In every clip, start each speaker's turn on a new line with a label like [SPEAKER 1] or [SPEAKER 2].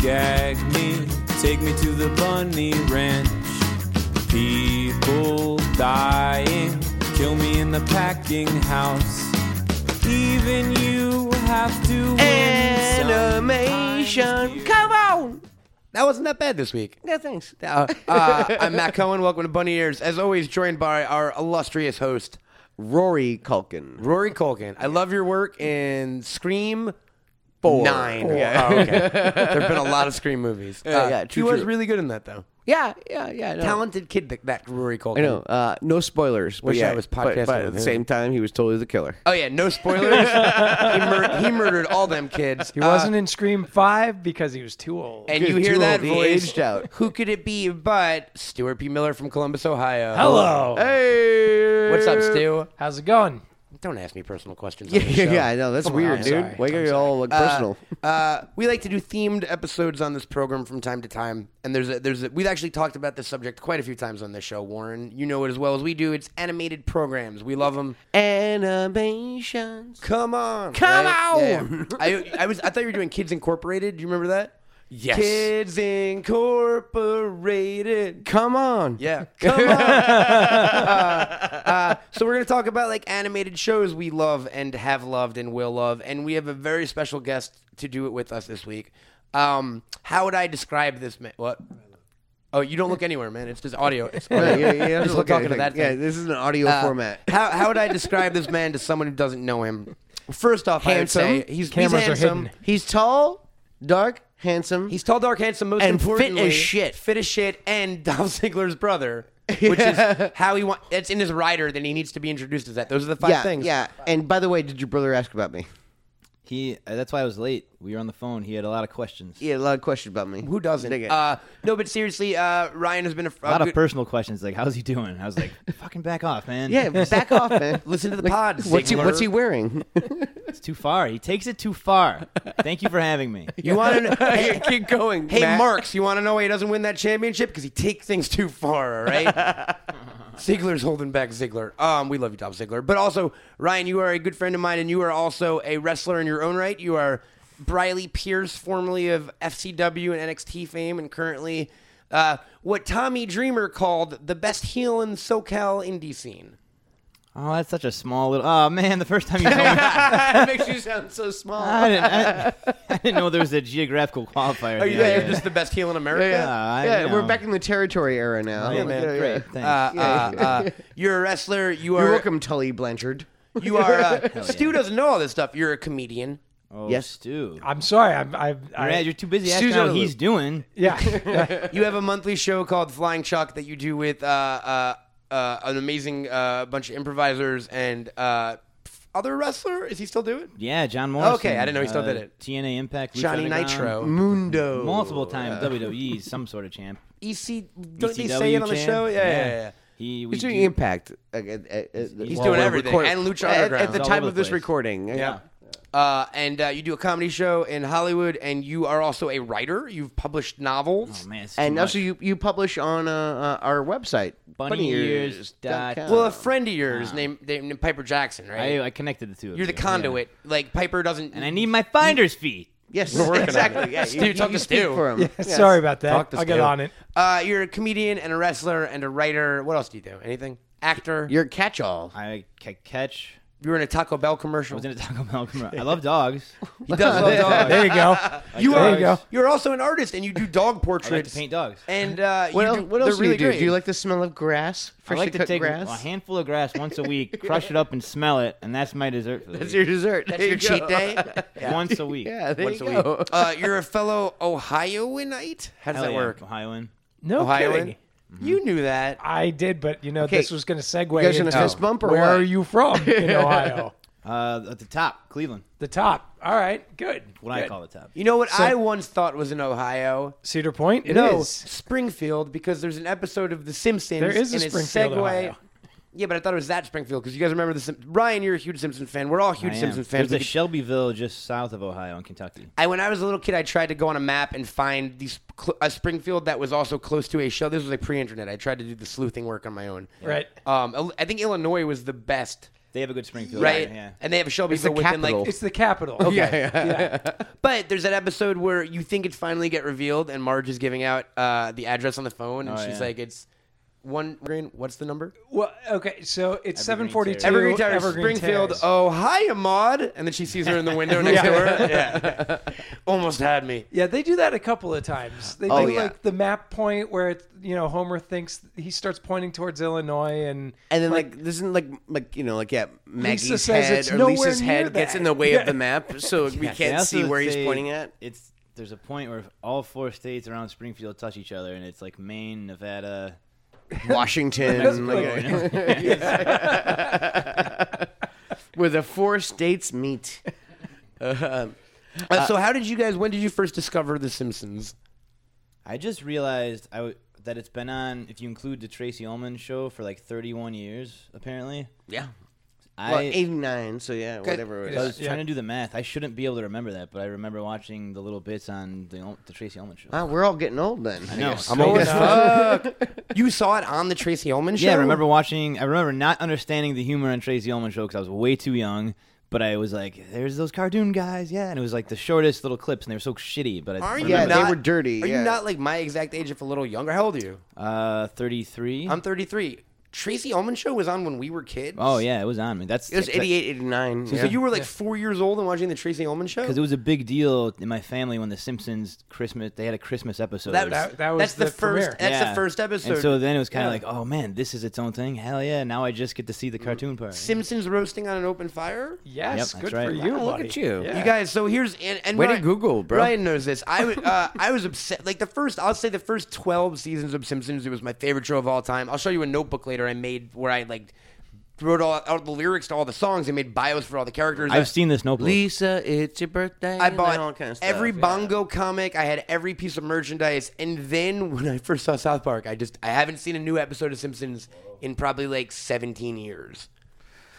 [SPEAKER 1] gag me, take me to the bunny ranch. People dying, kill me in the packing house. Even you have to win
[SPEAKER 2] Animation.
[SPEAKER 1] sometimes.
[SPEAKER 2] Come on.
[SPEAKER 3] That wasn't that bad this week.
[SPEAKER 2] Yeah, thanks.
[SPEAKER 3] Uh, uh, I'm Matt Cohen. Welcome to Bunny Ears. As always, joined by our illustrious host,
[SPEAKER 2] Rory Culkin.
[SPEAKER 3] Rory Colkin. I love your work in Scream Four. Nine.
[SPEAKER 2] Four.
[SPEAKER 3] Yeah. Oh, okay. there have been a lot of Scream movies. Uh,
[SPEAKER 2] yeah, true,
[SPEAKER 3] he was
[SPEAKER 2] true.
[SPEAKER 3] really good in that, though.
[SPEAKER 2] Yeah, yeah, yeah. I know.
[SPEAKER 3] Talented kid, that, that Rory Colkin.
[SPEAKER 2] I know. Uh, no spoilers. but
[SPEAKER 3] Wish
[SPEAKER 2] yeah,
[SPEAKER 3] I was
[SPEAKER 2] but-
[SPEAKER 3] podcasting
[SPEAKER 2] But, at
[SPEAKER 3] with
[SPEAKER 2] the
[SPEAKER 3] him.
[SPEAKER 2] same time, he was totally the killer.
[SPEAKER 3] Oh yeah, no spoilers. he, mur- he murdered all them kids.
[SPEAKER 4] He wasn't in Scream Five because he was too old.
[SPEAKER 3] Uh, and you
[SPEAKER 2] Good,
[SPEAKER 3] hear
[SPEAKER 2] too
[SPEAKER 3] that
[SPEAKER 2] old. He
[SPEAKER 3] voice?
[SPEAKER 2] aged out.
[SPEAKER 3] Who could it be? But Stuart P. Miller from Columbus, Ohio.
[SPEAKER 4] Hello.
[SPEAKER 2] Hey.
[SPEAKER 3] What's up, Stu?
[SPEAKER 4] How's it going?
[SPEAKER 3] Don't ask me personal questions. on
[SPEAKER 2] Yeah,
[SPEAKER 3] this show.
[SPEAKER 2] yeah, yeah, I know. That's
[SPEAKER 3] Come on,
[SPEAKER 2] weird,
[SPEAKER 3] I'm
[SPEAKER 2] dude.
[SPEAKER 3] sorry.
[SPEAKER 2] Why are you all like, personal?
[SPEAKER 3] Uh, we like to do themed episodes on this program from time to time, and there's a, there's a, we've actually talked about this subject quite a few times on this show. Warren, you know it as well as we do. It's animated programs. We love them.
[SPEAKER 2] Animations.
[SPEAKER 3] Come on,
[SPEAKER 2] Come
[SPEAKER 3] on. I I was I thought you were doing Kids Incorporated. Do you remember that?
[SPEAKER 2] Yes.
[SPEAKER 3] Kids Incorporated.
[SPEAKER 2] Come on.
[SPEAKER 3] Yeah. Come on. uh, uh, so we're going to talk about like animated shows we love and have loved and will love, and we have a very special guest to do it with us this week. Um, how would I describe this? Man? What? Oh, you don't look anywhere, man. It's just audio. It's
[SPEAKER 2] Yeah,
[SPEAKER 3] audio.
[SPEAKER 2] yeah, yeah.
[SPEAKER 3] Just
[SPEAKER 2] look at
[SPEAKER 3] talking to
[SPEAKER 2] anything.
[SPEAKER 3] that.
[SPEAKER 2] Yeah,
[SPEAKER 3] thing.
[SPEAKER 2] this is an audio
[SPEAKER 3] Uh,
[SPEAKER 2] format.
[SPEAKER 3] How, how would I describe this man to someone who doesn't know him? First off, I would say he's,
[SPEAKER 4] Cameras
[SPEAKER 3] he's
[SPEAKER 4] are
[SPEAKER 3] handsome.
[SPEAKER 4] hidden.
[SPEAKER 2] He's tall, dark, handsome.
[SPEAKER 3] He's tall, dark, handsome, most
[SPEAKER 2] And fit
[SPEAKER 3] importantly,
[SPEAKER 2] as shit.
[SPEAKER 3] fit as shit, and Dolph Ziggler's brother, which is how he want. That's in his rider. Then he needs to be introduced as that. Those are the five
[SPEAKER 2] yeah,
[SPEAKER 3] things.
[SPEAKER 2] yeah. And by the way, did your brother ask about me?
[SPEAKER 5] He. Uh, that's why I was late. We were on the phone. He had a lot of questions.
[SPEAKER 2] He had a lot of questions about me.
[SPEAKER 3] Who doesn't?
[SPEAKER 2] Dig it.
[SPEAKER 3] Uh, no, but seriously, uh, Ryan has been a,
[SPEAKER 5] A lot
[SPEAKER 3] good-
[SPEAKER 5] of personal questions. Like, how's he doing? I was like, fucking back off, man.
[SPEAKER 2] yeah, back off, man.
[SPEAKER 3] Listen to the pod.
[SPEAKER 2] What's he,
[SPEAKER 3] Ziggler.
[SPEAKER 2] what's he wearing?
[SPEAKER 5] It's too far. He takes it too far. Thank you for having me.
[SPEAKER 3] You want to? Hey,
[SPEAKER 2] Keep going.
[SPEAKER 3] hey
[SPEAKER 2] Matt.
[SPEAKER 3] Marks, you want to know why he doesn't win that championship? Because he takes things too far. All right. Ziggler's holding back Ziggler. Um, we love you, Dolph Ziggler. But also, Ryan, you are a good friend of mine, and you are also a wrestler in your own right. You are Briley Pierce, formerly of FCW and NXT fame, and currently uh, what Tommy Dreamer called the best heel in SoCal indie scene.
[SPEAKER 5] Oh, that's such a small little. Oh man, the first time you told me,
[SPEAKER 3] that makes you sound so small.
[SPEAKER 5] I didn't. I, I didn't know there was a geographical qualifier.
[SPEAKER 3] Are Oh, you
[SPEAKER 5] there.
[SPEAKER 3] you're just the best heel in America?
[SPEAKER 5] Yeah, I,
[SPEAKER 2] yeah,
[SPEAKER 5] you
[SPEAKER 2] we're
[SPEAKER 5] know. Oh,
[SPEAKER 2] back in the territory era now.
[SPEAKER 5] Yeah, man. Great. Thanks.
[SPEAKER 3] Uh, uh, uh, you're a wrestler. You are.
[SPEAKER 2] You're welcome, Tully Blanchard.
[SPEAKER 3] You are. Uh, Stu doesn't know all this stuff. You're a comedian.
[SPEAKER 5] oh,
[SPEAKER 2] Yes.
[SPEAKER 5] Stu.
[SPEAKER 4] I'm sorry. I'm. I, I,
[SPEAKER 5] Brad, you're too busy
[SPEAKER 2] Stu's
[SPEAKER 5] asking
[SPEAKER 2] out
[SPEAKER 5] how
[SPEAKER 2] of the
[SPEAKER 5] he's
[SPEAKER 2] loop.
[SPEAKER 5] doing.
[SPEAKER 4] yeah.
[SPEAKER 3] You have a monthly show called Flying Chuck that you do with uh, uh, uh, an amazing uh, bunch of improvisers and uh, other wrestler. Is he still doing? it?
[SPEAKER 5] Yeah, John Morrison.
[SPEAKER 3] Okay, I didn't know he still
[SPEAKER 5] uh,
[SPEAKER 3] did it.
[SPEAKER 5] TNA Impact. Lucha
[SPEAKER 3] Johnny
[SPEAKER 5] Underground.
[SPEAKER 3] Nitro. Oh,
[SPEAKER 2] Mundo.
[SPEAKER 5] Multiple times WWE, some sort of champ.
[SPEAKER 3] EC. E Don't they
[SPEAKER 5] ECW
[SPEAKER 3] say it on the
[SPEAKER 5] E champ.
[SPEAKER 3] show? Yeah, yeah, yeah. yeah.
[SPEAKER 5] He, we
[SPEAKER 2] He's doing
[SPEAKER 5] do-
[SPEAKER 2] Impact. Like, at- at- at-
[SPEAKER 3] He's
[SPEAKER 2] while
[SPEAKER 3] doing
[SPEAKER 2] we're
[SPEAKER 3] everything,
[SPEAKER 2] recording.
[SPEAKER 3] and Lucha
[SPEAKER 2] uh, At-
[SPEAKER 3] Underground.
[SPEAKER 2] At the
[SPEAKER 5] It's all
[SPEAKER 2] time
[SPEAKER 5] over
[SPEAKER 2] of
[SPEAKER 5] the
[SPEAKER 2] this
[SPEAKER 5] place.
[SPEAKER 2] recording.
[SPEAKER 5] Yeah.
[SPEAKER 3] Uh, and uh, you do a comedy show in Hollywood, and you are also a writer. You've published novels.
[SPEAKER 5] Oh, man, it's too
[SPEAKER 2] And
[SPEAKER 5] much.
[SPEAKER 2] also, you, you publish on uh, uh, our website,
[SPEAKER 5] Bunnyears
[SPEAKER 2] bunyears.com.
[SPEAKER 5] dot-
[SPEAKER 3] Well, a friend of yours named, named Piper Jackson, right?
[SPEAKER 5] I, I connected the two. of
[SPEAKER 3] You're the
[SPEAKER 5] you,
[SPEAKER 3] conduit. Like Piper doesn't.
[SPEAKER 5] yeah. And I need my finder's fee.
[SPEAKER 2] yes,
[SPEAKER 3] We're working on it.
[SPEAKER 2] exactly. Yeah,
[SPEAKER 3] Stu, talk to
[SPEAKER 2] speak
[SPEAKER 3] Stu.
[SPEAKER 2] For him. Yes.
[SPEAKER 4] Sorry about that.
[SPEAKER 3] Talk to
[SPEAKER 4] I'll get
[SPEAKER 3] Stu.
[SPEAKER 4] on it.
[SPEAKER 3] Uh, you're a comedian and a wrestler and a writer. What else do you do? Anything? Actor. You're,
[SPEAKER 2] You're catch-all.
[SPEAKER 5] I ca- catch.
[SPEAKER 3] you were in a Taco Bell
[SPEAKER 5] I
[SPEAKER 3] commercial.
[SPEAKER 5] was in a Taco Bell commercial. I love dogs.
[SPEAKER 3] he does
[SPEAKER 2] Oh,
[SPEAKER 3] love dogs.
[SPEAKER 4] There you go.
[SPEAKER 3] You
[SPEAKER 4] There
[SPEAKER 3] are.
[SPEAKER 4] you go.
[SPEAKER 3] You're also an artist, and you do dog
[SPEAKER 5] I like to
[SPEAKER 3] portraits.
[SPEAKER 5] paint dogs.
[SPEAKER 3] And uh,
[SPEAKER 2] What
[SPEAKER 3] you
[SPEAKER 2] else,
[SPEAKER 3] do,
[SPEAKER 2] what
[SPEAKER 3] they're
[SPEAKER 2] else do
[SPEAKER 3] really
[SPEAKER 2] you do?
[SPEAKER 3] great.
[SPEAKER 2] Do you like the smell of grass?
[SPEAKER 5] I
[SPEAKER 2] Freshly
[SPEAKER 5] like to
[SPEAKER 2] cut
[SPEAKER 5] take
[SPEAKER 2] grass?
[SPEAKER 5] a handful of grass once a week, crush it up and smell it, and that's my dessert. For the
[SPEAKER 2] That's your
[SPEAKER 5] week.
[SPEAKER 2] dessert.
[SPEAKER 3] That's
[SPEAKER 2] There
[SPEAKER 3] your
[SPEAKER 2] you
[SPEAKER 3] cheat
[SPEAKER 2] go.
[SPEAKER 3] day.
[SPEAKER 5] Once a week.
[SPEAKER 2] Yeah, there
[SPEAKER 3] Once
[SPEAKER 2] you
[SPEAKER 3] a
[SPEAKER 2] go.
[SPEAKER 3] week. Uh, you're a fellow Ohioanite. How does
[SPEAKER 5] Hell
[SPEAKER 3] that
[SPEAKER 5] yeah,
[SPEAKER 3] work?
[SPEAKER 5] Ohioan.
[SPEAKER 4] No
[SPEAKER 3] Ohioan.
[SPEAKER 4] kidding.
[SPEAKER 3] You knew that.
[SPEAKER 4] I did, but you know
[SPEAKER 2] Okay.
[SPEAKER 4] this was going to segue.
[SPEAKER 2] You guys gonna
[SPEAKER 4] into
[SPEAKER 2] fist bump or
[SPEAKER 4] where
[SPEAKER 2] what?
[SPEAKER 4] are you from in Ohio?
[SPEAKER 5] Uh, at the top, Cleveland.
[SPEAKER 4] the top. All right. Good.
[SPEAKER 5] What
[SPEAKER 4] good.
[SPEAKER 5] I call the top.
[SPEAKER 3] You know what I once thought was in Ohio?
[SPEAKER 4] Cedar Point. It is.
[SPEAKER 3] no, Springfield, because there's an episode of The Simpsons.
[SPEAKER 4] There is a
[SPEAKER 3] and it's
[SPEAKER 4] Springfield,
[SPEAKER 3] segue.
[SPEAKER 4] Ohio.
[SPEAKER 3] Yeah, but I thought it was that Springfield because you guys remember the Sim- Ryan. You're a huge Simpson fan. We're all huge
[SPEAKER 5] I am.
[SPEAKER 3] Simpson
[SPEAKER 5] There's
[SPEAKER 3] fans.
[SPEAKER 5] a
[SPEAKER 3] We could-
[SPEAKER 5] Shelbyville just south of Ohio in Kentucky.
[SPEAKER 3] I when I was a little kid, I tried to go on a map and find these cl- a Springfield that was also close to a show. This was like pre-internet. I tried to do the sleuthing work on my own.
[SPEAKER 4] Right.
[SPEAKER 3] Um, I think Illinois was the best.
[SPEAKER 5] They have a good Springfield.
[SPEAKER 3] right?
[SPEAKER 5] Yeah.
[SPEAKER 3] And they have Shelbyville
[SPEAKER 2] the
[SPEAKER 3] within like
[SPEAKER 2] capital.
[SPEAKER 4] It's the capital. Okay.
[SPEAKER 3] But there's that episode where you think it finally get revealed, and Marge is giving out uh, the address on the phone, and
[SPEAKER 5] Oh,
[SPEAKER 3] she's
[SPEAKER 5] yeah.
[SPEAKER 3] like, "It's one green. What's the number?
[SPEAKER 4] Well, okay. So it's seven forty-two.
[SPEAKER 5] Terrace.
[SPEAKER 3] Evergreen Terrace, Springfield. Oh, hi, Ahmad." And then she sees her in the window next to her. Yeah. almost had me.
[SPEAKER 4] Yeah, they do that a couple of times. They
[SPEAKER 3] Oh,
[SPEAKER 4] do
[SPEAKER 3] yeah.
[SPEAKER 4] like the map point where it's, you know Homer thinks he starts pointing towards Illinois, and
[SPEAKER 2] And then like, this isn't like like you know like yeah Maggie's
[SPEAKER 4] says
[SPEAKER 2] head
[SPEAKER 4] it's
[SPEAKER 2] or
[SPEAKER 4] nowhere
[SPEAKER 2] Lisa's
[SPEAKER 4] near
[SPEAKER 2] head gets
[SPEAKER 4] that.
[SPEAKER 2] in the way
[SPEAKER 4] Yeah.
[SPEAKER 2] of the map, so we
[SPEAKER 5] They
[SPEAKER 2] can't see
[SPEAKER 5] also
[SPEAKER 2] where he's
[SPEAKER 5] say
[SPEAKER 2] pointing at.
[SPEAKER 5] It's there's a point where all four states around Springfield touch each other, and it's like Maine, Nevada.
[SPEAKER 2] Washington, like,
[SPEAKER 4] like-
[SPEAKER 5] you know?
[SPEAKER 2] where the four states meet.
[SPEAKER 3] Uh, so, how did you guys? When did you first discover The Simpsons?
[SPEAKER 5] I just realized I w- that it's been on, if you include the Tracy Ullman show, for like 31 years apparently.
[SPEAKER 2] Yeah,
[SPEAKER 5] I,
[SPEAKER 2] well, eighty nine. So yeah, whatever. It
[SPEAKER 5] I
[SPEAKER 2] was.
[SPEAKER 5] was trying to do the math. I shouldn't be able to remember that, but I remember watching the little bits on the, Ull- the Tracy Ullman show.
[SPEAKER 2] Wow, we're all getting old then.
[SPEAKER 5] I know.
[SPEAKER 3] I'm
[SPEAKER 4] old as
[SPEAKER 2] Uh,
[SPEAKER 3] you saw it on the Tracy Ullman show.
[SPEAKER 5] Yeah, I remember watching. I remember not understanding the humor on Tracy Ullman show because I was way too young. But I was like, "There's those cartoon guys, yeah." And it was like the shortest little clips, and they were so shitty. But I
[SPEAKER 3] Are you
[SPEAKER 5] remember-
[SPEAKER 2] Yeah, they
[SPEAKER 3] not-
[SPEAKER 2] were dirty.
[SPEAKER 3] Are
[SPEAKER 2] yeah.
[SPEAKER 3] you not like my exact age, if a little younger? How old are you?
[SPEAKER 5] uh, 33.
[SPEAKER 3] I'm 33. Tracy Ullman show was on when we were kids.
[SPEAKER 5] oh yeah, it was on me. That's
[SPEAKER 2] It was 88, 89.
[SPEAKER 3] So you were like four years old and watching the Tracy Ullman show.
[SPEAKER 5] because it was a big deal in my family when the Simpsons Christmas they had a Christmas episode.
[SPEAKER 3] That,
[SPEAKER 4] That- that was
[SPEAKER 3] that's the,
[SPEAKER 4] the
[SPEAKER 3] first.
[SPEAKER 4] premiere.
[SPEAKER 3] That's
[SPEAKER 5] Yeah.
[SPEAKER 3] the first episode.
[SPEAKER 5] And so then it was kind of like, "Oh man, this is its own thing." Hell yeah! Now I just get to see the cartoon part.
[SPEAKER 3] Simpsons roasting on an open fire.
[SPEAKER 5] Yep,
[SPEAKER 4] yes,
[SPEAKER 5] that's
[SPEAKER 4] good
[SPEAKER 5] right.
[SPEAKER 4] for you.
[SPEAKER 2] Wow, look at
[SPEAKER 4] buddy.
[SPEAKER 2] you.
[SPEAKER 4] Yeah.
[SPEAKER 3] You guys, so here's and, and
[SPEAKER 2] Way to
[SPEAKER 3] Ryan,
[SPEAKER 2] Google, bro.
[SPEAKER 3] Ryan knows this. I w- uh, I was upset. Like the first, I'll say the first twelve seasons of Simpsons. It was my favorite show of all time. I'll show you a notebook later I made where I like wrote all out the lyrics to all the songs and made bios for all the characters. I-
[SPEAKER 5] I've seen this notebook.
[SPEAKER 2] Lisa, it's your birthday.
[SPEAKER 3] I
[SPEAKER 2] and
[SPEAKER 3] bought
[SPEAKER 2] all kind of stuff.
[SPEAKER 3] every
[SPEAKER 2] yeah.
[SPEAKER 3] bongo comic. I had every piece of merchandise, and then when I first saw South Park, I just I haven't seen a new episode of Simpsons in probably like seventeen years.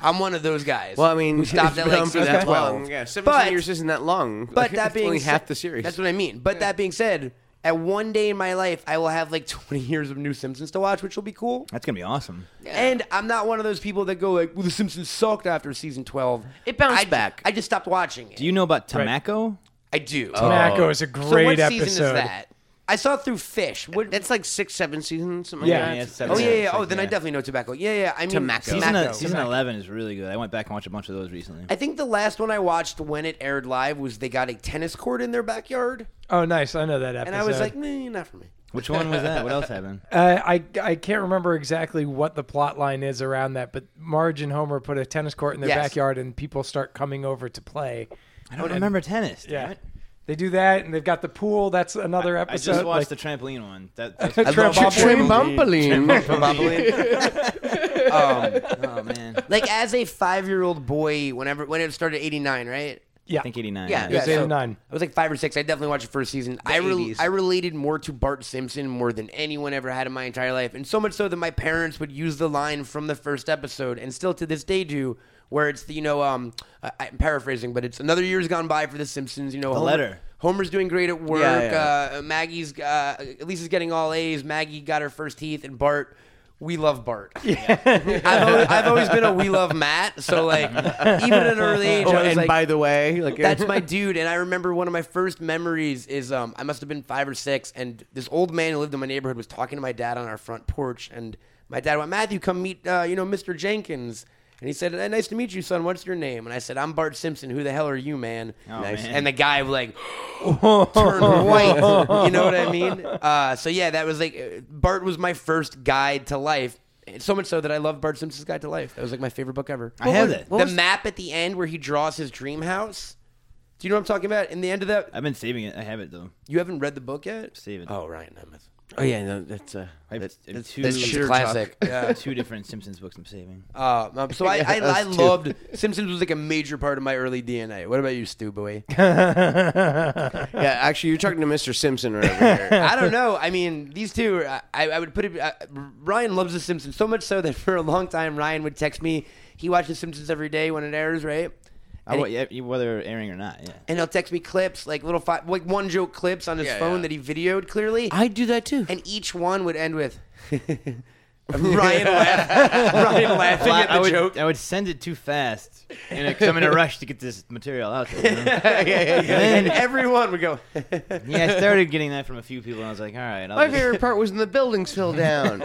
[SPEAKER 3] I'm one of those guys.
[SPEAKER 2] Well, I mean,
[SPEAKER 3] who stopped at
[SPEAKER 2] that
[SPEAKER 3] like season twelve.
[SPEAKER 2] Yeah, seventeen
[SPEAKER 3] But-
[SPEAKER 2] years isn't that long.
[SPEAKER 3] But that
[SPEAKER 2] It's
[SPEAKER 3] being
[SPEAKER 2] only
[SPEAKER 3] sa-
[SPEAKER 2] half the series.
[SPEAKER 3] that's what I mean. But that being said, at one day in my life, I will have like 20 years of new Simpsons to watch, which will be cool.
[SPEAKER 5] That's gonna be awesome.
[SPEAKER 3] And I'm not one of those people that go like, "Well, the Simpsons sucked after season 12."
[SPEAKER 2] It bounced
[SPEAKER 3] I,
[SPEAKER 2] back.
[SPEAKER 3] I just stopped watching it.
[SPEAKER 5] Do you know about Tamako?
[SPEAKER 3] I do.
[SPEAKER 4] Oh. Tobacco is a great
[SPEAKER 3] so what
[SPEAKER 4] episode.
[SPEAKER 3] season is that? I saw it through Fish. What?
[SPEAKER 2] That's like six, seven seasons. Something
[SPEAKER 4] Yeah.
[SPEAKER 2] like
[SPEAKER 5] Yeah,
[SPEAKER 2] that.
[SPEAKER 5] it's seven
[SPEAKER 3] oh yeah, yeah.
[SPEAKER 5] episodes,
[SPEAKER 3] Oh, then I
[SPEAKER 5] yeah.
[SPEAKER 3] definitely know Tobacco. Yeah, yeah. I mean,
[SPEAKER 2] Tobacco.
[SPEAKER 5] Season, e-
[SPEAKER 3] Tobacco.
[SPEAKER 5] season 11 is really good. I went back and watched a bunch of those recently.
[SPEAKER 3] I think the last one I watched when it aired live was they got a tennis court in their backyard,
[SPEAKER 4] Oh, nice. I know that episode.
[SPEAKER 3] and I was like, "Nah, not for me."
[SPEAKER 5] Which one was that? What else happened?
[SPEAKER 4] Uh, I I can't remember exactly what the plot line is around that, but Marge and Homer put a tennis court in their
[SPEAKER 3] Yes.
[SPEAKER 4] backyard, and people start coming over to play.
[SPEAKER 5] I don't remember tennis. Damn it.
[SPEAKER 4] they do that, and they've got the pool. That's another
[SPEAKER 5] I
[SPEAKER 4] episode.
[SPEAKER 5] just watched
[SPEAKER 4] like,
[SPEAKER 5] the trampoline one. That, that's
[SPEAKER 4] I love-
[SPEAKER 2] Tra- Trim
[SPEAKER 4] Trim
[SPEAKER 2] Bumpoline.
[SPEAKER 5] oh man,
[SPEAKER 3] like as a five year old boy, whenever when it started eighty nine, right?
[SPEAKER 4] yeah,
[SPEAKER 5] I think 89.
[SPEAKER 3] Yeah,
[SPEAKER 4] was
[SPEAKER 3] yeah, so
[SPEAKER 4] 89.
[SPEAKER 3] I was like five or six. I definitely watched the first season. I re-
[SPEAKER 2] 80s.
[SPEAKER 3] I related more to Bart Simpson more than anyone ever had in my entire life, and so much so that my parents would use the line from the first episode, and still to this day do, where it's the you know um I, I'm paraphrasing, but it's another year's gone by for the Simpsons. You know, the
[SPEAKER 5] letter.
[SPEAKER 3] Homer's doing great at work.
[SPEAKER 2] Yeah, yeah.
[SPEAKER 3] Uh, Maggie's uh, Lisa's getting all A's. Maggie got her first teeth, and Bart. We love Bart. I've, always, I've always been a we love Matt. So like, even at an early age,
[SPEAKER 2] Oh,
[SPEAKER 3] I was
[SPEAKER 2] and
[SPEAKER 3] like,
[SPEAKER 2] by the way, like
[SPEAKER 3] that's my dude. And I remember one of my first memories is um, I must have been five or six, and this old man who lived in my neighborhood was talking to my dad on our front porch, and my dad went, "Matthew, come meet, uh, you know, Mr. Jenkins." And he said, "Eh, "Nice to meet you, son. What's your name?" And I said, "I'm Bart Simpson. Who the hell are you, man?"
[SPEAKER 5] Oh,
[SPEAKER 3] Nice.
[SPEAKER 5] man.
[SPEAKER 3] And the guy like turned white. You know what I mean? Uh, so yeah, that was like uh, Bart was my first guide to life. So much so that I love Bart Simpson's Guide to Life. That was like my favorite book ever
[SPEAKER 5] I have that.
[SPEAKER 3] the map at the end where he draws his dream house. Do you know what I'm talking about? In the end of that,
[SPEAKER 5] I've been saving it. I have it though.
[SPEAKER 3] you haven't read the book yet.
[SPEAKER 5] Save it.
[SPEAKER 3] Oh, Ryan Nemeth.
[SPEAKER 2] oh yeah, no, that's uh,
[SPEAKER 5] I have
[SPEAKER 2] that-
[SPEAKER 5] t-
[SPEAKER 2] that's,
[SPEAKER 5] two,
[SPEAKER 2] that's shitter
[SPEAKER 3] classic.
[SPEAKER 2] talk.
[SPEAKER 3] Yeah.
[SPEAKER 5] two different Simpsons books I'm saving.
[SPEAKER 3] Uh, um, so I, I, I loved Simpsons was like a major part of my early DNA. What about you, Stu Boy?
[SPEAKER 2] yeah, actually, you're talking to Mr. Simpson right over here.
[SPEAKER 3] I don't know. I mean, these two. are- I, I would put it. Uh, Ryan loves The Simpsons so much so that for a long time, Ryan would text me. He watches Simpsons every day when it airs, right?
[SPEAKER 5] I, wa- yeah, whether airing or not. Yeah.
[SPEAKER 3] And he'll text me clips, like little five, like one joke clips on his
[SPEAKER 2] Yeah,
[SPEAKER 3] phone
[SPEAKER 2] yeah.
[SPEAKER 3] that he videoed clearly.
[SPEAKER 2] I do that too.
[SPEAKER 3] and each one would end with Ryan laugh, Ryan laughing
[SPEAKER 5] Fla-
[SPEAKER 3] at the
[SPEAKER 5] I would,
[SPEAKER 3] joke.
[SPEAKER 5] I would send it too fast because I'm in a rush to get this material out there. you know?
[SPEAKER 3] and everyone would go.
[SPEAKER 5] yeah, I started getting that from a few people, and I was like, all right. I'll
[SPEAKER 2] My
[SPEAKER 5] just-
[SPEAKER 2] favorite part was when the buildings fell down.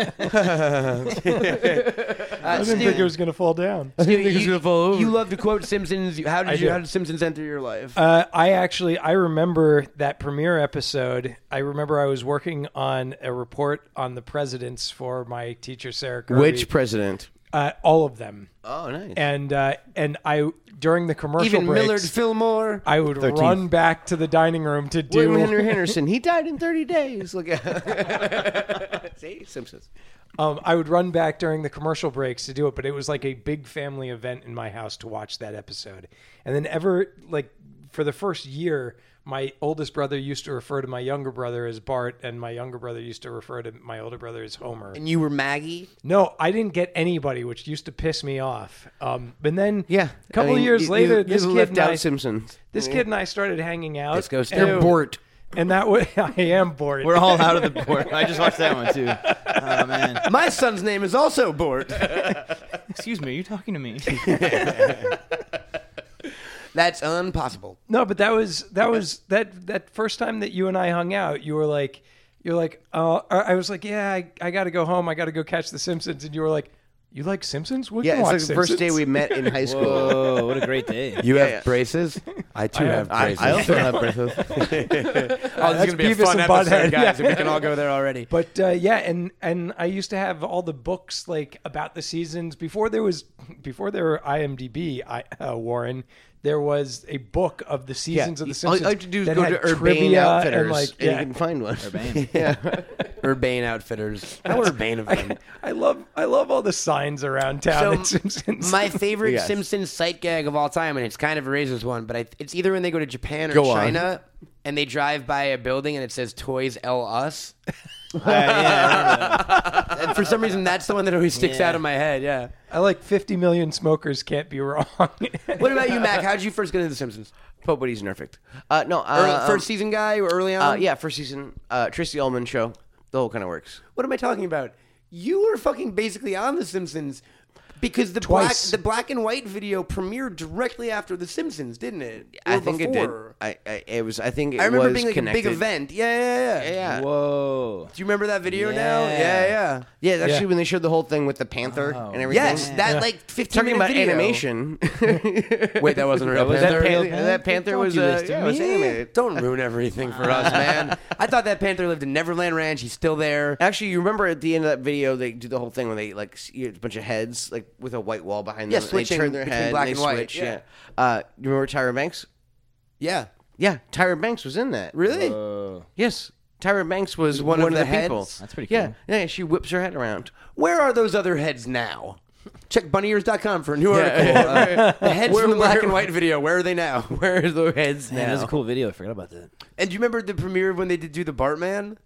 [SPEAKER 4] I didn't think it was going to fall down.
[SPEAKER 3] you, you love to quote Simpsons. You- How
[SPEAKER 4] I
[SPEAKER 3] did you?
[SPEAKER 4] do.
[SPEAKER 3] How did Simpsons enter your life?
[SPEAKER 4] Uh, I actually I remember that premiere episode. I remember I was working on a report on the presidents for my teacher Sarah Kirby.
[SPEAKER 2] Which president?
[SPEAKER 4] uh, all of them,
[SPEAKER 2] Oh, nice.
[SPEAKER 4] and uh, and I during the commercial
[SPEAKER 3] Even
[SPEAKER 4] breaks,
[SPEAKER 3] Millard Fillmore.
[SPEAKER 4] I would run back to the dining room to do.
[SPEAKER 2] William Henry Henderson. He died in 30 days. Look at See? Simpsons.
[SPEAKER 4] Um, I would run back during the commercial breaks to do it, but it was like a big family event in my house to watch that episode. And then ever like for the first year, my oldest brother used to refer to my younger brother as Bart, and my younger brother used to refer to my older brother as Homer.
[SPEAKER 3] and you were Maggie.
[SPEAKER 4] No, I didn't get anybody, which used to piss me off. Um, and then
[SPEAKER 2] Yeah.
[SPEAKER 4] a couple
[SPEAKER 2] I mean,
[SPEAKER 4] years
[SPEAKER 2] you-
[SPEAKER 4] later,
[SPEAKER 2] you,
[SPEAKER 4] this
[SPEAKER 2] you
[SPEAKER 4] kid
[SPEAKER 2] left
[SPEAKER 4] and
[SPEAKER 2] out
[SPEAKER 4] I-
[SPEAKER 2] Simpsons.
[SPEAKER 4] this kid and I started hanging out.
[SPEAKER 2] This goes
[SPEAKER 4] and-
[SPEAKER 2] to Bort.
[SPEAKER 4] and that was I am bored.
[SPEAKER 5] We're all out of the board. I just watched that one, too. Oh, man.
[SPEAKER 3] My son's name is also Bort.
[SPEAKER 5] Excuse me, are you talking to me?
[SPEAKER 3] That's impossible.
[SPEAKER 4] No, but that was that was that that first time that you and I hung out, you were like, you're like, uh, I I was like, yeah, I, I got to go home. I got to go catch The Simpsons, and you were like, you like Simpsons? We
[SPEAKER 2] Yeah,
[SPEAKER 4] can
[SPEAKER 2] it's
[SPEAKER 4] watch
[SPEAKER 2] like the first day
[SPEAKER 4] Simpsons."
[SPEAKER 2] we met in high school.
[SPEAKER 5] Whoa, what a great day.
[SPEAKER 3] You have braces. I too have
[SPEAKER 2] I,
[SPEAKER 3] braces.
[SPEAKER 2] I also have braces.
[SPEAKER 3] oh, this is
[SPEAKER 4] That's
[SPEAKER 3] gonna be a
[SPEAKER 4] Beavis
[SPEAKER 3] fun
[SPEAKER 4] and
[SPEAKER 3] episode,
[SPEAKER 4] Butthead,
[SPEAKER 3] guys.
[SPEAKER 4] yeah.
[SPEAKER 3] If we can all go there already.
[SPEAKER 4] But uh, yeah, and and I used to have all the books like about the seasons before there was before there were IMDb. I, uh, Warren, there was a book of the seasons of the
[SPEAKER 2] All
[SPEAKER 4] Simpsons.
[SPEAKER 2] you have to do is
[SPEAKER 4] that
[SPEAKER 2] go
[SPEAKER 4] had
[SPEAKER 2] to Urbane
[SPEAKER 4] trivia
[SPEAKER 2] Outfitters
[SPEAKER 4] and like
[SPEAKER 2] you
[SPEAKER 4] yeah.
[SPEAKER 2] can find one.
[SPEAKER 3] Urbane Outfitters. I were Bane of them.
[SPEAKER 4] I love I love all the signs around town.
[SPEAKER 3] So,
[SPEAKER 4] at Simpsons.
[SPEAKER 3] My favorite
[SPEAKER 2] Yes.
[SPEAKER 3] Simpsons sight gag of all time, and it's kind of a raises one, but I, it's either when they go to Japan or
[SPEAKER 2] Go on.
[SPEAKER 3] China and they drive by a building and it says Toys L Us. And for some reason, that's the one that always sticks
[SPEAKER 5] Yeah.
[SPEAKER 3] out in my head. Yeah.
[SPEAKER 4] I like 50 million smokers can't be wrong.
[SPEAKER 3] What about you, Mac? How did you first get into The Simpsons?
[SPEAKER 2] Pope Buddy's perfect. Uh, no, uh,
[SPEAKER 3] Early,
[SPEAKER 2] um,
[SPEAKER 3] first season guy or early on?
[SPEAKER 2] uh, yeah, first season. Uh, Tracy Ullman show. The whole kind of works.
[SPEAKER 3] What am I talking about? You were fucking basically on The Simpsons because the
[SPEAKER 4] Twice.
[SPEAKER 3] black the black and white video premiered directly after The Simpsons, didn't it?
[SPEAKER 2] I
[SPEAKER 3] Or
[SPEAKER 2] think
[SPEAKER 3] before.
[SPEAKER 2] it did. I, I it was. I think it
[SPEAKER 3] I remember
[SPEAKER 2] was
[SPEAKER 3] being like
[SPEAKER 2] connected.
[SPEAKER 3] a big event. Yeah, yeah, yeah.
[SPEAKER 2] Yeah.
[SPEAKER 5] Whoa.
[SPEAKER 3] Do you remember that video now?
[SPEAKER 5] Yeah.
[SPEAKER 3] Yeah, yeah.
[SPEAKER 2] Yeah, actually,
[SPEAKER 4] Yeah.
[SPEAKER 2] when they showed the whole thing with the panther and everything.
[SPEAKER 3] Oh. Yes, that like 15
[SPEAKER 2] Talking
[SPEAKER 3] minute
[SPEAKER 2] about
[SPEAKER 3] video.
[SPEAKER 2] animation.
[SPEAKER 3] Wait, that wasn't a real
[SPEAKER 5] was-
[SPEAKER 2] that,
[SPEAKER 5] Panther?
[SPEAKER 2] pan-
[SPEAKER 5] Real
[SPEAKER 2] that panther
[SPEAKER 5] Don't
[SPEAKER 2] was,
[SPEAKER 5] do
[SPEAKER 2] uh,
[SPEAKER 5] this to
[SPEAKER 2] yeah, it was
[SPEAKER 5] me.
[SPEAKER 2] animated.
[SPEAKER 3] Don't ruin everything for us, man. I thought that panther lived in Neverland Ranch. He's still there.
[SPEAKER 2] Actually, you remember at the end of that video, they do the whole thing where they like see a bunch of heads like with a white wall behind them.
[SPEAKER 3] Yeah,
[SPEAKER 2] and
[SPEAKER 3] switching
[SPEAKER 2] they turn their
[SPEAKER 3] between
[SPEAKER 2] head
[SPEAKER 3] black
[SPEAKER 2] and they
[SPEAKER 3] and white,
[SPEAKER 2] switch.
[SPEAKER 3] yeah.
[SPEAKER 2] Yeah. Uh, you remember Tyra Banks?
[SPEAKER 3] Yeah.
[SPEAKER 2] Yeah, Tyra Banks was in that.
[SPEAKER 3] Really?
[SPEAKER 5] Whoa.
[SPEAKER 2] Yes, Tyra Banks was
[SPEAKER 3] One
[SPEAKER 2] one, of
[SPEAKER 3] of
[SPEAKER 2] the,
[SPEAKER 3] the
[SPEAKER 2] people.
[SPEAKER 3] heads?
[SPEAKER 5] That's pretty
[SPEAKER 2] Yeah,
[SPEAKER 5] cool.
[SPEAKER 2] yeah. She whips her head around.
[SPEAKER 3] Where are those other heads now? Check bunny.ears.com for a new article. Uh, the heads from the black and white video. Where are they now? Where are the heads
[SPEAKER 5] Man, that was
[SPEAKER 3] now?
[SPEAKER 5] a cool video. I forgot about that.
[SPEAKER 3] And do you remember the premiere of when they did do the Bartman?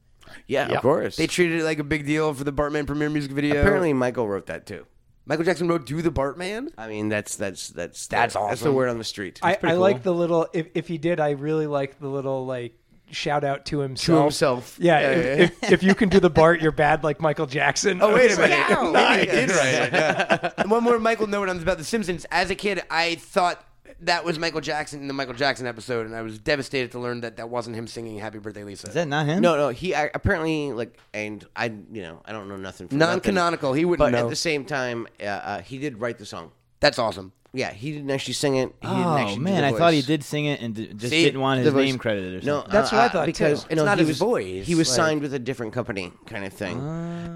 [SPEAKER 2] Yeah, of course.
[SPEAKER 3] They treated it like a big deal for the Bartman premiere music video.
[SPEAKER 2] Apparently, Michael wrote that too.
[SPEAKER 3] Michael Jackson wrote "Do the Bartman."
[SPEAKER 2] I mean, that's that's that's
[SPEAKER 3] That's
[SPEAKER 2] That's the
[SPEAKER 3] awesome.
[SPEAKER 2] word on the street.
[SPEAKER 4] I, I like the little, if, if he did, I really like the little, like, shout out to himself.
[SPEAKER 2] himself.
[SPEAKER 4] Yeah.
[SPEAKER 2] Yeah,
[SPEAKER 4] if,
[SPEAKER 2] yeah.
[SPEAKER 4] If, if you can do the Bart, you're bad like Michael Jackson.
[SPEAKER 3] Oh, wait a minute.
[SPEAKER 4] Wow.
[SPEAKER 3] Maybe I did write it. And one more Michael note on about The Simpsons. As a kid, I thought that was Michael Jackson in the Michael Jackson episode, and I was devastated to learn that that wasn't him singing "Happy Birthday, Lisa."
[SPEAKER 5] Is that not him?
[SPEAKER 2] No, no. He I, apparently like, and I, you know, I don't know nothing. From
[SPEAKER 3] Non-canonical,
[SPEAKER 2] nothing.
[SPEAKER 3] he wouldn't
[SPEAKER 2] But
[SPEAKER 3] know.
[SPEAKER 2] at the same time, uh, uh, he did write the song.
[SPEAKER 3] That's awesome.
[SPEAKER 2] Yeah, he didn't actually sing it. He didn't actually
[SPEAKER 5] Oh
[SPEAKER 2] do
[SPEAKER 5] man,
[SPEAKER 2] the
[SPEAKER 5] I thought he
[SPEAKER 2] voice.
[SPEAKER 5] did sing it and d- just
[SPEAKER 2] See,
[SPEAKER 5] didn't want
[SPEAKER 2] the
[SPEAKER 5] his
[SPEAKER 2] voice-
[SPEAKER 5] name credited or
[SPEAKER 2] No,
[SPEAKER 5] something.
[SPEAKER 4] That's what I
[SPEAKER 2] uh,
[SPEAKER 4] thought,
[SPEAKER 2] because
[SPEAKER 4] too.
[SPEAKER 2] you know,
[SPEAKER 3] It's not
[SPEAKER 2] he
[SPEAKER 3] his
[SPEAKER 2] was,
[SPEAKER 3] voice,
[SPEAKER 2] He was
[SPEAKER 3] like-
[SPEAKER 2] signed with a different company, kind of thing,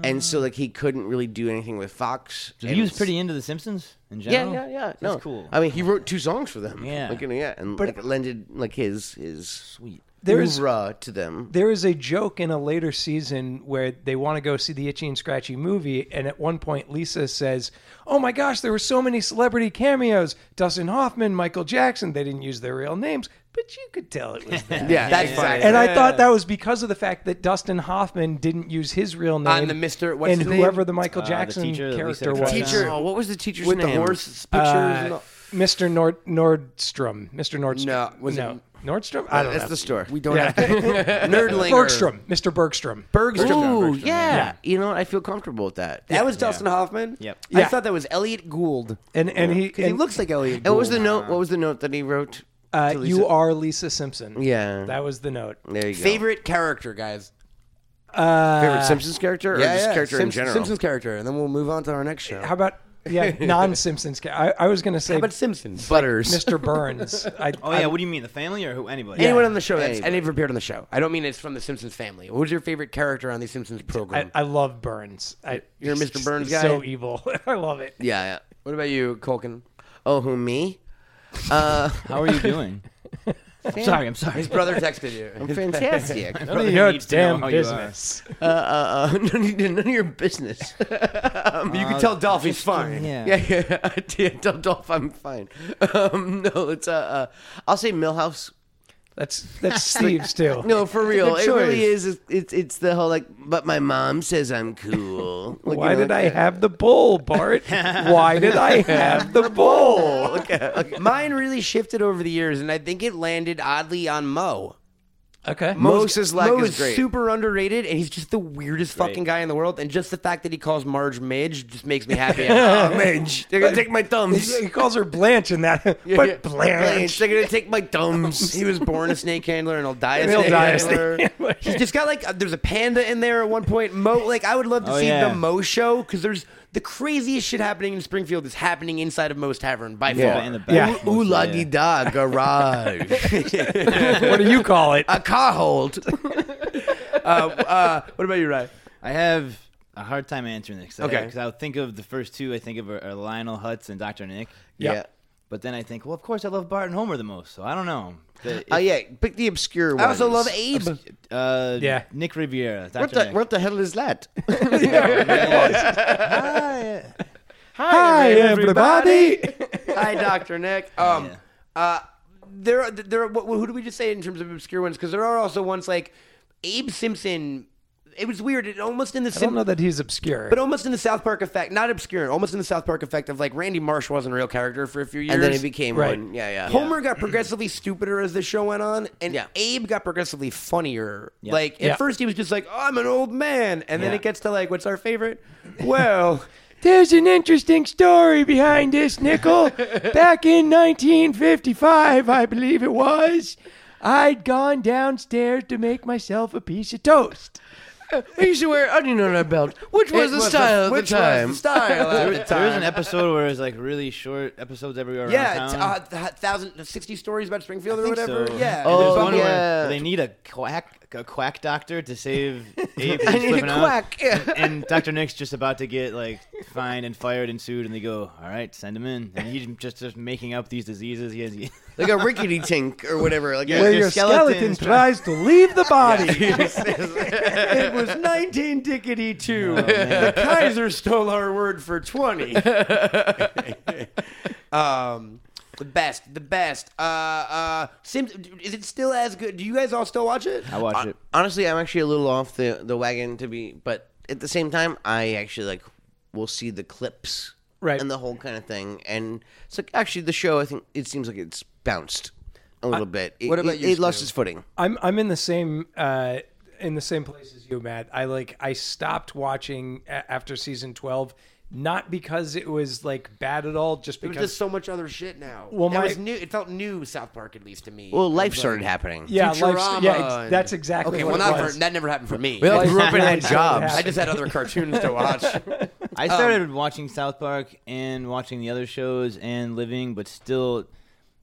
[SPEAKER 2] and so like he couldn't really do anything with Fox.
[SPEAKER 5] Ah. So
[SPEAKER 2] and
[SPEAKER 5] he was
[SPEAKER 2] it's-
[SPEAKER 5] pretty into The Simpsons in
[SPEAKER 2] Yeah,
[SPEAKER 5] general.
[SPEAKER 2] yeah, yeah.
[SPEAKER 5] That's
[SPEAKER 2] No,
[SPEAKER 5] cool.
[SPEAKER 2] I mean, he wrote two songs for them.
[SPEAKER 5] Yeah.
[SPEAKER 2] like, you know, yeah, and
[SPEAKER 4] But-
[SPEAKER 2] like it lended like his his sweet
[SPEAKER 4] There's-
[SPEAKER 2] hoorah to them.
[SPEAKER 4] There is a joke in a later season where they want to go see the Itchy and Scratchy movie, and at one point Lisa says, "Oh my gosh, there were so many celebrity cameos: Dustin Hoffman, Michael Jackson. They didn't use their real names, but you could tell it was them."
[SPEAKER 3] Yeah, that's funny.
[SPEAKER 4] And I thought that was because of the fact that Dustin Hoffman didn't use his real name
[SPEAKER 3] On the Mr. what's
[SPEAKER 4] and
[SPEAKER 3] his name?
[SPEAKER 4] whoever the Michael
[SPEAKER 5] Uh, the
[SPEAKER 4] Jackson
[SPEAKER 5] teacher that Lisa
[SPEAKER 4] character was.
[SPEAKER 5] tracked down.
[SPEAKER 3] Teacher-
[SPEAKER 2] Oh, what was the teacher's
[SPEAKER 3] with
[SPEAKER 2] name?
[SPEAKER 3] the horse pictures.
[SPEAKER 4] Uh,
[SPEAKER 3] and all.
[SPEAKER 4] Mr. Nord Nordstrom. Mr. Nordstrom.
[SPEAKER 3] No, was it-
[SPEAKER 4] no. Nordstrom? I don't
[SPEAKER 2] That's
[SPEAKER 4] know.
[SPEAKER 2] the store.
[SPEAKER 3] We don't
[SPEAKER 4] Yeah.
[SPEAKER 3] have Nerdlinger.
[SPEAKER 4] Bergstrom, Mr. Bergstrom.
[SPEAKER 3] Bergstrom.
[SPEAKER 2] Ooh, yeah. You know what? I feel comfortable with that.
[SPEAKER 3] That was Dustin Hoffman.
[SPEAKER 5] Yep.
[SPEAKER 3] I
[SPEAKER 4] Yeah.
[SPEAKER 3] thought that was Elliot Gould.
[SPEAKER 4] And and he,
[SPEAKER 3] Because he
[SPEAKER 4] and,
[SPEAKER 3] looks like Elliot.
[SPEAKER 2] And what was the
[SPEAKER 3] Gould.
[SPEAKER 2] note? What was the note that he wrote?
[SPEAKER 4] uh,
[SPEAKER 2] to Lisa?
[SPEAKER 4] you are Lisa Simpson.
[SPEAKER 2] Yeah.
[SPEAKER 4] That was the note.
[SPEAKER 2] There you go.
[SPEAKER 3] favorite character, guys?
[SPEAKER 4] Uh,
[SPEAKER 2] Favorite Simpsons character or just character in
[SPEAKER 3] Simps-
[SPEAKER 2] general?
[SPEAKER 3] Simpsons character, and then we'll move on to our next show.
[SPEAKER 4] How about yeah, non Simpsons? I, I was gonna say
[SPEAKER 3] How about Simpsons?
[SPEAKER 2] Butters.
[SPEAKER 4] Mr. Burns. I,
[SPEAKER 5] Oh yeah, what do you mean, the family or who? Anybody?
[SPEAKER 3] Anyone on the show that's
[SPEAKER 2] Anybody.
[SPEAKER 3] any appeared on the show. I don't mean it's from the Simpsons family. Who's your favorite character on the Simpsons program?
[SPEAKER 4] I, I love Burns. I,
[SPEAKER 3] You're a Mr.
[SPEAKER 4] he's
[SPEAKER 3] Burns guy?
[SPEAKER 4] So evil. I love it.
[SPEAKER 2] Yeah, yeah.
[SPEAKER 3] what about you, Colkin?
[SPEAKER 2] Oh, who me? Uh,
[SPEAKER 5] How are you doing? I'm sorry. I'm sorry.
[SPEAKER 3] Brother texted you.
[SPEAKER 2] fantastic. Uh,
[SPEAKER 5] Nobody
[SPEAKER 4] Your
[SPEAKER 5] needs to know
[SPEAKER 4] damn
[SPEAKER 5] how you are.
[SPEAKER 4] business.
[SPEAKER 2] uh, uh, none, of, none of your business. um, you
[SPEAKER 3] Tell Dolph he's fine.
[SPEAKER 5] Yeah.
[SPEAKER 2] yeah, yeah. I did. Don't, don't. I'm fine. Um, no, it's uh, uh, I'll say Millhouse.
[SPEAKER 4] That's that's Steve's too.
[SPEAKER 2] No, for real,
[SPEAKER 3] good
[SPEAKER 2] it really
[SPEAKER 3] choice.
[SPEAKER 2] is. It's, it's it's the whole like, but my mom says I'm cool. Like,
[SPEAKER 4] Why
[SPEAKER 2] you know,
[SPEAKER 4] did I
[SPEAKER 2] like,
[SPEAKER 4] have the bowl, Bart? Why did I have the bowl?
[SPEAKER 3] Mine really shifted over the years, and I think it landed oddly on Mo.
[SPEAKER 4] Okay.
[SPEAKER 2] Moses Lack
[SPEAKER 3] Mo
[SPEAKER 2] is great.
[SPEAKER 3] super underrated, and he's just the weirdest fucking guy in the world. And just the fact that he calls Marge Midge just makes me happy.
[SPEAKER 2] Oh, Midge, they're gonna take my thumbs.
[SPEAKER 4] He calls her Blanche in that, but
[SPEAKER 2] yeah.
[SPEAKER 4] Blanche.
[SPEAKER 2] They're gonna take my thumbs.
[SPEAKER 3] he was born a snake handler, and he'll die a
[SPEAKER 4] And he'll
[SPEAKER 3] snake
[SPEAKER 4] die a
[SPEAKER 3] handler.
[SPEAKER 4] snake handler.
[SPEAKER 3] He's just got like uh, there's a panda in there at one point. Mo, like I would love to
[SPEAKER 5] Oh,
[SPEAKER 3] see
[SPEAKER 5] yeah.
[SPEAKER 3] the Mo show because there's the craziest shit happening in Springfield is happening inside of Mo's Tavern by far.
[SPEAKER 5] In the back.
[SPEAKER 4] Yeah.
[SPEAKER 5] mostly,
[SPEAKER 2] Ooh la
[SPEAKER 5] yeah.
[SPEAKER 2] di da garage.
[SPEAKER 4] what do you call it?
[SPEAKER 2] A car hold.
[SPEAKER 3] Uh, What about you, Ryan?
[SPEAKER 5] I have a hard time answering this.
[SPEAKER 3] Okay.
[SPEAKER 5] Because I would think of the first two. I think of are, are Lionel Hutz and Dr. Nick.
[SPEAKER 2] Yeah.
[SPEAKER 5] But then I think, well, of course, I love Bart and Homer the most. So I don't know. The-
[SPEAKER 2] Oh yeah, pick the obscure one.
[SPEAKER 3] I also love Abe.
[SPEAKER 5] uh,
[SPEAKER 4] Yeah.
[SPEAKER 5] Nick Riviera. Dr.
[SPEAKER 2] What the,
[SPEAKER 5] Nick.
[SPEAKER 2] what the hell is that?
[SPEAKER 5] Ah, Hi.
[SPEAKER 4] Hi, everybody.
[SPEAKER 3] Hi, Doctor Nick. Um,
[SPEAKER 5] Yeah.
[SPEAKER 3] uh, there, are- there. Are, what, who do we just say in terms of obscure ones? Because there are also ones like Abe Simpson. It was weird. It almost in the
[SPEAKER 4] I don't know
[SPEAKER 3] Sim-
[SPEAKER 4] that he's obscure.
[SPEAKER 3] but almost in the South Park effect, not obscure. Almost in the South Park effect of like Randy Marsh wasn't a real character for a few years,
[SPEAKER 2] and then it became
[SPEAKER 4] Right.
[SPEAKER 2] one. Yeah, yeah.
[SPEAKER 3] Homer got progressively stupider as the show went on, and
[SPEAKER 2] Yeah.
[SPEAKER 3] Abe got progressively funnier. Like at
[SPEAKER 4] Yeah.
[SPEAKER 3] first he was just like, "Oh, I'm an old man," and then
[SPEAKER 5] Yeah.
[SPEAKER 3] it gets to like, "What's our favorite?" Well,
[SPEAKER 4] There's an interesting story behind this nickel. Back in 1955, I believe it was, I'd gone downstairs to make myself a piece of toast.
[SPEAKER 2] I used to Uh, wear onion on our belt, which was
[SPEAKER 3] it
[SPEAKER 2] the style at the
[SPEAKER 3] which was
[SPEAKER 2] time.
[SPEAKER 3] the style at
[SPEAKER 5] There,
[SPEAKER 3] the
[SPEAKER 5] was- there was an
[SPEAKER 3] time.
[SPEAKER 5] episode where it was like really short episodes everywhere
[SPEAKER 3] Yeah,
[SPEAKER 5] around
[SPEAKER 3] it's,
[SPEAKER 5] town.
[SPEAKER 3] uh, th- thousand sixty stories about Springfield or
[SPEAKER 5] I think
[SPEAKER 3] whatever.
[SPEAKER 5] so.
[SPEAKER 3] Yeah.
[SPEAKER 5] And there's
[SPEAKER 2] Oh,
[SPEAKER 5] one where
[SPEAKER 2] yeah.
[SPEAKER 5] they need a quack, a quack doctor to save Abe.
[SPEAKER 2] I need a quack. Yeah.
[SPEAKER 5] and Dr. Nick's just about to get like fined and fired and sued, and they go, "All right, send him in." And he's just just making up these diseases. He has he,
[SPEAKER 2] like a rickety tink or whatever. Like
[SPEAKER 5] Yeah. Where your skeleton
[SPEAKER 4] tries to leave the body.
[SPEAKER 3] it was nineteen dickety two.
[SPEAKER 2] Oh,
[SPEAKER 5] man.
[SPEAKER 3] the Kaiser stole our word for twenty. um, the best, the best. Uh, uh, Sim- is it still as good? Do you guys all still watch it?
[SPEAKER 5] I watched it.
[SPEAKER 2] Uh, honestly, I'm actually a little off the the wagon to be, but at the same time, I actually like will see the clips,
[SPEAKER 4] Right.
[SPEAKER 2] and the whole kind of thing. And it's like actually the show. I think it seems like it's bounced a little bit. It,
[SPEAKER 3] what about
[SPEAKER 2] it,
[SPEAKER 3] you,
[SPEAKER 2] it lost
[SPEAKER 3] Stu?
[SPEAKER 2] its footing?
[SPEAKER 4] I'm I'm in the same uh, in the same place as you, Matt. I like I stopped watching a- after season twelve, not because it was like bad at all, just
[SPEAKER 3] There's
[SPEAKER 4] because
[SPEAKER 3] just so much other shit now.
[SPEAKER 4] Well,
[SPEAKER 3] That
[SPEAKER 4] my-
[SPEAKER 3] was new. It felt new South Park, at least to me.
[SPEAKER 2] Well, life started happening.
[SPEAKER 4] yeah, life's,
[SPEAKER 3] Futurama
[SPEAKER 4] yeah, ex-
[SPEAKER 3] and-
[SPEAKER 4] that's exactly
[SPEAKER 3] okay.
[SPEAKER 4] what
[SPEAKER 3] Well,
[SPEAKER 4] it
[SPEAKER 3] not
[SPEAKER 4] was.
[SPEAKER 3] for, that never happened for me.
[SPEAKER 2] all
[SPEAKER 4] grew up and had jobs.
[SPEAKER 3] I just had other cartoons to watch.
[SPEAKER 5] I
[SPEAKER 2] Um,
[SPEAKER 5] started watching South Park and watching the other shows and living, but still,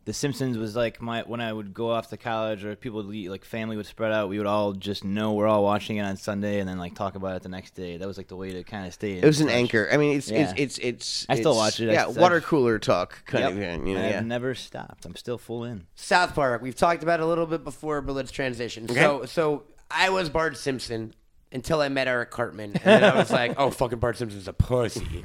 [SPEAKER 5] The Simpsons was like my when I would go off to college or people would leave, like family would spread out. We would all just know we're all watching it on Sunday and then like talk about it the next day. That was like the way to kind of stay.
[SPEAKER 2] It was an anchor. I mean, it's
[SPEAKER 5] Yeah.
[SPEAKER 2] it's it's it's.
[SPEAKER 5] I still
[SPEAKER 2] it's-
[SPEAKER 5] watch it. I
[SPEAKER 2] Yeah,
[SPEAKER 5] s-
[SPEAKER 2] water
[SPEAKER 5] I've-
[SPEAKER 2] cooler talk kind
[SPEAKER 5] Yep.
[SPEAKER 2] of thing. You know,
[SPEAKER 5] I've
[SPEAKER 2] yeah.
[SPEAKER 5] never stopped. I'm still full in.
[SPEAKER 3] South Park. We've talked about it a little bit before, but let's transition. So, so I was Bart Simpson until I met Eric Cartman, and then I was like, "Oh, fucking Bart Simpson's a pussy."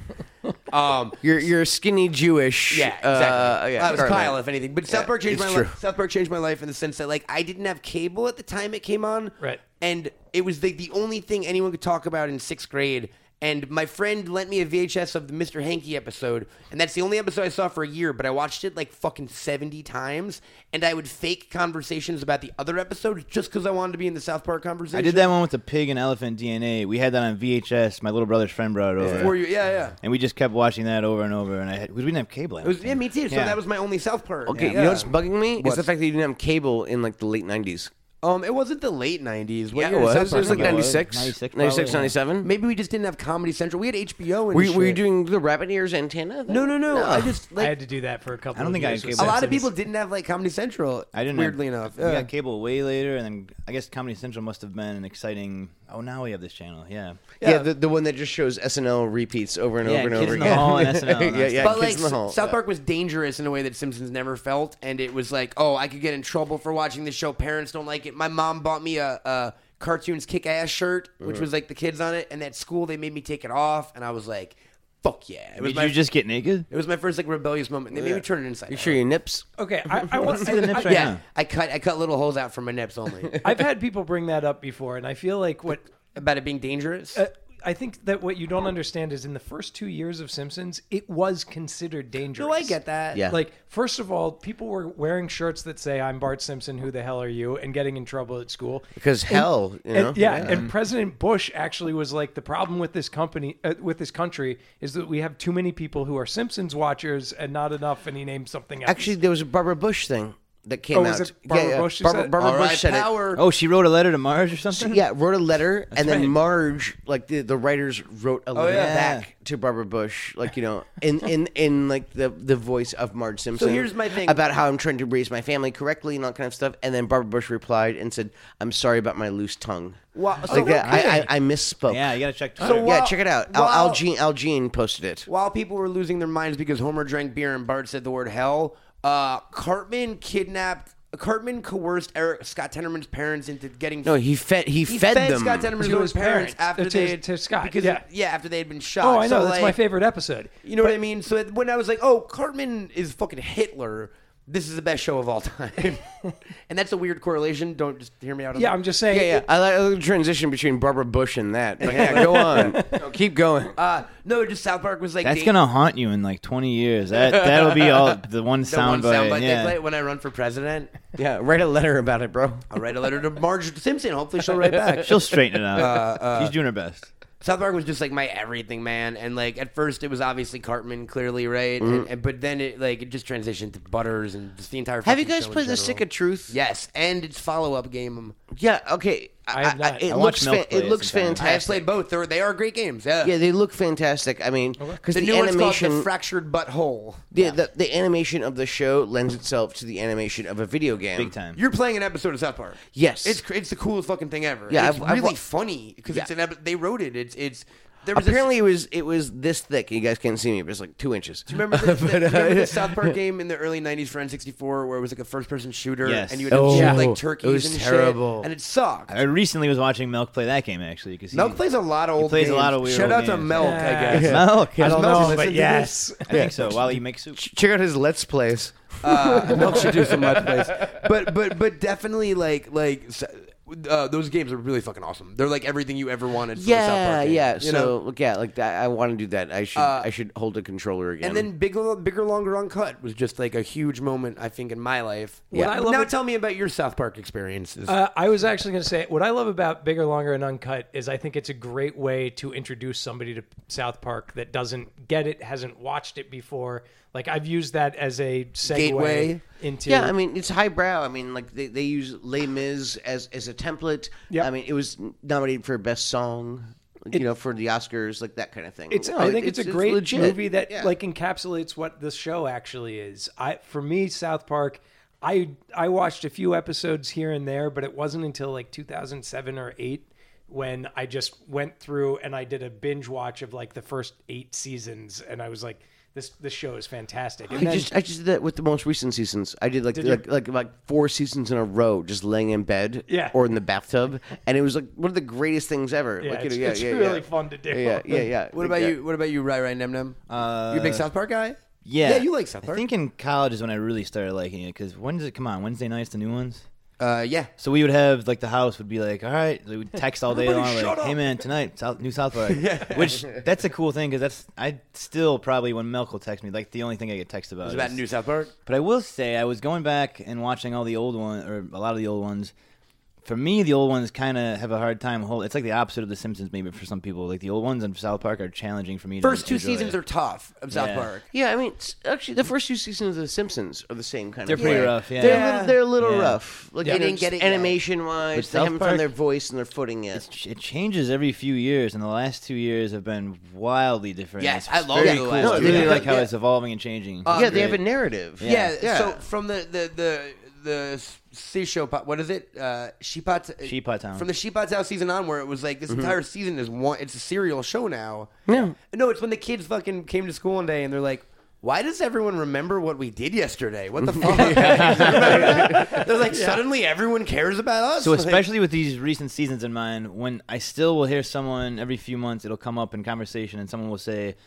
[SPEAKER 3] um,
[SPEAKER 2] You're you're skinny Jewish.
[SPEAKER 3] yeah, exactly.
[SPEAKER 2] Uh, yeah,
[SPEAKER 3] I was
[SPEAKER 2] Cartman.
[SPEAKER 3] Kyle, if anything. But South
[SPEAKER 2] Yeah,
[SPEAKER 3] Park changed
[SPEAKER 2] it's
[SPEAKER 3] my
[SPEAKER 2] true.
[SPEAKER 3] life. South Park changed my life in the sense that, like, I didn't have cable at the time it came on,
[SPEAKER 4] Right.
[SPEAKER 3] And it was the, the only thing anyone could talk about in sixth grade. And my friend lent me a VHS of the Mr. Hanky episode, and that's the only episode I saw for a year, but I watched it like fucking 70 times, and I would fake conversations about the other episode just because I wanted to be in the South Park conversation.
[SPEAKER 5] I did that one with the pig and elephant DNA. We had that on VHS. My little brother's friend brought it over.
[SPEAKER 3] for you. Yeah, yeah.
[SPEAKER 5] And we just kept watching that over and over. And I had, we didn't have cable. I
[SPEAKER 3] It
[SPEAKER 5] don't
[SPEAKER 3] was, yeah,
[SPEAKER 5] think.
[SPEAKER 3] me too. So
[SPEAKER 5] Yeah.
[SPEAKER 3] that was my only South Park.
[SPEAKER 2] Okay,
[SPEAKER 3] yeah.
[SPEAKER 2] you know what's bugging me? It's the fact that you didn't have cable in like the late 90s.
[SPEAKER 3] Um, it wasn't the late '90s. What
[SPEAKER 2] Yeah,
[SPEAKER 3] year
[SPEAKER 2] it
[SPEAKER 3] did
[SPEAKER 2] was.
[SPEAKER 3] South
[SPEAKER 2] It
[SPEAKER 3] Park
[SPEAKER 2] was like
[SPEAKER 3] come out?
[SPEAKER 2] 96,
[SPEAKER 5] 96,
[SPEAKER 2] 96,
[SPEAKER 5] probably, yeah.
[SPEAKER 2] 97.
[SPEAKER 3] Maybe we just didn't have Comedy Central. We had HBO. And
[SPEAKER 2] Were you,
[SPEAKER 3] shit.
[SPEAKER 2] were you doing the rabbit ears antenna? then?
[SPEAKER 3] No, no, no. I just
[SPEAKER 4] I
[SPEAKER 3] like
[SPEAKER 4] had to do that for a
[SPEAKER 5] I
[SPEAKER 4] couple.
[SPEAKER 5] don't
[SPEAKER 4] of
[SPEAKER 5] think I
[SPEAKER 4] years
[SPEAKER 5] had
[SPEAKER 4] with
[SPEAKER 5] cable.
[SPEAKER 3] a lot of
[SPEAKER 4] Simpsons.
[SPEAKER 3] people didn't have like Comedy Central.
[SPEAKER 5] I didn't.
[SPEAKER 3] Weirdly
[SPEAKER 5] have,
[SPEAKER 3] enough,
[SPEAKER 5] we
[SPEAKER 3] Yeah.
[SPEAKER 5] got cable way later, and then I guess Comedy Central must have been an exciting. Oh, now we have this channel. Yeah.
[SPEAKER 2] Yeah,
[SPEAKER 3] Yeah.
[SPEAKER 2] the, the one that just shows SNL repeats over and
[SPEAKER 5] Yeah,
[SPEAKER 2] over and
[SPEAKER 5] Kids
[SPEAKER 2] over
[SPEAKER 5] in the
[SPEAKER 2] again.
[SPEAKER 5] Hall and SNL and
[SPEAKER 2] yeah,
[SPEAKER 5] that
[SPEAKER 2] yeah,
[SPEAKER 3] But
[SPEAKER 2] Kids
[SPEAKER 3] like
[SPEAKER 2] in the Hall.
[SPEAKER 3] S- South Park was dangerous in a way that Simpsons never felt, and it was like, oh, I could get in trouble for watching this show. Parents don't like it. My mom bought me a, a cartoons kick ass shirt, which was like the kids on it, and at school they made me take it off, and I was like, fuck yeah! It was
[SPEAKER 5] Did
[SPEAKER 3] my
[SPEAKER 5] you just get naked?
[SPEAKER 3] it was my first like rebellious moment. They made me turn it inside.
[SPEAKER 2] You
[SPEAKER 3] out.
[SPEAKER 2] sure your nips?
[SPEAKER 4] Okay, I, I want to
[SPEAKER 5] see the nips right
[SPEAKER 3] yeah,
[SPEAKER 5] now.
[SPEAKER 3] I cut I cut little holes out for my nips only.
[SPEAKER 4] I've had people bring that up before, and I feel like what
[SPEAKER 3] About it being dangerous.
[SPEAKER 4] uh, I think that what you don't understand is in the first two years of Simpsons, it was considered dangerous.
[SPEAKER 3] no, I get that.
[SPEAKER 2] Yeah.
[SPEAKER 4] Like, first of all, people were wearing shirts that say "I'm Bart Simpson. Who the hell are you?" and getting in trouble at school.
[SPEAKER 2] Because hell, you know?
[SPEAKER 4] And, yeah, and President Bush actually was like, the problem with this company, uh, with this country, is that we have too many people who are Simpsons watchers and not enough. And he named something else.
[SPEAKER 2] Actually, there was a Barbara Bush thing that came
[SPEAKER 4] Oh,
[SPEAKER 2] out.
[SPEAKER 4] was it Barbara
[SPEAKER 2] yeah, yeah.
[SPEAKER 4] Bush who
[SPEAKER 2] Barbara,
[SPEAKER 4] said it?
[SPEAKER 2] Barbara
[SPEAKER 3] All
[SPEAKER 2] Bush
[SPEAKER 3] right,
[SPEAKER 2] said it.
[SPEAKER 3] power.
[SPEAKER 5] Oh, she wrote a letter to Marge or something.
[SPEAKER 2] Yeah, wrote a letter, and then
[SPEAKER 5] right.
[SPEAKER 2] Marge, like the, the writers, wrote a letter
[SPEAKER 3] Oh, yeah.
[SPEAKER 2] back to Barbara Bush, like you know, in in in like the the voice of Marge Simpson.
[SPEAKER 3] here's my thing.
[SPEAKER 2] about how I'm trying to raise my family correctly and all kind of stuff. And then Barbara Bush replied and said, "I'm sorry about my loose tongue."
[SPEAKER 3] Wow, so-
[SPEAKER 2] like that, I,
[SPEAKER 3] okay.
[SPEAKER 2] I I misspoke.
[SPEAKER 5] Yeah, you gotta check. Twitter.
[SPEAKER 3] So
[SPEAKER 2] yeah,
[SPEAKER 3] while-
[SPEAKER 2] check it out. Al, Al
[SPEAKER 3] while-
[SPEAKER 2] Jean Al Jean posted it.
[SPEAKER 3] While people were losing their minds because Homer drank beer and Bart said the word hell, uh, Cartman kidnapped. Cartman coerced Eric Scott Tenorman's parents into getting.
[SPEAKER 2] No, he fed he,
[SPEAKER 3] he
[SPEAKER 2] fed, them.
[SPEAKER 3] Scott Tenorman's
[SPEAKER 4] To
[SPEAKER 3] own
[SPEAKER 4] his
[SPEAKER 3] parents,
[SPEAKER 4] parents.
[SPEAKER 3] after
[SPEAKER 4] To-
[SPEAKER 3] they
[SPEAKER 4] to-
[SPEAKER 3] had,
[SPEAKER 4] to Scott,
[SPEAKER 3] because
[SPEAKER 4] yeah.
[SPEAKER 3] after they had been shot.
[SPEAKER 4] oh, I know
[SPEAKER 3] So,
[SPEAKER 4] that's my
[SPEAKER 3] like,
[SPEAKER 4] favorite episode.
[SPEAKER 3] You know what I mean? So it- when I was like, "Oh, Cartman is fucking Hitler," this is the best show of all time, and that's a weird correlation. Don't just hear me out. On
[SPEAKER 4] Yeah,
[SPEAKER 3] that.
[SPEAKER 4] I'm just saying.
[SPEAKER 2] Yeah, yeah. I like I like the transition between Barbara Bush and that. But yeah, go on. Keep going.
[SPEAKER 3] Uh, no, just South Park was like
[SPEAKER 5] That's
[SPEAKER 3] the-
[SPEAKER 5] gonna haunt you in like 20 years. That that'll be all the one
[SPEAKER 3] the one
[SPEAKER 5] sound
[SPEAKER 3] soundbite
[SPEAKER 5] bite, yeah.
[SPEAKER 3] they play when I run for president.
[SPEAKER 2] yeah, write a letter about it, bro.
[SPEAKER 3] I'll write a letter to Marge Simpson. Hopefully, she'll write back.
[SPEAKER 5] She'll straighten it out.
[SPEAKER 3] Uh,
[SPEAKER 5] She's doing her best.
[SPEAKER 3] South Park was just like my everything, man. And like at first, it was obviously Cartman, clearly, right? And,
[SPEAKER 2] Mm-hmm.
[SPEAKER 3] and- but then it like it just transitioned to Butters and just the entire.
[SPEAKER 2] Have you
[SPEAKER 3] fucking
[SPEAKER 2] guys
[SPEAKER 3] show in
[SPEAKER 2] played The
[SPEAKER 3] general.
[SPEAKER 2] Stick of Truth?
[SPEAKER 3] Yes, and its follow up game.
[SPEAKER 2] Yeah. Okay. I,
[SPEAKER 4] I have not.
[SPEAKER 2] it
[SPEAKER 5] I watch
[SPEAKER 2] looks
[SPEAKER 5] Milk
[SPEAKER 2] fa-
[SPEAKER 5] play
[SPEAKER 2] it
[SPEAKER 5] it
[SPEAKER 2] looks
[SPEAKER 5] sometimes.
[SPEAKER 3] I have
[SPEAKER 2] fantastic.
[SPEAKER 3] played both. They're, they are great games. Yeah,
[SPEAKER 2] Yeah, they look fantastic. I mean, because
[SPEAKER 3] The,
[SPEAKER 2] the,
[SPEAKER 3] new one's
[SPEAKER 2] animation,
[SPEAKER 3] called the fractured butthole.
[SPEAKER 2] the, the the animation of the show lends itself to the animation of a video game.
[SPEAKER 5] Big time.
[SPEAKER 3] You're playing an episode of South Park.
[SPEAKER 2] Yes.
[SPEAKER 3] it's cr- it's the coolest fucking thing ever.
[SPEAKER 2] Yeah,
[SPEAKER 3] it's
[SPEAKER 2] I've- I've
[SPEAKER 3] really
[SPEAKER 2] wa-
[SPEAKER 3] funny because it's an epi- they wrote it. It's it's there was this-
[SPEAKER 2] Apparently, it was it was this thick. You guys can't see me, but it's like two inches.
[SPEAKER 3] Do you remember the, the- remember the South Park game in the early '90s for N64, where it was like a first-person shooter,
[SPEAKER 5] Yes.
[SPEAKER 3] and you would have to
[SPEAKER 2] Oh,
[SPEAKER 3] shoot,
[SPEAKER 2] yeah.
[SPEAKER 3] like turkeys
[SPEAKER 2] It was
[SPEAKER 3] and
[SPEAKER 2] terrible.
[SPEAKER 3] shit, and it sucked.
[SPEAKER 5] I recently was watching Milk play that game actually because
[SPEAKER 3] Milk plays a lot of old.
[SPEAKER 5] plays a
[SPEAKER 3] games.
[SPEAKER 5] lot of weird
[SPEAKER 3] Shout
[SPEAKER 5] old
[SPEAKER 3] out to
[SPEAKER 5] games.
[SPEAKER 3] Milk, I guess.
[SPEAKER 5] Milk.
[SPEAKER 4] I
[SPEAKER 5] Has Milk
[SPEAKER 4] don't know,
[SPEAKER 5] listened
[SPEAKER 4] but
[SPEAKER 5] to
[SPEAKER 4] yes.
[SPEAKER 5] this? I think so. While you make soup,
[SPEAKER 2] Check out his Let's Plays.
[SPEAKER 3] Uh, Milk should do some Let's Plays, but but but definitely like like s- uh, those games are really fucking awesome. They're like everything you ever wanted. From a South
[SPEAKER 2] Yeah,
[SPEAKER 3] Park game,
[SPEAKER 2] yeah.
[SPEAKER 3] you
[SPEAKER 2] So
[SPEAKER 3] know? Uh,
[SPEAKER 2] look, yeah, like that. I want to do that. I should I should hold a controller again.
[SPEAKER 3] And then bigger, bigger, longer uncut was just like a huge moment, I think, in my life.
[SPEAKER 4] What I love
[SPEAKER 3] now
[SPEAKER 4] it-
[SPEAKER 3] tell me about your South Park experiences.
[SPEAKER 4] Uh, I was actually going to say what I love about Bigger, Longer, and Uncut is I think it's a great way to introduce somebody to South Park that doesn't get it, hasn't watched it before. Like I've used that as a segue
[SPEAKER 3] Gateway.
[SPEAKER 4] into.
[SPEAKER 2] Yeah, I mean it's highbrow. I mean, like they, they use Les Mis as as a template.
[SPEAKER 4] Yep.
[SPEAKER 2] I mean, it was nominated for best song, you know, for the Oscars, like that kind of thing.
[SPEAKER 4] It's,
[SPEAKER 2] No,
[SPEAKER 4] I think it's, a great
[SPEAKER 2] legit.
[SPEAKER 4] movie that
[SPEAKER 2] Yeah.
[SPEAKER 4] like encapsulates what this show actually is. I for me, South Park. I I watched a few episodes here and there, but it wasn't until like 2007 or eight when I just went through and I did a binge watch of like the first eight seasons, and I was like, this this show is fantastic. And
[SPEAKER 2] I
[SPEAKER 4] then-
[SPEAKER 2] just I just did that with the most recent seasons. I did like like, like like four seasons in a row, just laying in bed,
[SPEAKER 4] Yeah.
[SPEAKER 2] or in the bathtub, and it was like one of the greatest things ever.
[SPEAKER 4] yeah,
[SPEAKER 2] like, you
[SPEAKER 4] it's,
[SPEAKER 2] know, yeah,
[SPEAKER 4] it's
[SPEAKER 2] yeah,
[SPEAKER 4] really
[SPEAKER 2] yeah.
[SPEAKER 4] fun to do.
[SPEAKER 2] Yeah, yeah, yeah, yeah.
[SPEAKER 3] What
[SPEAKER 2] Like
[SPEAKER 3] about
[SPEAKER 2] that.
[SPEAKER 3] you? What about you, Rai Rai Nem Nem?
[SPEAKER 5] Uh,
[SPEAKER 3] you a big South Park guy?
[SPEAKER 5] yeah,
[SPEAKER 3] Yeah, you like South Park.
[SPEAKER 5] I think in college is when I really started liking it because when does it come on? Wednesday nights, the new ones.
[SPEAKER 3] Uh, yeah.
[SPEAKER 5] So we would have like the house would be like, all right, we would text all day
[SPEAKER 3] Everybody
[SPEAKER 5] long,
[SPEAKER 3] shut
[SPEAKER 5] like,
[SPEAKER 3] up.
[SPEAKER 5] hey man, tonight South, new South Park, which that's a cool thing because that's I still probably when Melk will text me, like the only thing I get text about
[SPEAKER 3] It's
[SPEAKER 5] is
[SPEAKER 3] about New South Park.
[SPEAKER 5] But I will say I was going back and watching all the old ones or a lot of the old ones. For me, the old ones kind of have a hard time. Hold, it's like the opposite of the Simpsons, maybe for some people. Like the old ones on South Park are challenging for me. to
[SPEAKER 3] First two
[SPEAKER 5] enjoy
[SPEAKER 3] seasons
[SPEAKER 5] it.
[SPEAKER 3] are tough of South
[SPEAKER 5] Yeah.
[SPEAKER 3] Park.
[SPEAKER 2] Yeah, I mean, s- actually, the first two seasons of The Simpsons are the same kind
[SPEAKER 5] They're
[SPEAKER 2] of.
[SPEAKER 5] pretty
[SPEAKER 2] way.
[SPEAKER 5] rough, yeah.
[SPEAKER 2] they're a
[SPEAKER 5] Yeah.
[SPEAKER 2] little, they're a little
[SPEAKER 5] Yeah.
[SPEAKER 2] rough. Like
[SPEAKER 3] Yeah.
[SPEAKER 2] they
[SPEAKER 3] They
[SPEAKER 2] didn't get it
[SPEAKER 3] yet.
[SPEAKER 2] animation
[SPEAKER 5] But
[SPEAKER 2] wise. They
[SPEAKER 5] South
[SPEAKER 2] haven't
[SPEAKER 5] Park-
[SPEAKER 2] found their voice and their footing yet.
[SPEAKER 5] It changes every few years, and the last two years have been wildly different.
[SPEAKER 3] Yes,
[SPEAKER 5] It's
[SPEAKER 3] I love
[SPEAKER 5] very
[SPEAKER 3] the
[SPEAKER 5] cool.
[SPEAKER 3] last
[SPEAKER 5] I
[SPEAKER 2] two
[SPEAKER 5] really
[SPEAKER 2] years.
[SPEAKER 5] like how
[SPEAKER 2] Yeah.
[SPEAKER 5] it's evolving and changing.
[SPEAKER 2] yeah, they have a narrative.
[SPEAKER 5] Yeah.
[SPEAKER 3] Yeah. So from the the the the Seisho pot, what is it? Uh, Sheepot.
[SPEAKER 5] Sheepot Town.
[SPEAKER 3] From the Sheepot Town season on, where it was like this entire season is one. It's a serial show now.
[SPEAKER 2] Yeah.
[SPEAKER 3] No, it's when the kids fucking came to school one day and they're like. Why does everyone remember what we did yesterday? What the fuck? They're like, suddenly everyone cares about us.
[SPEAKER 5] So
[SPEAKER 3] Like,
[SPEAKER 5] especially with these recent seasons in mind, when I still will hear someone every few months, it'll come up in conversation, and someone will say,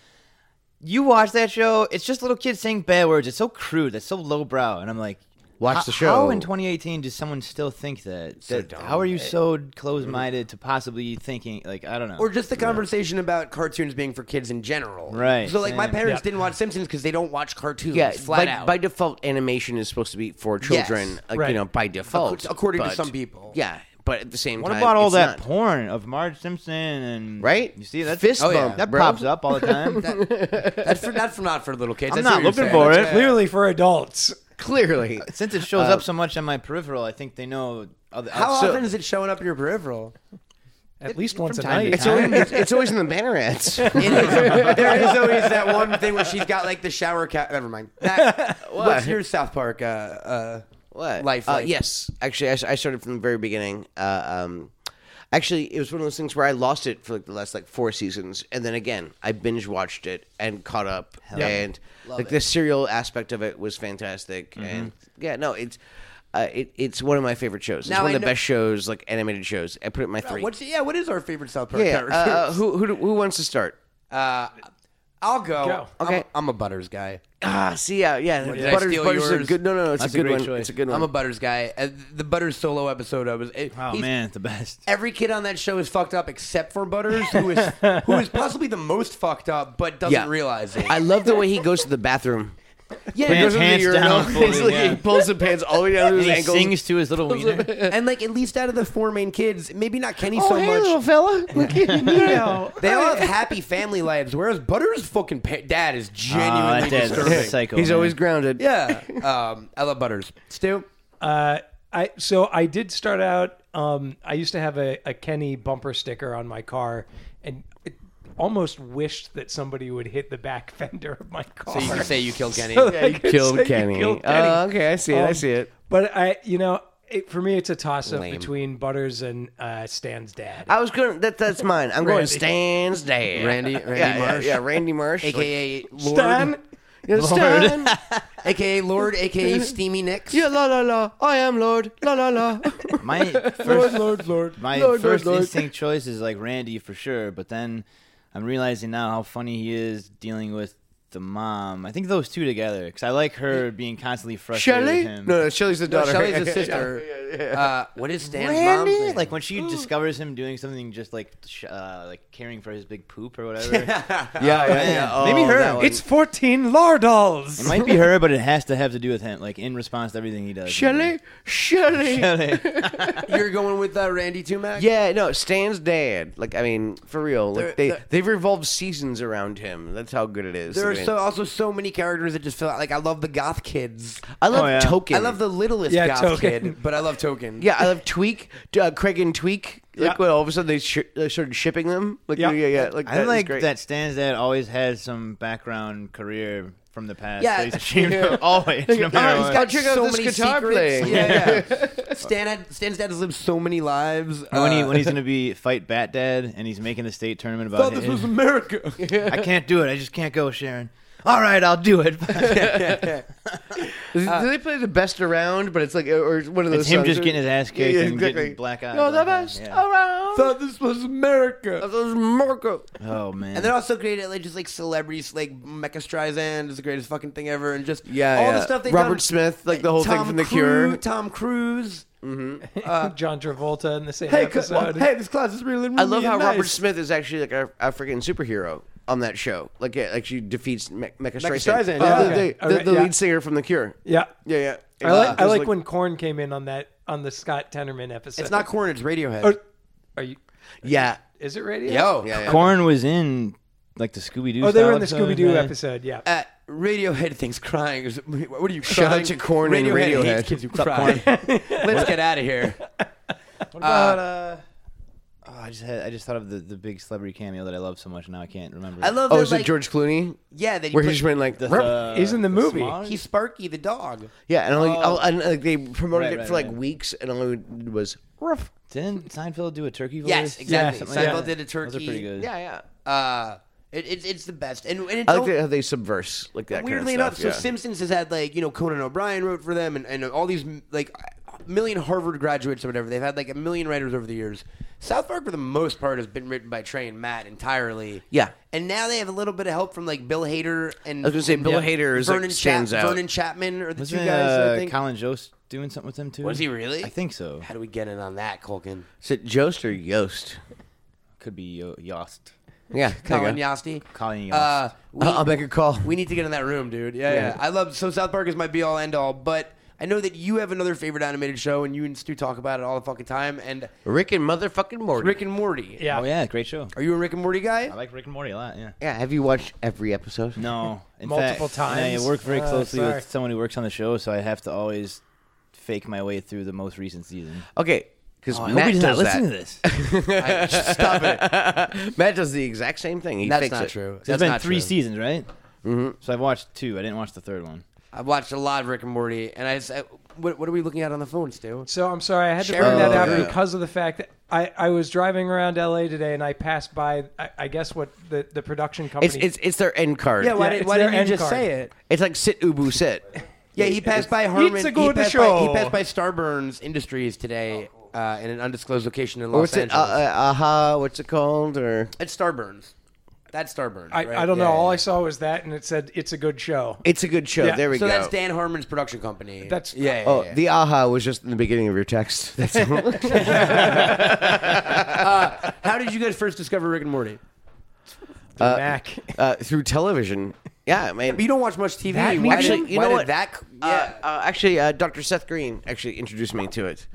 [SPEAKER 5] "You watch that show? It's just little kids saying bad words. It's so crude. That's so lowbrow." And I'm like,
[SPEAKER 2] Watch
[SPEAKER 5] "How-
[SPEAKER 2] the show."
[SPEAKER 5] How in 2018 does someone still think that? That- How are you so closed-minded to possibly thinking like I don't know?
[SPEAKER 3] or just the conversation about cartoons being for kids in general.
[SPEAKER 5] Right,
[SPEAKER 3] So like my
[SPEAKER 5] same.
[SPEAKER 3] parents
[SPEAKER 4] Yeah.
[SPEAKER 3] didn't watch Simpsons because they don't watch cartoons.
[SPEAKER 2] Yeah,
[SPEAKER 3] flat
[SPEAKER 2] by,
[SPEAKER 3] out.
[SPEAKER 2] by default, animation is supposed to be for children. Like,
[SPEAKER 4] Right.
[SPEAKER 2] You know, by default,
[SPEAKER 3] Ac- according to
[SPEAKER 2] oh, but-
[SPEAKER 3] some people.
[SPEAKER 2] Yeah, but at the same
[SPEAKER 5] what
[SPEAKER 2] time,
[SPEAKER 5] about all
[SPEAKER 2] it's
[SPEAKER 5] that
[SPEAKER 2] not.
[SPEAKER 5] porn of Marge Simpson and
[SPEAKER 2] Right?
[SPEAKER 5] You see that
[SPEAKER 2] Fist
[SPEAKER 5] oh, yeah.
[SPEAKER 2] bump,
[SPEAKER 5] that
[SPEAKER 2] bro.
[SPEAKER 5] pops up all the time.
[SPEAKER 3] That's for, not for not for little kids.
[SPEAKER 5] I'm
[SPEAKER 3] That's
[SPEAKER 5] not
[SPEAKER 3] what you're
[SPEAKER 5] looking
[SPEAKER 3] saying.
[SPEAKER 5] for
[SPEAKER 3] That's
[SPEAKER 5] it.
[SPEAKER 3] what-
[SPEAKER 4] Clearly for adults.
[SPEAKER 2] Clearly,
[SPEAKER 5] Since it shows
[SPEAKER 2] uh,
[SPEAKER 5] up so much on my peripheral, I think they know. Other,
[SPEAKER 3] How
[SPEAKER 5] so-
[SPEAKER 3] often is it showing up in your peripheral?
[SPEAKER 4] At least once a
[SPEAKER 5] time to
[SPEAKER 4] night.
[SPEAKER 2] it's always, it's, it's always in the banner ads.
[SPEAKER 3] It is, there is always that one thing where she's got like the shower
[SPEAKER 2] Uh,
[SPEAKER 3] cap. Never mind. That, what's your South Park? Uh, uh,
[SPEAKER 2] What?
[SPEAKER 3] Life,
[SPEAKER 2] Uh,
[SPEAKER 3] life.
[SPEAKER 2] Yes. Actually, I, s- I started from the very beginning. Uh, um, actually, it was one of those things where I lost it for like the last like four seasons, and then again, I binge watched it and caught up.
[SPEAKER 4] yeah.
[SPEAKER 2] And like the serial aspect of it was fantastic. And yeah, no, it's. Uh, it, it's one of my favorite shows. It's
[SPEAKER 3] Now
[SPEAKER 2] one
[SPEAKER 3] I
[SPEAKER 2] of the
[SPEAKER 3] know-
[SPEAKER 2] best shows, like animated shows. I put it in my three.
[SPEAKER 3] what's yeah? What is our favorite South Park
[SPEAKER 2] yeah, yeah.
[SPEAKER 3] character?
[SPEAKER 2] Uh, uh, who, who do- who wants to start?
[SPEAKER 3] I'll go.
[SPEAKER 4] Go.
[SPEAKER 3] Okay, I'm,
[SPEAKER 2] Okay.
[SPEAKER 3] I'm a Butters guy.
[SPEAKER 2] Ah, see, yeah, yeah.
[SPEAKER 3] did I
[SPEAKER 2] Butters,
[SPEAKER 3] steal
[SPEAKER 2] Butters is a
[SPEAKER 3] yours?
[SPEAKER 2] good. No, no, no. It's
[SPEAKER 5] That's
[SPEAKER 2] a
[SPEAKER 5] a
[SPEAKER 2] good
[SPEAKER 5] great
[SPEAKER 2] one.
[SPEAKER 5] choice.
[SPEAKER 2] It's a good one.
[SPEAKER 3] I'm a Butters guy. Uh, the Butters solo episode, I was. It,
[SPEAKER 5] Oh
[SPEAKER 3] he's-
[SPEAKER 5] man, the best.
[SPEAKER 3] Every kid on that show is fucked up except for Butters, who is who is possibly the most fucked up, but doesn't
[SPEAKER 2] Yeah.
[SPEAKER 3] realize it.
[SPEAKER 2] I love the way he goes to the bathroom.
[SPEAKER 3] yeah,
[SPEAKER 5] Pants
[SPEAKER 3] doesn't-
[SPEAKER 5] hands
[SPEAKER 2] urinal.
[SPEAKER 5] down, fully,
[SPEAKER 2] He's like,
[SPEAKER 5] yeah.
[SPEAKER 2] He pulls the pants all the way down
[SPEAKER 5] And
[SPEAKER 2] to his
[SPEAKER 5] he
[SPEAKER 2] ankles.
[SPEAKER 5] sings to his little wiener.
[SPEAKER 3] and like at least out of the four main kids, maybe not Kenny
[SPEAKER 5] Oh,
[SPEAKER 3] so much.
[SPEAKER 2] Oh, fella. Look at you.
[SPEAKER 3] They all have happy family lives, whereas Butter's fucking pa- dad is
[SPEAKER 5] Ah,
[SPEAKER 3] genuinely
[SPEAKER 5] that dad's
[SPEAKER 3] disturbing.
[SPEAKER 5] a psycho,
[SPEAKER 2] He's
[SPEAKER 5] man.
[SPEAKER 2] always grounded.
[SPEAKER 3] Yeah, um, I love Butters. Stu,
[SPEAKER 4] Uh, I so I did start out. Um, I used to have a, a Kenny bumper sticker on my car, and it almost wished that somebody would hit the back fender of my car.
[SPEAKER 3] so you can say you killed Kenny.
[SPEAKER 4] So that I could say you killed Kenny.
[SPEAKER 2] Oh, okay, I see it. I
[SPEAKER 4] Um,
[SPEAKER 2] see it.
[SPEAKER 4] But I, you know, it, for me, it's a toss up between Butters and uh, Stan's dad.
[SPEAKER 2] I was going. That, that's mine. I'm going
[SPEAKER 4] Randy.
[SPEAKER 2] Stan's dad.
[SPEAKER 3] Randy- Randy
[SPEAKER 2] yeah, yeah,
[SPEAKER 3] Marsh.
[SPEAKER 2] Yeah, Randy Marsh.
[SPEAKER 3] AKA Lord,
[SPEAKER 4] Stan,
[SPEAKER 2] yeah, Stan.
[SPEAKER 3] AKA Lord, AKA Steamy Nicks.
[SPEAKER 2] yeah, la la la. I am Lord. La la la.
[SPEAKER 5] My first,
[SPEAKER 4] Lord, Lord.
[SPEAKER 5] my
[SPEAKER 2] Lord,
[SPEAKER 5] first
[SPEAKER 2] Lord, Lord.
[SPEAKER 5] instinct choice is like Randy for sure, but then I'm realizing now how funny he is dealing with the mom. I think those two together because I like her being constantly frustrated
[SPEAKER 2] Shelley?
[SPEAKER 5] with him.
[SPEAKER 2] No, no, Shelley's the
[SPEAKER 3] No,
[SPEAKER 2] daughter.
[SPEAKER 3] Shelly's a sister. Uh, what is Stan's
[SPEAKER 5] Randy?
[SPEAKER 3] mom's name?
[SPEAKER 5] like when she discovers him doing something just like sh- uh, like caring for his big poop or whatever.
[SPEAKER 2] Yeah, yeah, yeah. Oh,
[SPEAKER 5] Maybe her.
[SPEAKER 2] that one.
[SPEAKER 4] It's fourteen Lardals.
[SPEAKER 5] it might be her, but it has to have to do with him. Like in response to everything he does.
[SPEAKER 2] Shelley. Shelley.
[SPEAKER 5] Shelley.
[SPEAKER 3] You're going with uh, Randy Tumac?
[SPEAKER 2] Yeah, no, Stan's dad. Like, I mean, for real. Like,
[SPEAKER 3] There-
[SPEAKER 2] they
[SPEAKER 3] there-
[SPEAKER 2] they've revolved seasons around him. That's how good it is.
[SPEAKER 3] There
[SPEAKER 2] I
[SPEAKER 3] are
[SPEAKER 2] mean,
[SPEAKER 3] so also so many characters that just feel like I love the goth kids.
[SPEAKER 2] I love
[SPEAKER 5] Oh, yeah.
[SPEAKER 2] Token.
[SPEAKER 3] I love the littlest
[SPEAKER 4] Yeah,
[SPEAKER 3] goth
[SPEAKER 4] Token.
[SPEAKER 3] kid, but I love Token.
[SPEAKER 2] Yeah, I love Tweak, uh, Craig and Tweak. Like
[SPEAKER 4] Yeah.
[SPEAKER 2] when all of a sudden they, sh- they started shipping them. Like yeah,
[SPEAKER 4] Yeah.
[SPEAKER 2] yeah, yeah. Like
[SPEAKER 5] I
[SPEAKER 2] that is
[SPEAKER 5] like
[SPEAKER 2] great.
[SPEAKER 5] that Stan's dad always has some background career from the past.
[SPEAKER 3] Yeah.
[SPEAKER 5] that he's ashamed of always. No matter
[SPEAKER 2] he's
[SPEAKER 5] what.
[SPEAKER 2] got- check out this guitar playing.
[SPEAKER 3] Yeah, yeah. Stan had, Stan's dad has lived so many lives.
[SPEAKER 5] And when, he,
[SPEAKER 3] Uh,
[SPEAKER 5] when he's gonna be fight Bat Dad and he's making the state tournament about it.
[SPEAKER 3] America.
[SPEAKER 5] I can't do it. I just can't go, Sharon. All right, I'll do it.
[SPEAKER 2] Is- Do they play the best around? But it's like uh, or it's one of those.
[SPEAKER 5] it's him
[SPEAKER 2] songs
[SPEAKER 5] just
[SPEAKER 2] where-
[SPEAKER 5] getting his ass kicked
[SPEAKER 2] Yeah,
[SPEAKER 5] and
[SPEAKER 2] exactly.
[SPEAKER 5] getting black eye.
[SPEAKER 2] You're the
[SPEAKER 5] black eye.
[SPEAKER 2] best
[SPEAKER 5] Yeah.
[SPEAKER 2] around.
[SPEAKER 3] Thought this was America.
[SPEAKER 2] Those Marco.
[SPEAKER 5] Oh man.
[SPEAKER 3] And they're also great at like just like celebrities, like Mecca Streisand is the greatest fucking thing ever, and just
[SPEAKER 2] Yeah,
[SPEAKER 3] all
[SPEAKER 2] yeah.
[SPEAKER 3] the stuff they
[SPEAKER 2] Robert Smith, like the whole thing
[SPEAKER 3] Tom
[SPEAKER 2] from The
[SPEAKER 3] Cru-
[SPEAKER 2] Cure.
[SPEAKER 3] Tom Cruise.
[SPEAKER 2] Uh,
[SPEAKER 4] John Travolta in the same
[SPEAKER 3] Hey, cause,
[SPEAKER 4] episode.
[SPEAKER 3] well, hey, this class is really. really
[SPEAKER 2] I love how
[SPEAKER 3] nice.
[SPEAKER 2] Robert Smith is actually like a, a freaking superhero on that show. Like, yeah, like she defeats Me- Mecha
[SPEAKER 3] Streisand,
[SPEAKER 2] Streisand, Uh,
[SPEAKER 3] yeah.
[SPEAKER 2] the, the-
[SPEAKER 4] Okay.
[SPEAKER 2] the-
[SPEAKER 4] All right,
[SPEAKER 2] the
[SPEAKER 4] yeah.
[SPEAKER 2] lead singer from The Cure.
[SPEAKER 4] yeah,
[SPEAKER 2] yeah, yeah. Uh,
[SPEAKER 4] I like, I
[SPEAKER 2] There's,
[SPEAKER 4] like, when Korn came in on that on the Scott Tenorman episode.
[SPEAKER 3] It's not corn. It's Radiohead.
[SPEAKER 4] Or- are you?
[SPEAKER 2] yeah,
[SPEAKER 4] Is it radio?
[SPEAKER 3] Yo,
[SPEAKER 2] yeah, yeah.
[SPEAKER 5] Corn was in like the Scooby Doo.
[SPEAKER 4] Oh, they were in the Scooby Doo episode. Yeah.
[SPEAKER 3] Uh, Radiohead thinks crying is. What are you?
[SPEAKER 2] Shout out
[SPEAKER 3] crying?
[SPEAKER 2] to Korn and Radiohead.
[SPEAKER 3] hates kids who cry. Let's get out of here.
[SPEAKER 5] What about? Uh, oh, I just had, I just thought of the, the big celebrity cameo that I love so much. Now I can't remember.
[SPEAKER 3] I love.
[SPEAKER 2] Oh,
[SPEAKER 3] that,
[SPEAKER 2] is it
[SPEAKER 3] like-
[SPEAKER 2] George Clooney?
[SPEAKER 3] Yeah, that he
[SPEAKER 2] Where
[SPEAKER 3] put-
[SPEAKER 2] he's been like,
[SPEAKER 5] the,
[SPEAKER 2] "Ruff."
[SPEAKER 5] uh,
[SPEAKER 4] He's in the movie.
[SPEAKER 5] Smarties?
[SPEAKER 3] He's Sparky the dog.
[SPEAKER 2] yeah, and, only,
[SPEAKER 5] Oh.
[SPEAKER 2] and like they promoted
[SPEAKER 5] Right,
[SPEAKER 2] it
[SPEAKER 5] right,
[SPEAKER 2] for like
[SPEAKER 5] right.
[SPEAKER 2] weeks, and all it was
[SPEAKER 5] Ruff. Didn't Seinfeld do a turkey voice?
[SPEAKER 3] Yes, exactly.
[SPEAKER 5] something
[SPEAKER 4] Seinfeld
[SPEAKER 5] that.
[SPEAKER 3] did a turkey.
[SPEAKER 5] Those are pretty good.
[SPEAKER 2] yeah, yeah.
[SPEAKER 3] Uh, it, it's it's the best, and, and it's
[SPEAKER 2] I like
[SPEAKER 3] all-
[SPEAKER 2] the- how they subverse like that.
[SPEAKER 3] weirdly
[SPEAKER 2] kind of
[SPEAKER 3] enough.
[SPEAKER 2] stuff,
[SPEAKER 3] So
[SPEAKER 2] yeah.
[SPEAKER 3] Simpsons has had like you know Conan O'Brien wrote for them, and, and all these like a million Harvard graduates or whatever. They've had like a million writers over the years. South Park, for the most part, has been written by Trey and Matt entirely.
[SPEAKER 2] Yeah.
[SPEAKER 3] and now they have a little bit of help from like Bill Hader and
[SPEAKER 2] I was gonna say, Bill
[SPEAKER 3] and
[SPEAKER 2] Hader is, like,
[SPEAKER 3] Vernon
[SPEAKER 2] stands out.
[SPEAKER 3] Vernon Chapman are the
[SPEAKER 5] Was
[SPEAKER 3] two
[SPEAKER 5] it,
[SPEAKER 3] guys.
[SPEAKER 5] uh,
[SPEAKER 3] I think.
[SPEAKER 5] Colin Jost doing something with them too?
[SPEAKER 3] Was he really?
[SPEAKER 5] I think so.
[SPEAKER 3] How do we get in on that, Colkin?
[SPEAKER 2] Is it Jost or Yost?
[SPEAKER 5] Could be Yo- Yost.
[SPEAKER 2] Yeah, there you
[SPEAKER 3] Colin
[SPEAKER 2] go.
[SPEAKER 3] Yosty.
[SPEAKER 5] Colin Yost.
[SPEAKER 3] Uh, we-
[SPEAKER 2] I'll I'll make a call.
[SPEAKER 3] We need to get in that room, dude. Yeah, yeah.
[SPEAKER 2] Yeah.
[SPEAKER 3] I love so South Park is my be all end all, but I know that you have another favorite animated show, and you and Stu talk about it all the fucking time. And
[SPEAKER 2] Rick and motherfucking Morty.
[SPEAKER 3] Rick and Morty.
[SPEAKER 4] Yeah.
[SPEAKER 5] oh yeah, great show.
[SPEAKER 3] Are you a Rick and Morty guy?
[SPEAKER 5] I like Rick and Morty a lot. Yeah.
[SPEAKER 2] Yeah, have you watched every episode?
[SPEAKER 5] No, in
[SPEAKER 4] Multiple
[SPEAKER 5] fact, I
[SPEAKER 4] times?
[SPEAKER 5] work very
[SPEAKER 4] Ah,
[SPEAKER 5] closely
[SPEAKER 4] sorry.
[SPEAKER 5] with someone who works on the show, so I have to always fake my way through the most recent season.
[SPEAKER 2] Okay, because
[SPEAKER 5] Oh, I hope
[SPEAKER 2] Matt
[SPEAKER 5] he's
[SPEAKER 2] does
[SPEAKER 5] not
[SPEAKER 2] that.
[SPEAKER 5] listening to this.
[SPEAKER 3] I- just stop it.
[SPEAKER 2] Matt does the exact same thing. He
[SPEAKER 3] That's
[SPEAKER 2] fakes
[SPEAKER 3] not
[SPEAKER 2] it.
[SPEAKER 3] true.
[SPEAKER 5] There's
[SPEAKER 3] That's
[SPEAKER 5] been
[SPEAKER 3] not
[SPEAKER 5] three
[SPEAKER 3] true.
[SPEAKER 5] seasons, right? Mm-hmm. So I've watched two. I didn't watch the third one.
[SPEAKER 3] I've watched a lot of Rick and Morty, and I. Just, I- what, what are we looking at on the phone, Stu?
[SPEAKER 4] So I'm sorry I had to bring
[SPEAKER 3] Cheryl.
[SPEAKER 4] that out
[SPEAKER 2] Oh, Yeah.
[SPEAKER 4] because of the fact that I, I was driving around LA today and I passed by I, I guess what the, the production company
[SPEAKER 2] It's it's it's their end card.
[SPEAKER 4] why didn't- it's why their didn't you end just card. say
[SPEAKER 3] it?
[SPEAKER 2] It's like sit ubu sit.
[SPEAKER 3] Yeah, he passed by Harmon.
[SPEAKER 4] a
[SPEAKER 3] He
[SPEAKER 4] good
[SPEAKER 3] passed, by,
[SPEAKER 4] show. Oh.
[SPEAKER 3] he passed by Starburns Industries today uh, in an undisclosed location in Los
[SPEAKER 2] Or what's it?
[SPEAKER 3] Angeles.
[SPEAKER 2] Uh, uh, aha, what's it called? Or
[SPEAKER 3] It's Starburns. That's Starburns.
[SPEAKER 4] I,
[SPEAKER 3] right?
[SPEAKER 4] I don't
[SPEAKER 3] Yeah,
[SPEAKER 4] know.
[SPEAKER 3] yeah,
[SPEAKER 4] All I
[SPEAKER 3] yeah.
[SPEAKER 4] saw was that and it said it's a good show.
[SPEAKER 2] it's a good show.
[SPEAKER 4] Yeah,
[SPEAKER 2] There we
[SPEAKER 3] so
[SPEAKER 2] go.
[SPEAKER 3] that's Dan Harmon's production company.
[SPEAKER 4] That's-
[SPEAKER 3] yeah. yeah,
[SPEAKER 2] Oh,
[SPEAKER 3] yeah.
[SPEAKER 2] the aha was just in the beginning of your text. That's all.
[SPEAKER 3] How did you guys first discover Rick and Morty?
[SPEAKER 4] The Mac.
[SPEAKER 2] uh, through television. Yeah, man.
[SPEAKER 3] But you don't watch much TV.
[SPEAKER 4] That
[SPEAKER 3] why
[SPEAKER 4] medium?
[SPEAKER 3] did,
[SPEAKER 2] you
[SPEAKER 3] why
[SPEAKER 2] know
[SPEAKER 3] did
[SPEAKER 2] what?
[SPEAKER 3] that? c-
[SPEAKER 2] Uh,
[SPEAKER 3] Yeah.
[SPEAKER 2] uh, actually, uh, Dr. Seth Green actually introduced me to it.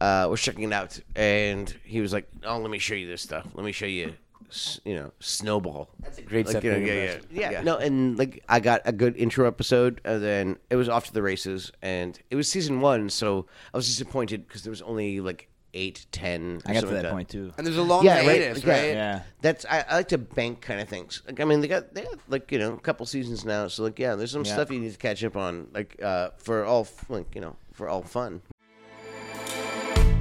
[SPEAKER 2] Uh, was checking it out, and he was like, "Oh, let me show you this stuff. Let me show you, s- you know, Snowball." That's a
[SPEAKER 3] great Seth
[SPEAKER 2] you know,
[SPEAKER 3] Green
[SPEAKER 2] yeah, yeah,
[SPEAKER 3] impression.
[SPEAKER 2] yeah, No, and like I got a good intro episode, and then it was off to the races, and it was season one, so I was disappointed because there was only like eight, ten. or
[SPEAKER 5] I got to
[SPEAKER 2] something
[SPEAKER 5] that,
[SPEAKER 2] like
[SPEAKER 5] point too.
[SPEAKER 3] and there's a long
[SPEAKER 2] yeah,
[SPEAKER 3] hiatus,
[SPEAKER 2] right?
[SPEAKER 3] right?
[SPEAKER 5] Yeah.
[SPEAKER 2] That's I, I like to bank kind of things. Like I mean, they got they got like you know a couple seasons now, so like yeah, there's some
[SPEAKER 5] Yeah.
[SPEAKER 2] stuff you need to catch up on, like uh for all f- like you know for all fun.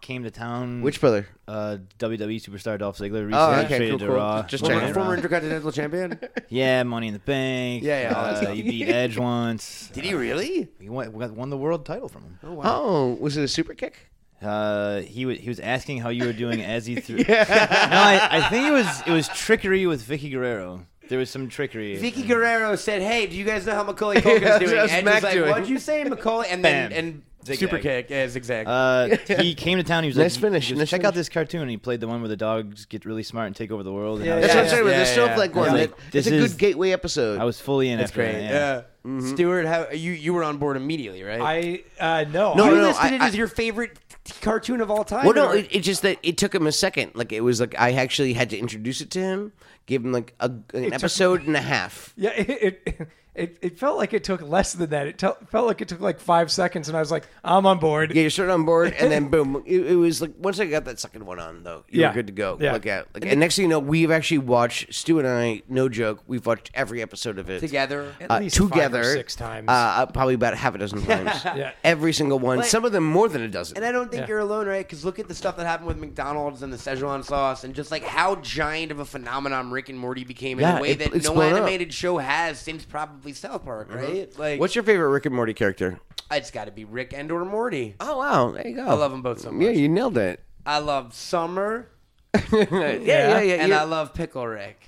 [SPEAKER 5] came to town.
[SPEAKER 2] Which brother?
[SPEAKER 5] uh, WWE superstar Dolph Ziggler recently
[SPEAKER 2] Oh, okay, cool,
[SPEAKER 5] traded to
[SPEAKER 2] cool.
[SPEAKER 5] Raw.
[SPEAKER 2] Just
[SPEAKER 3] Former,
[SPEAKER 2] checking.
[SPEAKER 5] Raw.
[SPEAKER 3] former Intercontinental Champion.
[SPEAKER 5] Yeah, Money in the Bank.
[SPEAKER 3] Yeah, yeah, all that
[SPEAKER 5] Uh,
[SPEAKER 3] stuff.
[SPEAKER 5] you beat Edge once.
[SPEAKER 3] did he really?
[SPEAKER 5] He won, won the world title from him. Oh,
[SPEAKER 2] Oh, was it a super kick?
[SPEAKER 5] Uh, he was he was asking how you were doing as he threw. no, I, I think it was it was trickery with Vicky Guerrero. There was some trickery.
[SPEAKER 3] Vicky Guerrero said, "Hey, do you guys know how Macaulay Culkin's
[SPEAKER 2] Yeah,
[SPEAKER 3] doing?"
[SPEAKER 2] how's
[SPEAKER 3] Edge
[SPEAKER 2] Mac
[SPEAKER 3] was like,
[SPEAKER 2] doing?
[SPEAKER 3] "What'd you say, Macaulay?" And then
[SPEAKER 5] Bam.
[SPEAKER 3] and
[SPEAKER 5] Zigzag.
[SPEAKER 3] super kick. Yeah, zigzag.
[SPEAKER 5] Uh, he came to town. He was
[SPEAKER 2] Nice
[SPEAKER 5] like,
[SPEAKER 2] finish,
[SPEAKER 5] he goes,
[SPEAKER 2] nice
[SPEAKER 5] check
[SPEAKER 2] finish.
[SPEAKER 5] out this cartoon. And he played the one where the dogs get really smart and take over the world. And I, was,
[SPEAKER 2] That's what I'm
[SPEAKER 3] yeah,
[SPEAKER 2] saying with the
[SPEAKER 3] yeah,
[SPEAKER 2] snowflake
[SPEAKER 3] yeah.
[SPEAKER 2] one.
[SPEAKER 5] Yeah.
[SPEAKER 2] It-
[SPEAKER 5] This
[SPEAKER 2] it's a
[SPEAKER 5] is-
[SPEAKER 2] good gateway episode.
[SPEAKER 5] I was fully in
[SPEAKER 3] That's
[SPEAKER 5] after
[SPEAKER 3] great.
[SPEAKER 5] that.
[SPEAKER 3] Yeah.
[SPEAKER 5] yeah.
[SPEAKER 3] Stuart, how you you were on board immediately, right?
[SPEAKER 4] I uh, no.
[SPEAKER 2] No,
[SPEAKER 4] I-
[SPEAKER 3] you
[SPEAKER 2] no,
[SPEAKER 3] listed
[SPEAKER 2] I-
[SPEAKER 3] it as
[SPEAKER 2] I-
[SPEAKER 3] your favorite t- cartoon of all time.
[SPEAKER 2] well, no,
[SPEAKER 3] or-
[SPEAKER 2] it, it just that it took him a second. Like it was like I actually had to introduce it to him Give him like a, an episode and a half.
[SPEAKER 4] Yeah, it, it it it felt like it took less than that. It tel- felt like it took like five seconds, and I was like, I'm on board.
[SPEAKER 2] Yeah, you're sort of on board, and then boom. It, it was like once I got that second one on, though, you
[SPEAKER 4] Yeah.
[SPEAKER 2] were good to go.
[SPEAKER 4] Yeah.
[SPEAKER 2] Look out. Like, and next thing you know, we've actually watched Stu and I. No joke, we've watched every episode of it
[SPEAKER 3] together.
[SPEAKER 4] At
[SPEAKER 2] uh,
[SPEAKER 4] least five or
[SPEAKER 2] together
[SPEAKER 4] six times.
[SPEAKER 2] Uh, uh, probably about half a dozen times.
[SPEAKER 4] Yeah.
[SPEAKER 2] Every single one.
[SPEAKER 3] Like-
[SPEAKER 2] Some of them more than a dozen.
[SPEAKER 3] And I don't think
[SPEAKER 4] Yeah.
[SPEAKER 3] you're alone, right? Because look at the stuff that happened with McDonald's and the Szechuan sauce, and just like how giant of a phenomenon Rick and Morty became in
[SPEAKER 2] Yeah,
[SPEAKER 3] a way
[SPEAKER 2] it-
[SPEAKER 3] that
[SPEAKER 2] it's
[SPEAKER 3] no
[SPEAKER 2] blown up. Mm-hmm.
[SPEAKER 3] animated show has since probably South Park, right? Like,
[SPEAKER 2] What's your favorite Rick and Morty character?
[SPEAKER 3] it's got to be Rick and or Morty.
[SPEAKER 2] Oh wow, there you go.
[SPEAKER 3] I love them both so much.
[SPEAKER 2] Yeah, you nailed it.
[SPEAKER 3] I love Summer
[SPEAKER 2] Yeah, yeah, yeah.
[SPEAKER 3] and
[SPEAKER 2] yeah.
[SPEAKER 3] I love Pickle Rick.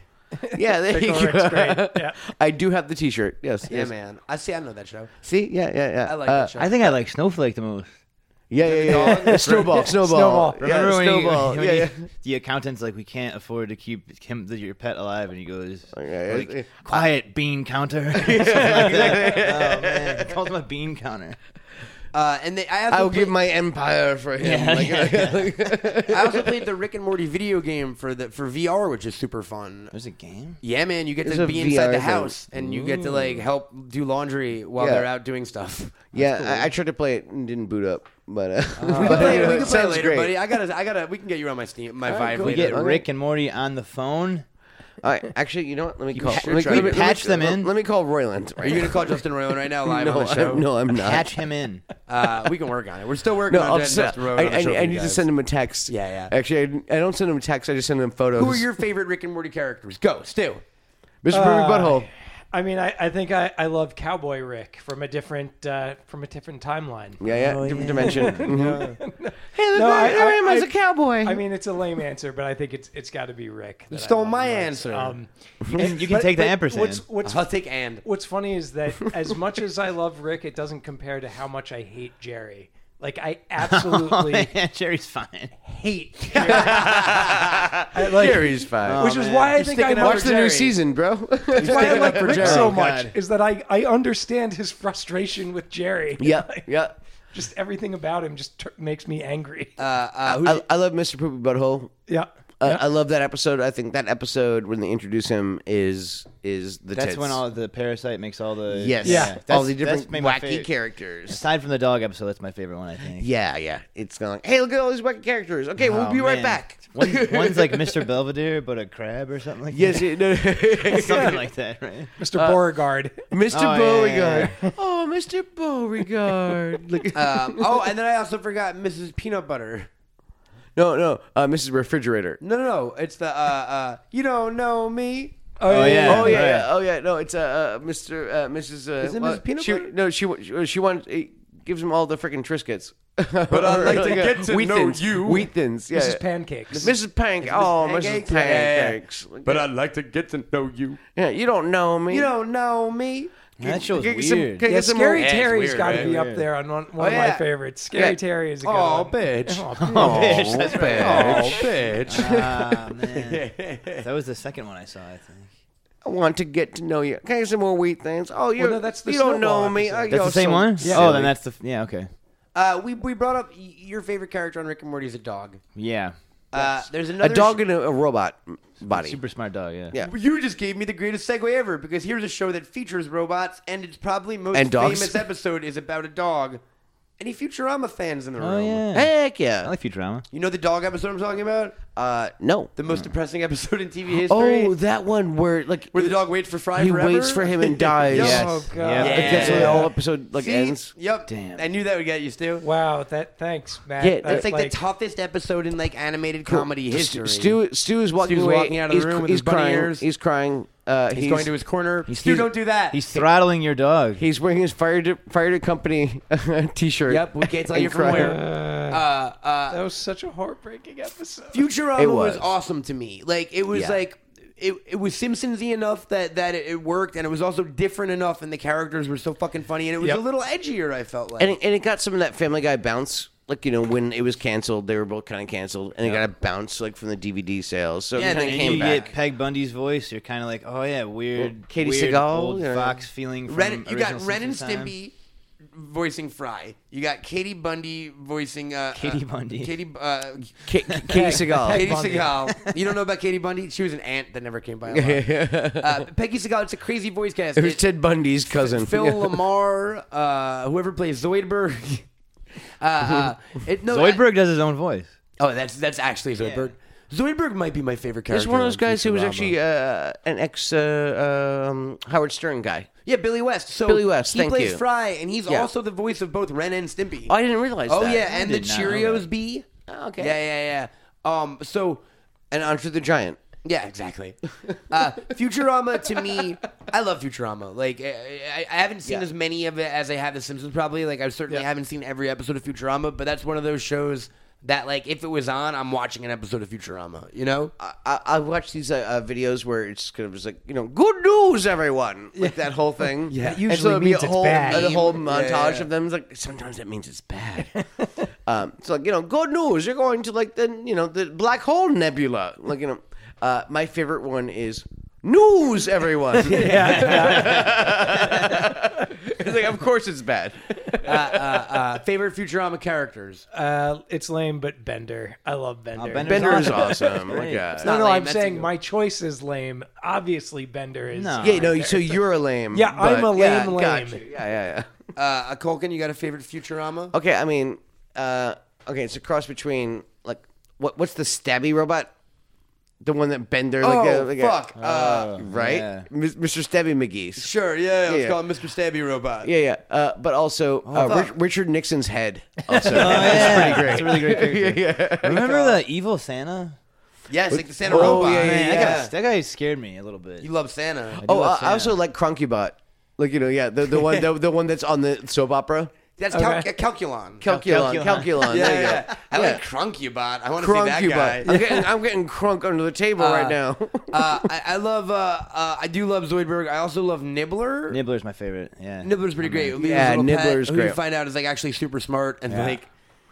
[SPEAKER 2] yeah, there you
[SPEAKER 4] uh, Pickle
[SPEAKER 2] go.
[SPEAKER 4] Rick's great. Yeah.
[SPEAKER 2] I do have the T-shirt. Yes.
[SPEAKER 3] Yeah,
[SPEAKER 2] yes.
[SPEAKER 3] man. I see. I know that show.
[SPEAKER 2] See, yeah, yeah, yeah.
[SPEAKER 3] I like
[SPEAKER 2] Uh,
[SPEAKER 3] that show.
[SPEAKER 5] I think I like Snowflake the most.
[SPEAKER 2] Yeah, yeah, yeah. yeah. snowball, snowball,
[SPEAKER 4] Snowball.
[SPEAKER 2] Yeah,
[SPEAKER 5] when you-
[SPEAKER 2] snowball.
[SPEAKER 5] when
[SPEAKER 2] yeah,
[SPEAKER 5] you-
[SPEAKER 2] yeah.
[SPEAKER 5] the accountant's like, we can't afford to keep him your pet alive, and he goes,
[SPEAKER 2] Okay,
[SPEAKER 5] like,
[SPEAKER 2] it-
[SPEAKER 5] quiet bean counter. Something like that. oh man, he calls him a bean counter.
[SPEAKER 3] Uh, and they, I also
[SPEAKER 2] I will
[SPEAKER 3] played,
[SPEAKER 2] give my empire for him.
[SPEAKER 5] Yeah,
[SPEAKER 2] like,
[SPEAKER 5] yeah,
[SPEAKER 3] I also played the Rick and Morty video game for the for VR, which is super fun.
[SPEAKER 5] There's a game.
[SPEAKER 3] Yeah, man, you get
[SPEAKER 2] It's
[SPEAKER 3] to
[SPEAKER 2] a
[SPEAKER 3] be inside
[SPEAKER 2] VR
[SPEAKER 3] the
[SPEAKER 2] thing.
[SPEAKER 3] house and you get to like help do laundry while
[SPEAKER 2] Yeah.
[SPEAKER 3] they're out doing stuff.
[SPEAKER 2] yeah I, I tried to play it and didn't boot up, but, uh,
[SPEAKER 3] We
[SPEAKER 2] but
[SPEAKER 3] can play,
[SPEAKER 2] you know,
[SPEAKER 3] we
[SPEAKER 2] it
[SPEAKER 3] can play
[SPEAKER 2] sounds
[SPEAKER 3] later,
[SPEAKER 2] great.
[SPEAKER 3] buddy. I gotta, I gotta. We can get you on my Steam, my Vive.
[SPEAKER 5] We
[SPEAKER 3] later.
[SPEAKER 5] get
[SPEAKER 2] Okay.
[SPEAKER 5] Rick and Morty on the phone.
[SPEAKER 2] All right, actually, you know what? Let me call.
[SPEAKER 3] should
[SPEAKER 2] let me,
[SPEAKER 3] try
[SPEAKER 2] let
[SPEAKER 3] to
[SPEAKER 2] me- let me-
[SPEAKER 5] patch them in.
[SPEAKER 2] Let me call Royland.
[SPEAKER 3] Are you gonna call Justin Roiland right now live
[SPEAKER 2] no,
[SPEAKER 3] on the show?
[SPEAKER 2] I'm, no, I'm not.
[SPEAKER 5] Catch him in.
[SPEAKER 3] Uh, we can work on it. We're still working
[SPEAKER 2] No,
[SPEAKER 3] on
[SPEAKER 2] I'll
[SPEAKER 3] Dead
[SPEAKER 2] just,
[SPEAKER 3] Just Road.
[SPEAKER 2] I,
[SPEAKER 3] on the show
[SPEAKER 2] I,
[SPEAKER 3] for
[SPEAKER 2] I
[SPEAKER 3] you
[SPEAKER 2] need to
[SPEAKER 3] guys.
[SPEAKER 2] send him a text.
[SPEAKER 3] Yeah, yeah.
[SPEAKER 2] Actually, I, I don't send him a text. I just send him photos.
[SPEAKER 3] Who are your favorite Rick and Morty characters? Go, Stu.
[SPEAKER 2] Mr.
[SPEAKER 4] Uh,
[SPEAKER 2] Booty Butthole?
[SPEAKER 4] I mean, I, I think I, I love Cowboy Rick from a different uh, from a different timeline.
[SPEAKER 2] Yeah,
[SPEAKER 3] Oh,
[SPEAKER 2] yeah. different dimension. Mhm. Hey, look,
[SPEAKER 4] No,
[SPEAKER 2] I,
[SPEAKER 4] I- I-
[SPEAKER 2] am as
[SPEAKER 4] I-
[SPEAKER 2] a cowboy.
[SPEAKER 4] I mean, it's a lame answer, but I think it's it's got to be Rick. You
[SPEAKER 3] stole my answer.
[SPEAKER 4] Um,
[SPEAKER 5] You can, you can take the ampersand.
[SPEAKER 4] What's what's
[SPEAKER 3] I'll take and.
[SPEAKER 4] What's funny is that as much as I love Rick, it doesn't compare to how much I hate Jerry. Like
[SPEAKER 3] Oh,
[SPEAKER 4] I absolutely
[SPEAKER 5] Yeah, Oh, Jerry's fine.
[SPEAKER 4] hate Jerry. I, like,
[SPEAKER 2] Jerry's fine.
[SPEAKER 4] which is why I
[SPEAKER 3] You're
[SPEAKER 4] think I
[SPEAKER 3] Oh, sticking up
[SPEAKER 4] love
[SPEAKER 2] Watch
[SPEAKER 3] for
[SPEAKER 2] the new
[SPEAKER 3] uh, Jerry.
[SPEAKER 2] season, bro.
[SPEAKER 4] why I
[SPEAKER 3] sticking up
[SPEAKER 4] like
[SPEAKER 3] for
[SPEAKER 4] Rick
[SPEAKER 3] Jerry.
[SPEAKER 4] so
[SPEAKER 3] Oh,
[SPEAKER 4] much
[SPEAKER 3] God.
[SPEAKER 4] is that I, I understand his frustration with Jerry.
[SPEAKER 2] yeah,
[SPEAKER 4] Like,
[SPEAKER 2] yeah.
[SPEAKER 4] just everything about him just tur makes me angry.
[SPEAKER 2] Uh,
[SPEAKER 3] Uh,
[SPEAKER 2] I, I love Mr. Poopy Butthole.
[SPEAKER 4] yeah.
[SPEAKER 2] I, I love that episode. I think that episode when they introduce him is is the
[SPEAKER 5] That's
[SPEAKER 2] tits.
[SPEAKER 5] when all the parasite makes all the
[SPEAKER 2] yes,
[SPEAKER 4] Yeah.
[SPEAKER 5] That's-
[SPEAKER 2] all the
[SPEAKER 5] that's
[SPEAKER 2] different
[SPEAKER 5] made my
[SPEAKER 2] wacky
[SPEAKER 5] fav-
[SPEAKER 2] characters.
[SPEAKER 5] Aside from the dog episode, that's my favorite one. I think.
[SPEAKER 2] Yeah, yeah. It's going. Hey, look at all these wacky characters. Okay, we'll
[SPEAKER 5] Oh,
[SPEAKER 2] be right
[SPEAKER 5] man.
[SPEAKER 2] back.
[SPEAKER 5] One, one's like Mr. Belvedere, but a crab or something like
[SPEAKER 2] Yes,
[SPEAKER 5] that.
[SPEAKER 2] it, no.
[SPEAKER 5] something like that, right?
[SPEAKER 4] Mr. Beauregard.
[SPEAKER 2] Mr.
[SPEAKER 5] Oh, yeah,
[SPEAKER 2] Beauregard.
[SPEAKER 5] yeah,
[SPEAKER 2] Oh, Mr. Beauregard. Look-
[SPEAKER 3] Um, oh, and then I also forgot Mrs. Peanut Butter.
[SPEAKER 2] no, no, uh, Mrs. Refrigerator.
[SPEAKER 3] No, no, no. It's the uh, uh, you don't know me.
[SPEAKER 5] Oh yeah,
[SPEAKER 2] Oh yeah,
[SPEAKER 5] right.
[SPEAKER 2] yeah, oh yeah. No, it's uh, uh Mr. Uh, Mrs. Uh,
[SPEAKER 3] Is it
[SPEAKER 2] well,
[SPEAKER 3] Mrs. Peanut
[SPEAKER 2] she,
[SPEAKER 3] Butter?
[SPEAKER 2] No, she wa- she, she wants it gives him all the freaking Triscuits.
[SPEAKER 3] But I'd like to get to
[SPEAKER 2] Wheat
[SPEAKER 3] know
[SPEAKER 2] thins.
[SPEAKER 3] you.
[SPEAKER 2] Wheat thins. Yeah.
[SPEAKER 4] Mrs.
[SPEAKER 2] yeah.
[SPEAKER 4] Pancakes.
[SPEAKER 2] Mrs. Pank. Oh, Mrs.
[SPEAKER 3] Pancakes?
[SPEAKER 2] Pancakes.
[SPEAKER 6] But I'd like to get to know you.
[SPEAKER 2] Yeah, you don't know me.
[SPEAKER 3] You don't know me.
[SPEAKER 5] That show's
[SPEAKER 2] Can I get some-
[SPEAKER 5] weird.
[SPEAKER 2] can I
[SPEAKER 4] Yeah,
[SPEAKER 2] get some
[SPEAKER 4] Scary
[SPEAKER 2] more-
[SPEAKER 4] Terry's
[SPEAKER 6] weird,
[SPEAKER 4] got to
[SPEAKER 6] right?
[SPEAKER 4] be up there on one, one of
[SPEAKER 2] yeah.
[SPEAKER 4] my favorites. Scary
[SPEAKER 2] Yeah.
[SPEAKER 4] Terry is a good
[SPEAKER 3] Oh,
[SPEAKER 4] one.
[SPEAKER 3] bitch.
[SPEAKER 4] Oh,
[SPEAKER 2] Oh,
[SPEAKER 4] bitch.
[SPEAKER 2] that's
[SPEAKER 3] Oh,
[SPEAKER 2] bad.
[SPEAKER 3] bitch.
[SPEAKER 5] Ah, man. that was the second one I saw. I think
[SPEAKER 2] I want to get to know you. Can I get some more wheat things? Oh, you
[SPEAKER 4] no, that's the
[SPEAKER 2] you don't know
[SPEAKER 4] snowball
[SPEAKER 2] me.
[SPEAKER 4] episode.
[SPEAKER 2] Oh,
[SPEAKER 5] that's
[SPEAKER 2] you're
[SPEAKER 5] the same
[SPEAKER 2] so
[SPEAKER 5] one.
[SPEAKER 2] silly.
[SPEAKER 5] Oh, then that's the yeah. Okay,
[SPEAKER 3] Uh, we we brought up y- your favorite character on Rick and Morty is a dog.
[SPEAKER 5] yeah.
[SPEAKER 3] Uh, there's
[SPEAKER 2] a
[SPEAKER 3] another
[SPEAKER 2] dog in a, a robot body.
[SPEAKER 5] Super smart dog. Yeah.
[SPEAKER 2] Yeah.
[SPEAKER 3] You just gave me the greatest segue ever because here's a show that features robots, and its probably most
[SPEAKER 2] And dogs.
[SPEAKER 3] famous episode is about a dog. Any Futurama fans in the
[SPEAKER 5] Oh
[SPEAKER 3] room?
[SPEAKER 5] yeah.
[SPEAKER 2] Heck
[SPEAKER 5] I
[SPEAKER 2] yeah.
[SPEAKER 5] like Futurama.
[SPEAKER 3] You know the dog episode I'm talking about?
[SPEAKER 2] Uh, no.
[SPEAKER 3] The most depressing episode in TV history.
[SPEAKER 2] Oh, that one where like
[SPEAKER 3] where the dog waits for Fry
[SPEAKER 2] he
[SPEAKER 3] forever.
[SPEAKER 2] waits for him and dies.
[SPEAKER 3] Yes.
[SPEAKER 4] Oh,
[SPEAKER 5] Yes.
[SPEAKER 4] God.
[SPEAKER 5] Yeah.
[SPEAKER 2] Like, that's where the whole episode like
[SPEAKER 3] See?
[SPEAKER 2] ends.
[SPEAKER 3] Yep.
[SPEAKER 5] Damn.
[SPEAKER 3] I knew that would get you, Stu.
[SPEAKER 4] Wow, that thanks, Matt.
[SPEAKER 2] Yeah,
[SPEAKER 3] That's
[SPEAKER 4] That,
[SPEAKER 3] like, the toughest episode in like animated comedy history.
[SPEAKER 2] Stu, Stu is walking
[SPEAKER 3] Stu's
[SPEAKER 2] away.
[SPEAKER 3] walking out of the
[SPEAKER 2] he's,
[SPEAKER 3] room with
[SPEAKER 2] he's
[SPEAKER 3] his bunny
[SPEAKER 2] crying.
[SPEAKER 3] ears.
[SPEAKER 2] He's crying. Uh, he's,
[SPEAKER 3] He's going to his corner. Stu,
[SPEAKER 5] he's-
[SPEAKER 3] don't do that.
[SPEAKER 5] He's throttling your dog.
[SPEAKER 2] He's wearing his fire de- fire de company uh, t-shirt.
[SPEAKER 3] Yep, we can't tell
[SPEAKER 2] and
[SPEAKER 3] you from
[SPEAKER 2] crying.
[SPEAKER 3] where.
[SPEAKER 4] that was such a heartbreaking episode.
[SPEAKER 3] Futurama
[SPEAKER 2] It
[SPEAKER 3] was.
[SPEAKER 2] was.
[SPEAKER 3] awesome to me. Like it was
[SPEAKER 2] Yeah.
[SPEAKER 3] like it, it was Simpsonsy enough that that it, it worked, and it was also different enough, and the characters were so fucking funny, and it was
[SPEAKER 4] Yep.
[SPEAKER 3] a little edgier. I felt like
[SPEAKER 2] And it, and it got some of that Family Guy bounce. Like you know, when it was canceled, they were both kind of canceled, and it got a bounce like from the DVD sales. So
[SPEAKER 3] Yeah,
[SPEAKER 2] it kind
[SPEAKER 3] and
[SPEAKER 2] of
[SPEAKER 5] And
[SPEAKER 2] came
[SPEAKER 5] you
[SPEAKER 2] back.
[SPEAKER 5] get Peg Bundy's voice. You're kind of like, oh yeah, weird.
[SPEAKER 2] Katie
[SPEAKER 5] weird
[SPEAKER 2] Sagal,
[SPEAKER 5] old
[SPEAKER 2] yeah.
[SPEAKER 5] Fox feeling. From
[SPEAKER 3] Ren, you got
[SPEAKER 5] original
[SPEAKER 3] Ren and
[SPEAKER 5] Simpsons time.
[SPEAKER 3] Stimpy, voicing Fry. You got Katie Bundy voicing uh,
[SPEAKER 5] Katie
[SPEAKER 3] uh,
[SPEAKER 5] Bundy.
[SPEAKER 3] Katie uh,
[SPEAKER 2] K- Katie Seagal.
[SPEAKER 3] Katie
[SPEAKER 4] Bundy.
[SPEAKER 3] Seagal. You don't know about Katie Bundy? She was an aunt that never came by. A lot. uh, Peggy Seagal. It's a crazy voice cast.
[SPEAKER 2] It was
[SPEAKER 3] It-
[SPEAKER 2] Ted Bundy's cousin.
[SPEAKER 3] Phil Lamar, uh, whoever plays Zoidberg. uh, uh, it, no, I-
[SPEAKER 5] Zoidberg does his own voice.
[SPEAKER 3] oh, that's that's actually Zoidberg. Zoidberg might be my favorite character.
[SPEAKER 2] He's one of those
[SPEAKER 3] on
[SPEAKER 2] guys who was
[SPEAKER 3] Futurama.
[SPEAKER 2] actually uh, an ex uh, um, Howard Stern guy.
[SPEAKER 3] yeah, Billy West. So
[SPEAKER 2] Billy West,
[SPEAKER 3] He
[SPEAKER 2] thank
[SPEAKER 3] plays
[SPEAKER 2] you.
[SPEAKER 3] Fry, and he's
[SPEAKER 2] Yeah.
[SPEAKER 3] also the voice of both Ren and Stimpy.
[SPEAKER 2] Oh, I didn't realize
[SPEAKER 3] oh
[SPEAKER 2] that.
[SPEAKER 3] yeah, and the
[SPEAKER 5] did not know
[SPEAKER 3] Cheerios
[SPEAKER 5] that.
[SPEAKER 3] bee.
[SPEAKER 2] Oh, okay.
[SPEAKER 3] Yeah, yeah, yeah. Um, so
[SPEAKER 2] And Andre the Giant.
[SPEAKER 3] Yeah, exactly. Uh, Futurama to me, I love Futurama. Like I, I- I haven't seen
[SPEAKER 2] Yeah.
[SPEAKER 3] as many of it as I have The Simpsons. Probably like I certainly
[SPEAKER 4] Yeah.
[SPEAKER 3] haven't seen every episode of Futurama, but that's one of those shows that like if it was on, I'm watching an episode of Futurama. You know?
[SPEAKER 2] I, I, I watched these uh, uh, videos where it's kind of just like you know, good news, everyone, like that whole thing.
[SPEAKER 4] Yeah. That
[SPEAKER 2] And
[SPEAKER 4] usually
[SPEAKER 2] it'd
[SPEAKER 4] means
[SPEAKER 2] a
[SPEAKER 4] it's
[SPEAKER 2] whole,
[SPEAKER 4] bad.
[SPEAKER 2] A whole
[SPEAKER 3] Yeah,
[SPEAKER 2] montage
[SPEAKER 3] yeah, yeah.
[SPEAKER 2] of them. It's like sometimes that means it's bad. um, it's like you know, good news, you're going to like the you know the black hole nebula. Like you know, uh, my favorite one is news, everyone. it's like of course it's bad.
[SPEAKER 3] Uh, favorite Futurama characters?
[SPEAKER 4] Uh, it's lame, but Bender. I love Bender.
[SPEAKER 5] Bender's
[SPEAKER 2] Bender is
[SPEAKER 5] awesome.
[SPEAKER 2] awesome. My God.
[SPEAKER 4] No,
[SPEAKER 3] not
[SPEAKER 4] no,
[SPEAKER 3] lame,
[SPEAKER 4] I'm
[SPEAKER 3] that's
[SPEAKER 4] saying
[SPEAKER 3] a-
[SPEAKER 4] my choice is lame. Obviously, Bender is.
[SPEAKER 5] No.
[SPEAKER 2] yeah, no. So you're a lame.
[SPEAKER 4] Yeah, I'm
[SPEAKER 2] but-
[SPEAKER 4] a
[SPEAKER 2] yeah,
[SPEAKER 4] lame
[SPEAKER 2] got
[SPEAKER 4] lame.
[SPEAKER 2] you. Yeah, yeah, yeah.
[SPEAKER 3] Uh, Colkin, you got a favorite Futurama?
[SPEAKER 2] Okay, I mean, uh, okay, it's a cross between like what what's the stabby robot? The one that Bender like,
[SPEAKER 3] Oh,
[SPEAKER 2] uh, like, uh,
[SPEAKER 3] fuck. Uh,
[SPEAKER 2] right?
[SPEAKER 5] yeah.
[SPEAKER 2] Mis- Mr. Stabby McGee.
[SPEAKER 3] sure, yeah, let's
[SPEAKER 2] Yeah.
[SPEAKER 3] call him Mr. Stabby Robot.
[SPEAKER 2] Yeah, yeah. Uh, but also uh,
[SPEAKER 3] fuck.
[SPEAKER 2] Rich- Richard Nixon's head. Also,
[SPEAKER 5] yeah.
[SPEAKER 2] that's
[SPEAKER 5] That's a
[SPEAKER 2] pretty
[SPEAKER 5] really
[SPEAKER 2] great.
[SPEAKER 5] great
[SPEAKER 2] yeah, yeah.
[SPEAKER 5] Remember the evil Santa?
[SPEAKER 3] Yes, like the Santa
[SPEAKER 2] Oh,
[SPEAKER 3] Robot.
[SPEAKER 2] yeah,
[SPEAKER 5] Man,
[SPEAKER 2] yeah,
[SPEAKER 5] That, guy, that guy scared me a little bit.
[SPEAKER 3] You love Santa.
[SPEAKER 2] Oh, uh,
[SPEAKER 5] love
[SPEAKER 2] I also
[SPEAKER 5] Santa.
[SPEAKER 2] like Crunkybot. Like you know, yeah, the the one the, the one that's on the soap opera.
[SPEAKER 3] That's Cal-
[SPEAKER 4] Okay.
[SPEAKER 3] Calculon.
[SPEAKER 5] Calculon.
[SPEAKER 2] Calculon, Calculon.
[SPEAKER 3] yeah,
[SPEAKER 2] there you
[SPEAKER 3] yeah.
[SPEAKER 2] go.
[SPEAKER 3] I
[SPEAKER 2] Yeah.
[SPEAKER 3] like Crunkybot. I want to see that guy.
[SPEAKER 2] Crunkybot. I'm getting, I'm getting crunk under the table right now.
[SPEAKER 3] uh, I, I love. Uh, uh, I do love Zoidberg. I also love Nibbler.
[SPEAKER 5] Nibbler's my favorite. Yeah.
[SPEAKER 3] Nibbler's pretty great. Leo's
[SPEAKER 2] Yeah,
[SPEAKER 3] little pet,
[SPEAKER 2] Nibbler's
[SPEAKER 3] who
[SPEAKER 2] great.
[SPEAKER 3] You find out is like actually super smart and like,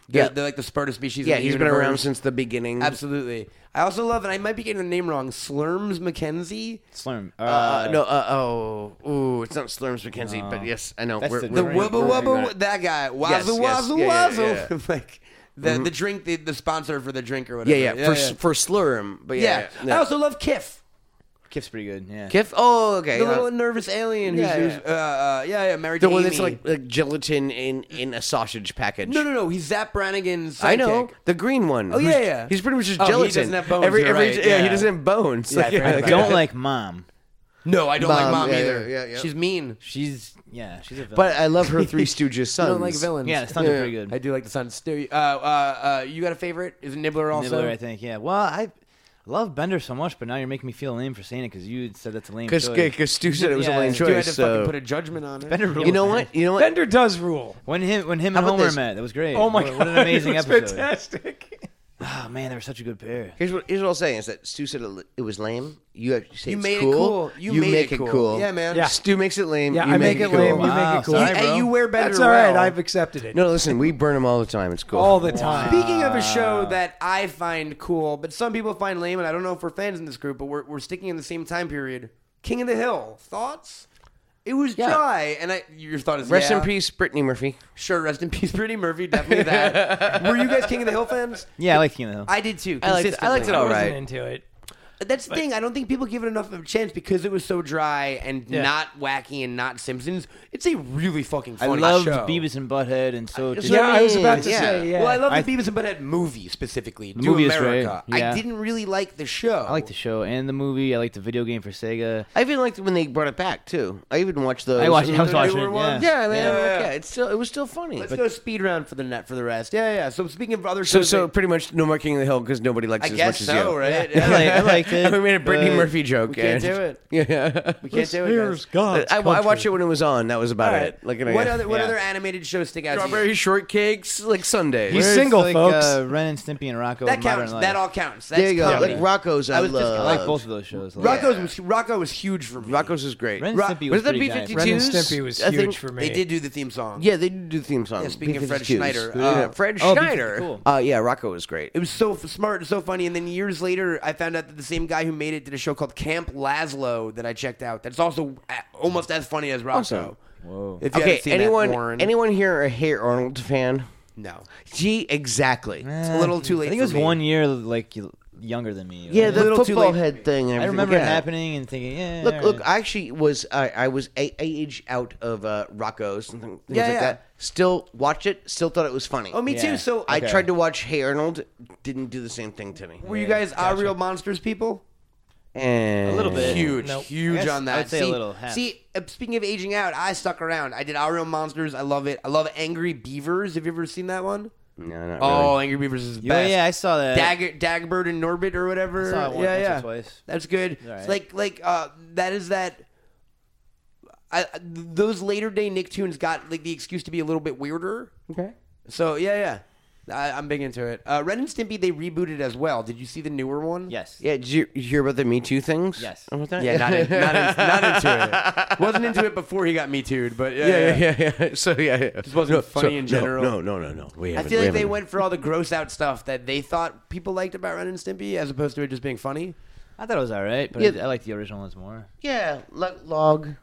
[SPEAKER 2] Yeah.
[SPEAKER 3] they're, they're like the smartest species.
[SPEAKER 2] yeah,
[SPEAKER 3] in the
[SPEAKER 2] he's been
[SPEAKER 3] universe.
[SPEAKER 2] around since the beginning.
[SPEAKER 3] Absolutely. I also love, and I might be getting the name wrong. Slurms McKenzie,
[SPEAKER 5] Slurm. Uh,
[SPEAKER 2] Uh, no, uh, oh, ooh, it's not Slurms McKenzie, but yes, I know.
[SPEAKER 5] That's
[SPEAKER 2] We're,
[SPEAKER 5] the
[SPEAKER 2] we're-
[SPEAKER 3] the
[SPEAKER 5] Right,
[SPEAKER 3] Wubba
[SPEAKER 2] right,
[SPEAKER 3] Wubba,
[SPEAKER 2] right.
[SPEAKER 3] that guy. Wazzle
[SPEAKER 2] Yes, yes.
[SPEAKER 3] Wazzle
[SPEAKER 2] Yeah, yeah,
[SPEAKER 3] Wazzle.
[SPEAKER 2] yeah, Mm-hmm.
[SPEAKER 3] like the the drink, the, the sponsor for the drink or whatever.
[SPEAKER 2] yeah, yeah, for s for Slurm, but
[SPEAKER 3] yeah.
[SPEAKER 2] yeah, yeah.
[SPEAKER 3] I also love Kiff.
[SPEAKER 5] Kif's pretty good. Yeah.
[SPEAKER 2] Kif. Oh, okay.
[SPEAKER 3] The
[SPEAKER 2] uh,
[SPEAKER 3] little nervous alien who's,
[SPEAKER 2] Yeah,
[SPEAKER 3] who's
[SPEAKER 2] yeah.
[SPEAKER 3] Uh, uh, yeah, yeah, married
[SPEAKER 2] the
[SPEAKER 3] to
[SPEAKER 2] one
[SPEAKER 3] Amy.
[SPEAKER 2] that's like, like gelatin in in a sausage package.
[SPEAKER 3] No, no, no. He's Zap Brannigan's. Sidekick.
[SPEAKER 2] I know the green one. Oh
[SPEAKER 3] yeah, yeah.
[SPEAKER 2] He's pretty much just
[SPEAKER 3] Oh, he
[SPEAKER 2] gelatin.
[SPEAKER 3] doesn't have bones,
[SPEAKER 2] Every,
[SPEAKER 3] you're
[SPEAKER 2] every,
[SPEAKER 3] right,
[SPEAKER 2] yeah, he
[SPEAKER 3] yeah.
[SPEAKER 2] doesn't have bones.
[SPEAKER 3] Yeah, I forgot about
[SPEAKER 5] I don't like mom.
[SPEAKER 3] No, I don't like
[SPEAKER 2] Mom,
[SPEAKER 3] mom
[SPEAKER 2] yeah,
[SPEAKER 3] either.
[SPEAKER 2] yeah, yeah, yeah.
[SPEAKER 3] She's mean.
[SPEAKER 5] She's yeah. She's a villain.
[SPEAKER 2] But I love her Three Stooges sons.
[SPEAKER 3] I don't like villains.
[SPEAKER 5] yeah, the Suns are pretty good.
[SPEAKER 3] I do like the Suns. too. Uh, uh, uh, you got a favorite? Is it Nibbler also?
[SPEAKER 5] Nibbler, I think. Yeah. Well, I love Bender so much, but now you're making me feel lame for saying it because you said that's a lame
[SPEAKER 2] Because
[SPEAKER 5] choice.
[SPEAKER 2] Stu said it was
[SPEAKER 5] Yeah,
[SPEAKER 2] a lame
[SPEAKER 5] Stu
[SPEAKER 3] Dude, I had
[SPEAKER 2] choice.
[SPEAKER 3] to
[SPEAKER 2] So
[SPEAKER 3] fucking put a judgment on it.
[SPEAKER 5] Bender rules,
[SPEAKER 2] you know
[SPEAKER 5] man.
[SPEAKER 2] what? You know what?
[SPEAKER 4] Bender does rule.
[SPEAKER 5] When him when him
[SPEAKER 2] How
[SPEAKER 5] and
[SPEAKER 2] about
[SPEAKER 5] Homer
[SPEAKER 2] this?
[SPEAKER 5] met, that was great.
[SPEAKER 4] Oh my
[SPEAKER 5] what,
[SPEAKER 4] god,
[SPEAKER 5] What an amazing
[SPEAKER 4] it was
[SPEAKER 5] episode.
[SPEAKER 4] Fantastic.
[SPEAKER 5] Oh man, they were such a good pair.
[SPEAKER 2] Here's what, here's what I'll say is that Stu said it li- it was lame. You actually say
[SPEAKER 3] You
[SPEAKER 2] it's
[SPEAKER 3] made it cool. You made
[SPEAKER 2] make
[SPEAKER 3] it cool.
[SPEAKER 2] Yeah,
[SPEAKER 3] Yeah,
[SPEAKER 2] man.
[SPEAKER 3] man.
[SPEAKER 4] Yeah.
[SPEAKER 2] Stu makes it lame.
[SPEAKER 4] Yeah,
[SPEAKER 2] you
[SPEAKER 4] I make it lame. You
[SPEAKER 5] Wow,
[SPEAKER 4] make it cool.
[SPEAKER 5] sorry,
[SPEAKER 3] You- and you wear Bender.
[SPEAKER 4] That's all right.
[SPEAKER 3] well.
[SPEAKER 4] I've accepted it
[SPEAKER 2] No, listen, we burn them all the time. It's cool.
[SPEAKER 4] all the time.
[SPEAKER 3] Speaking of a show that I find cool, but some people find lame, and I don't know if we're fans in this group, but we're, we're sticking in the same time period. King of the Hill. Thoughts? It was
[SPEAKER 2] Yeah.
[SPEAKER 3] dry, and I your thought is
[SPEAKER 2] Rest in
[SPEAKER 3] yeah.
[SPEAKER 2] peace, Brittany Murphy.
[SPEAKER 3] Sure, rest in peace, Brittany Murphy. Definitely that. Were you guys King of the Hill fans?
[SPEAKER 5] Yeah, I like King of the Hill.
[SPEAKER 3] I did too.
[SPEAKER 2] I liked it- I liked it
[SPEAKER 3] consistently.
[SPEAKER 2] all
[SPEAKER 4] I wasn't
[SPEAKER 2] right.
[SPEAKER 4] into it.
[SPEAKER 3] That's the thing. I don't think people give it enough of a chance because it was so dry and
[SPEAKER 4] Yeah.
[SPEAKER 3] not wacky and not Simpsons. It's a really fucking
[SPEAKER 5] I
[SPEAKER 3] funny
[SPEAKER 5] loved
[SPEAKER 3] show.
[SPEAKER 5] Beavis and Butthead, and so did
[SPEAKER 4] Yeah, I was about to
[SPEAKER 2] Yeah.
[SPEAKER 4] say. Yeah,
[SPEAKER 3] Well, I love the Beavis and Butthead movie specifically. The
[SPEAKER 5] movie is great,
[SPEAKER 3] America.
[SPEAKER 5] yeah.
[SPEAKER 3] I didn't really like the show.
[SPEAKER 5] I like the show and the movie. I like the video game for Sega.
[SPEAKER 2] I even liked when they brought it back too. I even watched those.
[SPEAKER 5] I watched. I was
[SPEAKER 3] the
[SPEAKER 5] watching
[SPEAKER 3] newer
[SPEAKER 5] it. Yeah.
[SPEAKER 3] ones?
[SPEAKER 2] Yeah, man.
[SPEAKER 3] Yeah,
[SPEAKER 2] like,
[SPEAKER 3] yeah,
[SPEAKER 2] yeah,
[SPEAKER 3] yeah.
[SPEAKER 2] it's still it was still funny.
[SPEAKER 3] Let's
[SPEAKER 2] But-
[SPEAKER 3] go speed round for the net for the rest. Yeah, yeah. So speaking of other
[SPEAKER 2] so
[SPEAKER 3] shows,
[SPEAKER 2] so
[SPEAKER 3] that-
[SPEAKER 2] pretty much no more King of the Hill because nobody likes
[SPEAKER 3] I
[SPEAKER 2] it as
[SPEAKER 3] guess
[SPEAKER 2] much as you.
[SPEAKER 3] so, right?
[SPEAKER 5] I, like, I liked it.
[SPEAKER 2] we made a Brittany
[SPEAKER 5] but-
[SPEAKER 2] Murphy joke.
[SPEAKER 3] We can't
[SPEAKER 2] and-
[SPEAKER 3] do it.
[SPEAKER 2] Yeah.
[SPEAKER 3] We can't do it. Guys.
[SPEAKER 2] I, I watched it when it was on. That was about
[SPEAKER 3] Oh, All right.
[SPEAKER 2] it. Like,
[SPEAKER 3] what other what
[SPEAKER 5] yeah.
[SPEAKER 3] other animated shows stick out? to you?
[SPEAKER 2] strawberry shortcakes like Sundays?
[SPEAKER 4] He's
[SPEAKER 5] Whereas,
[SPEAKER 4] single,
[SPEAKER 5] like,
[SPEAKER 4] folks.
[SPEAKER 5] Uh, Ren and Stimpy and Rocco.
[SPEAKER 3] That
[SPEAKER 5] and Modern
[SPEAKER 3] counts.
[SPEAKER 5] Life.
[SPEAKER 3] That all counts. That's
[SPEAKER 2] there you go.
[SPEAKER 3] comedy.
[SPEAKER 2] Like Rocco's, I,
[SPEAKER 3] I was just-
[SPEAKER 2] love.
[SPEAKER 5] I like both of those shows. Like,
[SPEAKER 3] Rocco's was Rocco was huge for me.
[SPEAKER 2] Rocco's is great.
[SPEAKER 5] Ren
[SPEAKER 2] Ro-
[SPEAKER 5] and Stimpy
[SPEAKER 2] was
[SPEAKER 5] was
[SPEAKER 2] that
[SPEAKER 5] pretty
[SPEAKER 2] B52s?
[SPEAKER 5] giant.
[SPEAKER 4] Ren and Stimpy was
[SPEAKER 2] I
[SPEAKER 4] huge
[SPEAKER 2] think-
[SPEAKER 4] for me.
[SPEAKER 3] They did do the theme song.
[SPEAKER 2] Yeah, they do do the theme song.
[SPEAKER 3] Yeah, speaking of Fred
[SPEAKER 2] B-52s.
[SPEAKER 3] Schneider,
[SPEAKER 2] Yeah,
[SPEAKER 3] uh,
[SPEAKER 2] Fred
[SPEAKER 5] Oh,
[SPEAKER 2] Schneider.
[SPEAKER 5] B-52,
[SPEAKER 2] Uh, yeah, Rocco was great.
[SPEAKER 3] It was so f- smart and so funny. And then years later, I found out that the same guy who made it did a show called Camp Lazlo that I checked out. That's also a- almost as funny as Rocco.
[SPEAKER 2] Awesome.
[SPEAKER 5] Whoa.
[SPEAKER 3] If you
[SPEAKER 2] Okay,
[SPEAKER 3] haven't seen
[SPEAKER 2] anyone,
[SPEAKER 3] that, Warren.
[SPEAKER 2] anyone here a Hey Arnold fan?
[SPEAKER 3] No.
[SPEAKER 2] Gee, exactly.
[SPEAKER 3] It's a little too late.
[SPEAKER 5] I think it
[SPEAKER 3] for
[SPEAKER 5] was
[SPEAKER 3] me.
[SPEAKER 5] one year like y- younger than me.
[SPEAKER 2] Yeah,
[SPEAKER 5] right?
[SPEAKER 2] the
[SPEAKER 3] Little too
[SPEAKER 2] football
[SPEAKER 3] late.
[SPEAKER 2] head thing. and
[SPEAKER 5] I
[SPEAKER 2] everything.
[SPEAKER 5] remember it
[SPEAKER 2] Yeah.
[SPEAKER 5] happening and thinking, yeah.
[SPEAKER 2] Look,
[SPEAKER 5] all
[SPEAKER 2] look.
[SPEAKER 5] right.
[SPEAKER 2] I actually was. I, I was a age out of uh, Rocco's and things
[SPEAKER 3] Yeah,
[SPEAKER 2] like
[SPEAKER 3] yeah.
[SPEAKER 2] that. Still watched it. Still thought it was funny.
[SPEAKER 3] Oh, me
[SPEAKER 5] Yeah.
[SPEAKER 3] too. So
[SPEAKER 2] I
[SPEAKER 5] okay.
[SPEAKER 2] tried to watch Hey Arnold. Didn't do the same thing to me.
[SPEAKER 3] Were you guys are real monsters people?
[SPEAKER 2] And
[SPEAKER 5] a little bit.
[SPEAKER 3] Huge,
[SPEAKER 5] Nope. I
[SPEAKER 3] huge
[SPEAKER 5] guess
[SPEAKER 3] on that.
[SPEAKER 5] I'd say
[SPEAKER 3] see,
[SPEAKER 5] a little. Half.
[SPEAKER 3] see, uh, speaking of aging out, I stuck around. I did Our Real Monsters. I love it. I love Angry Beavers. Have you ever seen that one?
[SPEAKER 2] No, not really.
[SPEAKER 3] Oh, Angry Beavers is
[SPEAKER 5] Yeah,
[SPEAKER 3] best.
[SPEAKER 5] yeah, I saw that.
[SPEAKER 3] Dag- Dagbert and Norbit or whatever.
[SPEAKER 5] I saw it once,
[SPEAKER 3] yeah,
[SPEAKER 5] once or
[SPEAKER 3] yeah.
[SPEAKER 5] twice.
[SPEAKER 3] That's good. It's
[SPEAKER 5] alright.
[SPEAKER 3] Like, like uh, that is that. I, I- those later day Nicktoons got like the excuse to be a little bit weirder.
[SPEAKER 2] Okay.
[SPEAKER 3] So yeah, yeah, I, I'm big into it. Uh, Ren and Stimpy they rebooted as well. Did you see the newer one?
[SPEAKER 5] Yes.
[SPEAKER 2] Yeah, did you you hear about the Me Too things?
[SPEAKER 5] Yes.
[SPEAKER 2] About that?
[SPEAKER 3] Yeah, not, in, not, in, not into it. Wasn't into it before he got Me Too'd, but yeah, yeah,
[SPEAKER 2] yeah, yeah, yeah. So yeah, yeah. Just
[SPEAKER 3] wasn't funny in general.
[SPEAKER 2] No, no, no, no. We
[SPEAKER 3] I
[SPEAKER 2] haven't-
[SPEAKER 3] feel
[SPEAKER 2] we
[SPEAKER 3] like they
[SPEAKER 2] haven't-
[SPEAKER 3] went for all the gross out stuff that they thought people liked about Ren and Stimpy, as opposed to it just being funny.
[SPEAKER 5] I thought it was all right, but
[SPEAKER 2] Yeah.
[SPEAKER 5] I, I like the original ones more.
[SPEAKER 2] Yeah, like log.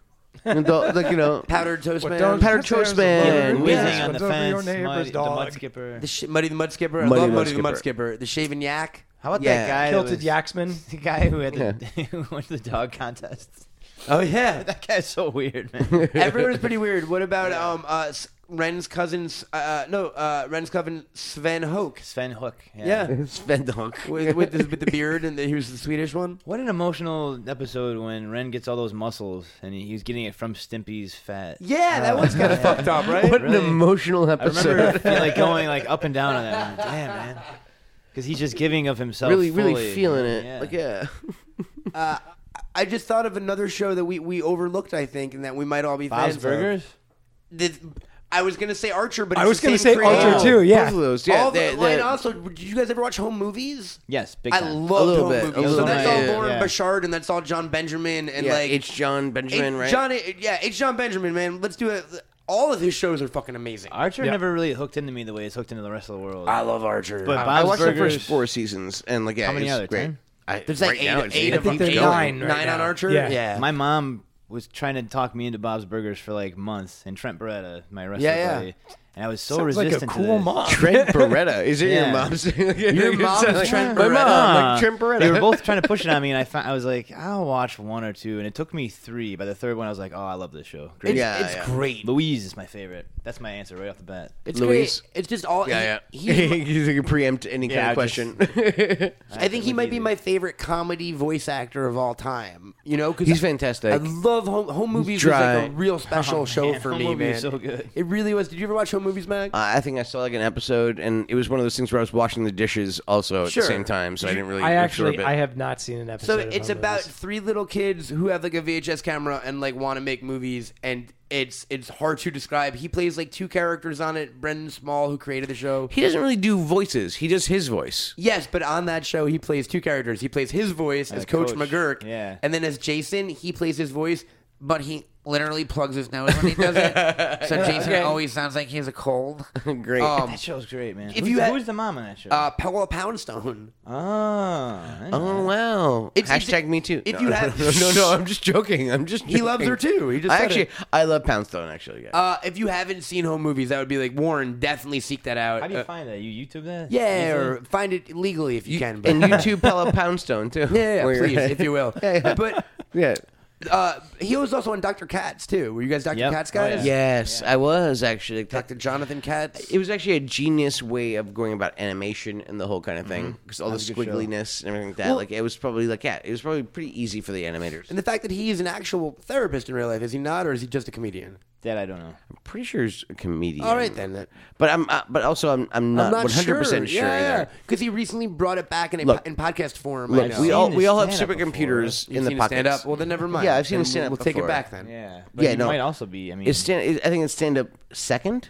[SPEAKER 2] And the- like you know,
[SPEAKER 3] Powdered Toast Man,
[SPEAKER 4] don't
[SPEAKER 2] Powdered
[SPEAKER 4] put theirs
[SPEAKER 2] Toast Man.
[SPEAKER 4] above
[SPEAKER 2] Yeah.
[SPEAKER 5] Whizzing
[SPEAKER 4] yours,
[SPEAKER 5] on the
[SPEAKER 4] what's over your
[SPEAKER 5] fence,
[SPEAKER 4] neighbor's
[SPEAKER 5] muddy, the mud
[SPEAKER 4] dog.
[SPEAKER 5] skipper.
[SPEAKER 3] the sh- Muddy the Mud Skipper.
[SPEAKER 2] Muddy
[SPEAKER 3] I love
[SPEAKER 2] Mud
[SPEAKER 3] Muddy the Mud
[SPEAKER 2] Skipper.
[SPEAKER 3] Skipper. The Shaven Yak.
[SPEAKER 5] How about
[SPEAKER 2] Yeah.
[SPEAKER 5] that guy? that
[SPEAKER 4] Kilted
[SPEAKER 5] was-
[SPEAKER 4] Yaxman.
[SPEAKER 5] The guy who had the who went to the dog contest.
[SPEAKER 3] Oh yeah,
[SPEAKER 5] That guy's so weird, man.
[SPEAKER 3] everyone's pretty weird. What about um uh, S- Ren's cousin? S- Uh, no, uh, Ren's cousin Sven Hoke.
[SPEAKER 5] Sven Hook.
[SPEAKER 3] Yeah,
[SPEAKER 2] Sven Dunk.
[SPEAKER 3] with with, the, with the beard, and the, he was the Swedish one.
[SPEAKER 5] What an emotional episode when Ren gets all those muscles and he, he's getting it from Stimpy's fat.
[SPEAKER 3] Yeah, that was kind of fucked up, right?
[SPEAKER 2] What an
[SPEAKER 5] Really?
[SPEAKER 2] emotional
[SPEAKER 5] I remember
[SPEAKER 2] episode.
[SPEAKER 5] feel like going like up and down on that. One. Damn, man. Because he's just giving of himself.
[SPEAKER 2] Really, really
[SPEAKER 5] fully.
[SPEAKER 2] feeling it.
[SPEAKER 5] Yeah.
[SPEAKER 2] Like yeah.
[SPEAKER 3] I just thought of another show that we, we overlooked, I think, and that we might all be
[SPEAKER 5] Bob's
[SPEAKER 3] fans of.
[SPEAKER 5] Burgers.
[SPEAKER 3] The- I was gonna say Archer, but
[SPEAKER 4] I
[SPEAKER 3] it's
[SPEAKER 4] was
[SPEAKER 3] the
[SPEAKER 4] gonna
[SPEAKER 3] same
[SPEAKER 4] say Archer,
[SPEAKER 3] creator.
[SPEAKER 4] too. yeah.
[SPEAKER 2] Both of those. Yeah.
[SPEAKER 3] all
[SPEAKER 2] they-
[SPEAKER 3] the,
[SPEAKER 2] they-
[SPEAKER 3] and also, did you guys ever watch Home Movies?
[SPEAKER 5] Yes, big
[SPEAKER 3] I
[SPEAKER 5] time.
[SPEAKER 2] A
[SPEAKER 3] loved
[SPEAKER 2] little
[SPEAKER 3] Home
[SPEAKER 2] bit, a
[SPEAKER 3] Movies.
[SPEAKER 2] little
[SPEAKER 3] so that's
[SPEAKER 2] bit,
[SPEAKER 3] all
[SPEAKER 2] yeah,
[SPEAKER 3] Lauren
[SPEAKER 5] yeah.
[SPEAKER 3] Bashard and that's all John Benjamin and
[SPEAKER 2] yeah,
[SPEAKER 3] like
[SPEAKER 2] H. John Benjamin,
[SPEAKER 3] it-
[SPEAKER 2] right?
[SPEAKER 3] John, yeah, it's John Benjamin, man. Let's do it. All of his shows are fucking amazing.
[SPEAKER 5] Archer never really hooked into me the way it's hooked into the rest of the world.
[SPEAKER 3] I love Archer.
[SPEAKER 5] but Bob's
[SPEAKER 2] I watched the
[SPEAKER 5] Burgers.
[SPEAKER 2] first four seasons, and like yeah,
[SPEAKER 5] How many
[SPEAKER 2] it's
[SPEAKER 5] are there,
[SPEAKER 2] great.
[SPEAKER 5] 10?
[SPEAKER 2] I,
[SPEAKER 3] There's like
[SPEAKER 2] right
[SPEAKER 3] eight,
[SPEAKER 2] now
[SPEAKER 3] eight,
[SPEAKER 2] it's
[SPEAKER 3] of
[SPEAKER 4] think
[SPEAKER 3] them.
[SPEAKER 4] there's
[SPEAKER 3] Eight-
[SPEAKER 4] nine right
[SPEAKER 3] nine on
[SPEAKER 4] now.
[SPEAKER 3] Archer.
[SPEAKER 4] Yeah.
[SPEAKER 5] My mom was trying to talk me into Bob's Burgers for like months, and Trent Beretta, my wrestler
[SPEAKER 3] Yeah, yeah.
[SPEAKER 5] buddy, and I was so
[SPEAKER 4] Sounds like
[SPEAKER 5] resistant
[SPEAKER 4] a
[SPEAKER 5] to
[SPEAKER 4] cool
[SPEAKER 5] this.
[SPEAKER 4] mom.
[SPEAKER 2] Trent Beretta. Is it your
[SPEAKER 5] Yeah.
[SPEAKER 2] mom's?
[SPEAKER 3] Your
[SPEAKER 2] your
[SPEAKER 3] mom's Trent
[SPEAKER 2] My
[SPEAKER 3] Beretta.
[SPEAKER 2] mom,
[SPEAKER 5] Uh,
[SPEAKER 2] like Trent Beretta.
[SPEAKER 5] They were both trying to push it on me, and I found, I was like, I'll watch one or two, and it took me three. By the third one, I was like, Oh, I love this show. Great.
[SPEAKER 3] It's,
[SPEAKER 2] Yeah,
[SPEAKER 3] it's
[SPEAKER 2] yeah.
[SPEAKER 3] great.
[SPEAKER 5] Louise is my favorite. That's my answer right off the bat.
[SPEAKER 3] It's
[SPEAKER 2] Louise.
[SPEAKER 3] great. It's just all.
[SPEAKER 2] Yeah,
[SPEAKER 3] he-
[SPEAKER 2] yeah.
[SPEAKER 3] he's-
[SPEAKER 2] He's like a preempt any
[SPEAKER 5] Yeah,
[SPEAKER 2] kind of question.
[SPEAKER 3] I think he might be my favorite comedy voice actor of all time. You know, because
[SPEAKER 2] He's fantastic.
[SPEAKER 3] I love home, home movies. Was
[SPEAKER 2] dry.
[SPEAKER 3] like a real special show for
[SPEAKER 5] Oh, Home
[SPEAKER 3] me,
[SPEAKER 5] Movies
[SPEAKER 3] man.
[SPEAKER 5] is so good.
[SPEAKER 3] It really was. Did you ever watch Home Movies, Mac?
[SPEAKER 2] Uh, I think I saw like an episode, and it was one of those things where I was washing the dishes also at
[SPEAKER 3] Sure.
[SPEAKER 2] the same time, so I didn't really.
[SPEAKER 4] I
[SPEAKER 2] absorb
[SPEAKER 4] actually,
[SPEAKER 2] it.
[SPEAKER 4] I have not seen an episode.
[SPEAKER 3] so
[SPEAKER 4] of
[SPEAKER 3] it's
[SPEAKER 4] Home
[SPEAKER 3] about
[SPEAKER 4] Movies.
[SPEAKER 3] three little kids who have like a VHS camera and like want to make movies, and it's it's hard to describe. He plays like two characters on it. Brendan Small, who created the show.
[SPEAKER 2] He doesn't really do voices. He does his voice.
[SPEAKER 3] Yes, but on that show, he plays two characters. He plays his voice as Coach,
[SPEAKER 5] Uh, Coach,
[SPEAKER 3] McGurk,
[SPEAKER 5] yeah.
[SPEAKER 3] and then as Jason, he plays his voice, but he literally plugs his nose when he does it. so Jason always sounds like he has a cold.
[SPEAKER 2] Great.
[SPEAKER 3] Um,
[SPEAKER 5] That show's great, man. If
[SPEAKER 3] If
[SPEAKER 5] who's,
[SPEAKER 3] you
[SPEAKER 5] you
[SPEAKER 3] had-
[SPEAKER 5] who's the mom on that show?
[SPEAKER 3] uh, Paula Poundstone.
[SPEAKER 5] oh,
[SPEAKER 2] oh wow!
[SPEAKER 3] It's-
[SPEAKER 2] Hashtag
[SPEAKER 3] it's-
[SPEAKER 2] me too.
[SPEAKER 3] if
[SPEAKER 2] no,
[SPEAKER 3] you
[SPEAKER 2] no,
[SPEAKER 3] have-
[SPEAKER 2] no, no, no, I'm just joking. I'm just. Joking.
[SPEAKER 3] He loves her too. He just
[SPEAKER 2] I
[SPEAKER 3] said
[SPEAKER 2] actually,
[SPEAKER 3] it.
[SPEAKER 2] I love Poundstone. Actually, yeah.
[SPEAKER 3] Uh, if you haven't seen home movies, that would be like Warren. Definitely seek that out.
[SPEAKER 5] how do
[SPEAKER 3] Uh,
[SPEAKER 5] you find that? You YouTube that?
[SPEAKER 3] yeah,
[SPEAKER 5] Easily?
[SPEAKER 3] or find it legally if you, can. But
[SPEAKER 2] and YouTube Pella Poundstone too.
[SPEAKER 3] yeah, yeah,
[SPEAKER 2] Where you're-
[SPEAKER 3] please, if you will.
[SPEAKER 2] yeah.
[SPEAKER 3] But
[SPEAKER 2] yeah.
[SPEAKER 3] uh, he was also on Dr. Katz too. Were you guys Dr.
[SPEAKER 5] Yep.
[SPEAKER 3] Katz
[SPEAKER 5] Oh,
[SPEAKER 3] guys?
[SPEAKER 5] yeah.
[SPEAKER 2] Yes, I was actually.
[SPEAKER 3] Dr. Jonathan Katz.
[SPEAKER 2] It was actually a genius way of going about animation and the whole kind of thing because all the
[SPEAKER 5] a good show.
[SPEAKER 2] squiggliness and everything like that.
[SPEAKER 3] Well-
[SPEAKER 2] like it was probably like yeah, it was probably pretty easy for the animators.
[SPEAKER 3] And the fact that he is an actual therapist in real life, is he not, or is he just a comedian?
[SPEAKER 5] that I don't know.
[SPEAKER 2] pretty sure he's a comedian.
[SPEAKER 3] All right, then.
[SPEAKER 2] But I'm uh, but also I'm I'm
[SPEAKER 3] I'm
[SPEAKER 2] not
[SPEAKER 3] not
[SPEAKER 2] one hundred
[SPEAKER 3] 100%
[SPEAKER 2] percent sure. either.
[SPEAKER 3] Because he recently brought it back in, a
[SPEAKER 2] Look.
[SPEAKER 3] po- in podcast form. I
[SPEAKER 2] Look,
[SPEAKER 3] know.
[SPEAKER 2] we all
[SPEAKER 5] seen
[SPEAKER 2] we
[SPEAKER 5] his
[SPEAKER 2] all have
[SPEAKER 5] stand-up
[SPEAKER 2] supercomputers
[SPEAKER 3] You've
[SPEAKER 2] in the
[SPEAKER 3] seen his
[SPEAKER 2] pockets.
[SPEAKER 3] stand up. Well, then never mind.
[SPEAKER 2] Yeah, I've seen
[SPEAKER 3] Then
[SPEAKER 2] his stand-up
[SPEAKER 3] We'll take it
[SPEAKER 2] before.
[SPEAKER 3] back then.
[SPEAKER 5] Yeah, but
[SPEAKER 2] Yeah,
[SPEAKER 5] you
[SPEAKER 2] no.
[SPEAKER 5] might also be. I mean,
[SPEAKER 2] It's stand, I think it's stand up second.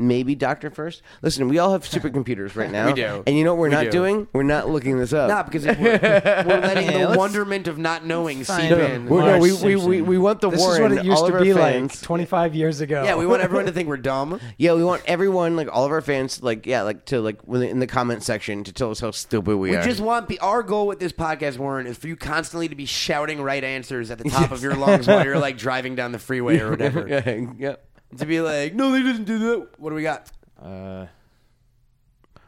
[SPEAKER 2] maybe Doctor First. Listen, we all have supercomputers right now.
[SPEAKER 3] We do.
[SPEAKER 2] And you know what we're
[SPEAKER 3] We
[SPEAKER 2] not
[SPEAKER 3] do.
[SPEAKER 2] doing? We're not looking this up.
[SPEAKER 3] Nah, because if we're, we're letting
[SPEAKER 5] Yeah,
[SPEAKER 3] the
[SPEAKER 5] let's
[SPEAKER 3] wonderment of not knowing
[SPEAKER 5] find
[SPEAKER 3] seep
[SPEAKER 5] out.
[SPEAKER 3] in.
[SPEAKER 2] We're- no,
[SPEAKER 5] Marge
[SPEAKER 2] we, we, we,
[SPEAKER 5] Simpson.
[SPEAKER 2] we want the
[SPEAKER 4] This
[SPEAKER 2] Warren.
[SPEAKER 4] is what it used
[SPEAKER 2] all
[SPEAKER 4] to
[SPEAKER 2] of our
[SPEAKER 4] be like
[SPEAKER 2] fans.
[SPEAKER 4] 25 years ago.
[SPEAKER 3] yeah, we want everyone to think we're dumb.
[SPEAKER 2] Yeah, we want everyone, like all of our fans, like yeah, like to like when- in the comment section to tell us how stupid we,
[SPEAKER 3] We
[SPEAKER 2] are.
[SPEAKER 3] just want pe- our goal with this podcast, Warren, is for you constantly to be shouting right answers at the top of your lungs while you're like driving down the freeway or whatever.
[SPEAKER 2] yeah, yeah.
[SPEAKER 3] To be like, no, they didn't do that. What do we got?
[SPEAKER 5] Uh,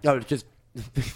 [SPEAKER 3] Oh, it's just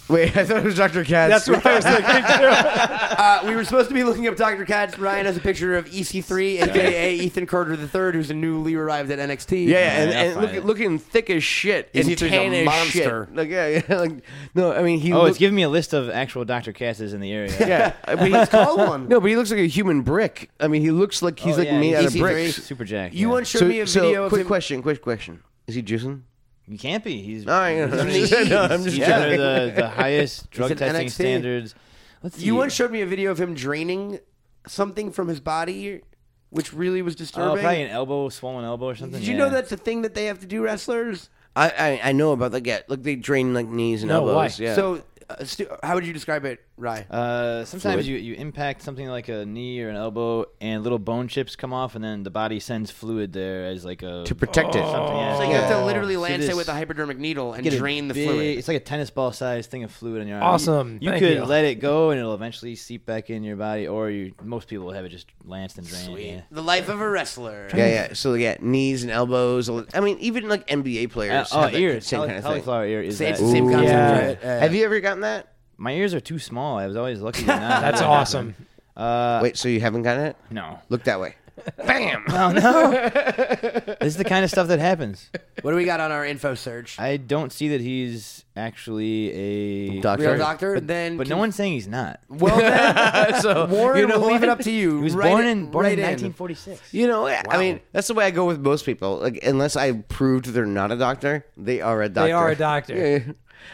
[SPEAKER 2] Wait, I thought it was Doctor Katz.
[SPEAKER 4] That's what I was thinking too.
[SPEAKER 3] uh, we were supposed to be looking up Dr. Katz. Ryan has a picture of E EC3, aka Ethan Carter III, who's a newly arrived at NXT.
[SPEAKER 2] Yeah, and,
[SPEAKER 5] Yeah,
[SPEAKER 2] and
[SPEAKER 5] I'll find
[SPEAKER 2] look,
[SPEAKER 5] it.
[SPEAKER 2] looking thick as shit.
[SPEAKER 3] Is
[SPEAKER 2] and
[SPEAKER 3] he through the
[SPEAKER 2] tan as
[SPEAKER 3] monster?
[SPEAKER 2] Shit. Like yeah, yeah. Like no, I mean he.
[SPEAKER 5] oh, it's
[SPEAKER 2] look-
[SPEAKER 5] giving me a list of actual Dr. Casses in the area. Oh,
[SPEAKER 2] yeah, I mean, he's
[SPEAKER 3] Call one.
[SPEAKER 2] No, but he looks like a human brick. I mean, he looks like he's
[SPEAKER 5] Oh,
[SPEAKER 2] like
[SPEAKER 5] yeah,
[SPEAKER 2] made
[SPEAKER 5] he's
[SPEAKER 2] out of
[SPEAKER 5] EC3.
[SPEAKER 2] bricks.
[SPEAKER 5] Super Jack.
[SPEAKER 3] You
[SPEAKER 5] yeah.
[SPEAKER 3] once showed me a
[SPEAKER 2] so,
[SPEAKER 3] video
[SPEAKER 2] quick
[SPEAKER 3] of him.
[SPEAKER 2] question. Quick question. Is he juicing?
[SPEAKER 5] You can't be. He's.
[SPEAKER 2] All right, no, I'm just- no, I'm just
[SPEAKER 5] he's under the,
[SPEAKER 2] joking.
[SPEAKER 5] the highest drug
[SPEAKER 3] an
[SPEAKER 5] testing
[SPEAKER 3] NXT.
[SPEAKER 5] standards. Let's see.
[SPEAKER 3] You once showed me a video of him draining something from his body, which really was
[SPEAKER 5] Oh,
[SPEAKER 3] disturbing.
[SPEAKER 5] probably an elbow, swollen elbow or something.
[SPEAKER 3] Did you know
[SPEAKER 5] yeah.
[SPEAKER 3] that's a thing that they have to do, wrestlers?
[SPEAKER 2] I, I I know about like yeah, like they drain like knees and
[SPEAKER 4] No, why?
[SPEAKER 2] elbows. Yeah.
[SPEAKER 3] So, uh, Stu, how would you describe it, Rye?
[SPEAKER 5] Uh, sometimes
[SPEAKER 2] Fluid.
[SPEAKER 5] you, you impact something like a knee or an elbow, and little bone chips come off, and then the body sends fluid there as like a
[SPEAKER 2] to Oh. protect
[SPEAKER 5] something.
[SPEAKER 2] it.
[SPEAKER 3] so
[SPEAKER 5] Yeah.
[SPEAKER 3] you have to literally
[SPEAKER 5] So
[SPEAKER 3] lance
[SPEAKER 5] this-
[SPEAKER 3] it with a hypodermic needle and
[SPEAKER 5] get a
[SPEAKER 3] drain the
[SPEAKER 5] big-
[SPEAKER 3] fluid.
[SPEAKER 5] It's like a tennis ball sized thing of fluid in your arm.
[SPEAKER 4] Awesome.
[SPEAKER 5] You, you
[SPEAKER 4] Thank
[SPEAKER 5] could
[SPEAKER 4] you.
[SPEAKER 5] let it go, and it'll eventually seep back in your body, or you. Most people have it just lanced and drained. yeah.
[SPEAKER 3] The life of a wrestler.
[SPEAKER 2] Yeah, yeah. So yeah, knees and elbows. I mean, even like NBA
[SPEAKER 5] Uh,
[SPEAKER 2] players.
[SPEAKER 5] oh,
[SPEAKER 2] have that
[SPEAKER 5] ears.
[SPEAKER 2] Same
[SPEAKER 5] Cauli-
[SPEAKER 2] kind of thing.
[SPEAKER 5] cauliflower ear is
[SPEAKER 3] Same-
[SPEAKER 5] that.
[SPEAKER 3] same concept,
[SPEAKER 4] yeah.
[SPEAKER 3] right? Uh,
[SPEAKER 2] Have you ever gotten that?
[SPEAKER 5] My ears are too small. I was always lucky to not.
[SPEAKER 4] That's awesome.
[SPEAKER 2] Wait, so you haven't gotten it?
[SPEAKER 5] No.
[SPEAKER 2] Look that way.
[SPEAKER 5] Oh no. this is the kind of stuff that happens.
[SPEAKER 3] what do we got on our info search?
[SPEAKER 5] I don't see that he's actually a
[SPEAKER 2] Doctor.
[SPEAKER 3] Real doctor? then
[SPEAKER 5] But
[SPEAKER 3] can-
[SPEAKER 5] no one's saying he's not.
[SPEAKER 3] Well then, Warren, we'll leave it up to you.
[SPEAKER 5] He was
[SPEAKER 3] Write
[SPEAKER 5] born
[SPEAKER 3] it-
[SPEAKER 5] in born
[SPEAKER 3] write
[SPEAKER 5] in
[SPEAKER 3] in.
[SPEAKER 5] 1946.
[SPEAKER 2] You know, I- I mean, that's the way I go with most people. Like, unless I proved they're not a doctor, they are a doctor.
[SPEAKER 4] They are a doctor.
[SPEAKER 2] Yeah.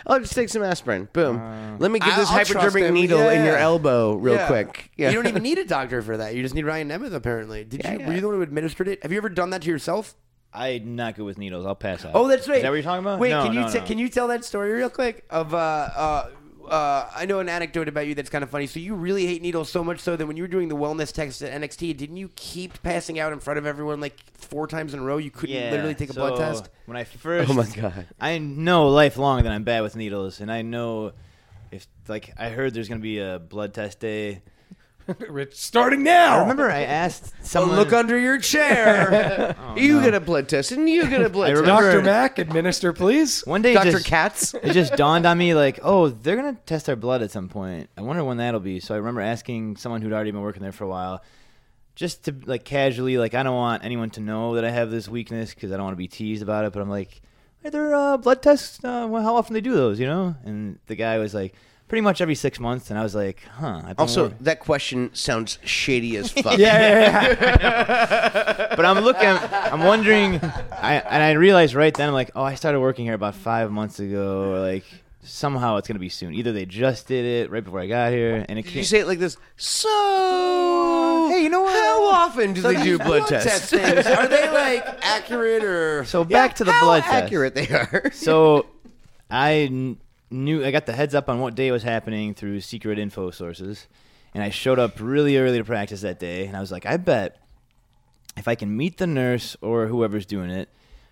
[SPEAKER 2] I'll just take some aspirin. Boom. Let me get
[SPEAKER 3] I-
[SPEAKER 2] this
[SPEAKER 3] I'll trust
[SPEAKER 2] hypodermic
[SPEAKER 3] him.
[SPEAKER 2] needle in
[SPEAKER 3] Yeah.
[SPEAKER 2] your elbow real
[SPEAKER 3] Yeah.
[SPEAKER 2] quick. Yeah.
[SPEAKER 3] You don't even need a doctor for that. You just need Ryan Nemeth, apparently. Did you?
[SPEAKER 2] yeah.
[SPEAKER 3] Were you the one who administered it? Have you ever done that to yourself?
[SPEAKER 5] I'm not good with needles. I'll pass out.
[SPEAKER 3] Oh, that's right.
[SPEAKER 5] Is that what you're talking about?
[SPEAKER 3] Wait,
[SPEAKER 5] No,
[SPEAKER 3] can you
[SPEAKER 5] no,
[SPEAKER 3] te-
[SPEAKER 5] no.
[SPEAKER 3] can you tell that story real quick? Of uh, uh, uh, I know an anecdote about you that's kind of funny. So you really hate needles so much so that when you were doing the wellness test at NXT, didn't you keep passing out in front of everyone like four times in a row? You couldn't
[SPEAKER 5] Yeah,
[SPEAKER 3] literally take a
[SPEAKER 5] so
[SPEAKER 3] blood test.
[SPEAKER 5] When I first,
[SPEAKER 2] Oh, my God.
[SPEAKER 5] I know lifelong that I'm bad with needles, and I know if like I heard there's gonna be a blood test day.
[SPEAKER 4] Rich, starting now.
[SPEAKER 5] I remember I asked someone.
[SPEAKER 3] Look under your chair.
[SPEAKER 2] you get a blood test and you get a blood
[SPEAKER 5] I
[SPEAKER 2] test.
[SPEAKER 5] remember-
[SPEAKER 4] Dr. Mack, administer, please.
[SPEAKER 5] one day,
[SPEAKER 2] Dr.
[SPEAKER 5] just-
[SPEAKER 2] Katz?
[SPEAKER 5] it just dawned on me like, oh, they're gonna test our blood at some point. I wonder when that'll be. So I remember asking someone who'd already been working there for a while, just to like casually, like I don't want anyone to know that I have this weakness because I don't want to be teased about it. But I'm like, are there uh, blood tests? Uh, well, how often they do those? You know? And the guy was like, pretty much every six months. And I was like, huh. I've been
[SPEAKER 2] Also,
[SPEAKER 5] wor-
[SPEAKER 2] that question sounds shady as fuck.
[SPEAKER 5] but I'm looking, I'm wondering, I, and I realized right then, I'm like, oh, I started working here about five months ago, or like somehow it's gonna be soon. Either they just did it right before I got here, and it
[SPEAKER 2] Did you
[SPEAKER 5] came.
[SPEAKER 2] say it like this? So, hey, you know what? How often do they do blood,
[SPEAKER 3] test
[SPEAKER 2] tests?
[SPEAKER 3] things. Are they like accurate or?
[SPEAKER 5] So back to the
[SPEAKER 2] How
[SPEAKER 5] blood test.
[SPEAKER 2] accurate they are.
[SPEAKER 5] So I kn- knew I got the heads up on what day it was happening through secret info sources, and I showed up really early to practice that day, and I was like, I bet if I can meet the nurse or whoever's doing it.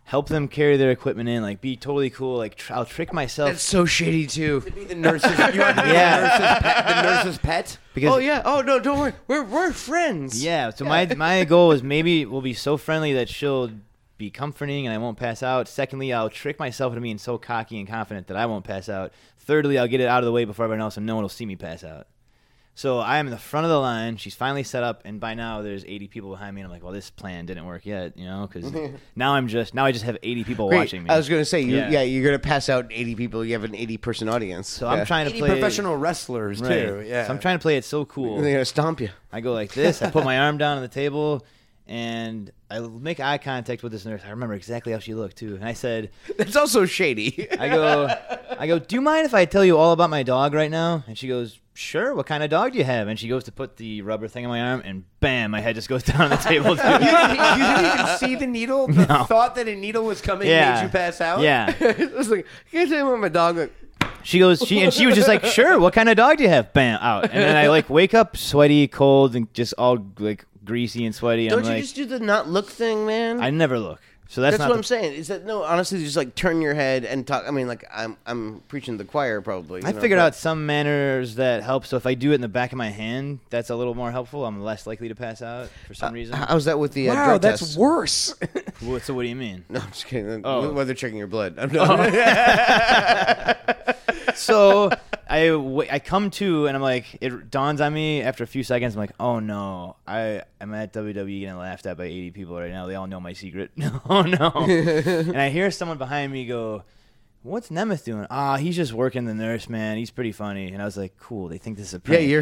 [SPEAKER 5] Help them carry their equipment in, like be totally cool. Like tr- I'll trick myself.
[SPEAKER 2] That's so shady too.
[SPEAKER 3] Be the nurse's, you are to be
[SPEAKER 5] Yeah.
[SPEAKER 3] the, nurse's pet, the nurse's pet.
[SPEAKER 5] because
[SPEAKER 2] oh yeah. Oh no, don't worry. We're we're friends.
[SPEAKER 5] Yeah. So my my goal is maybe we'll be so friendly that she'll be comforting and I won't pass out. Secondly, I'll trick myself into being so cocky and confident that I won't pass out. Thirdly, I'll get it out of the way before everyone else, and no one will see me pass out. So I am in the front of the line. She's finally set up, and by now there's 80 people behind me, and I'm like, "Well, this plan didn't work yet," you know, because now I'm just now I just have 80 people
[SPEAKER 2] Great.
[SPEAKER 5] watching me.
[SPEAKER 2] I was gonna say, you, yeah.
[SPEAKER 5] Yeah.
[SPEAKER 2] you're gonna pass out 80 people. You have an 80 person audience.
[SPEAKER 5] so I'm trying to
[SPEAKER 3] Any
[SPEAKER 5] play
[SPEAKER 3] professional wrestlers
[SPEAKER 5] Right.
[SPEAKER 3] too. Yeah.
[SPEAKER 5] So I'm trying to play it so cool.
[SPEAKER 2] They're gonna stomp you.
[SPEAKER 5] I go like this. I put my arm down on the table, and I make eye contact with this nurse. I remember exactly how she looked too. And I said,
[SPEAKER 2] That's also shady.
[SPEAKER 5] I go, I go. Do you mind if I tell you all about my dog right now? And she goes, Sure. What kind of dog do you have? And she goes to put the rubber thing on my arm, and bam, my head just goes down on the table. Too.
[SPEAKER 3] You didn't, you didn't even see the needle. The thought that a needle was coming
[SPEAKER 5] Yeah.
[SPEAKER 3] made you pass out.
[SPEAKER 5] Yeah.
[SPEAKER 2] it was like, can I tell you about my dog? Like,
[SPEAKER 5] She goes, she and she was just like, sure. What kind of dog do you have? Bam, out. And then I like wake up sweaty, cold, and just all like greasy and sweaty.
[SPEAKER 2] Don't
[SPEAKER 5] I'm
[SPEAKER 2] you
[SPEAKER 5] like,
[SPEAKER 2] just do the not look thing, man?
[SPEAKER 5] I never look. So that's,
[SPEAKER 2] That's
[SPEAKER 5] not
[SPEAKER 2] what
[SPEAKER 5] the-
[SPEAKER 2] I'm saying. Is that no? Honestly, just like turn your head and talk. I mean, like I'm I'm preaching to the choir probably.
[SPEAKER 5] I
[SPEAKER 2] you know,
[SPEAKER 5] figured
[SPEAKER 2] but-
[SPEAKER 5] out some manners that help. So if I do it in the back of my hand, that's a little more helpful. I'm less likely to pass out for some reason.
[SPEAKER 2] How's that with the uh,
[SPEAKER 4] Wow,
[SPEAKER 2] drug
[SPEAKER 4] that's
[SPEAKER 2] test?
[SPEAKER 4] worse.
[SPEAKER 5] What- so what do you mean?
[SPEAKER 2] no, I'm just kidding. Oh. Whether checking your blood, I'm not.
[SPEAKER 5] Oh. so I, w- I come to and I'm like, it dawns on me after a few seconds. I'm like, oh no, I I'm at WWE getting laughed at by 80 people right now. They all know my secret. oh no, and I hear someone behind me go. What's Nemeth doing? Ah, he's just working the nurse, man. He's pretty funny. And I was like, cool. They think this is a
[SPEAKER 2] yeah,
[SPEAKER 5] prank.
[SPEAKER 2] you're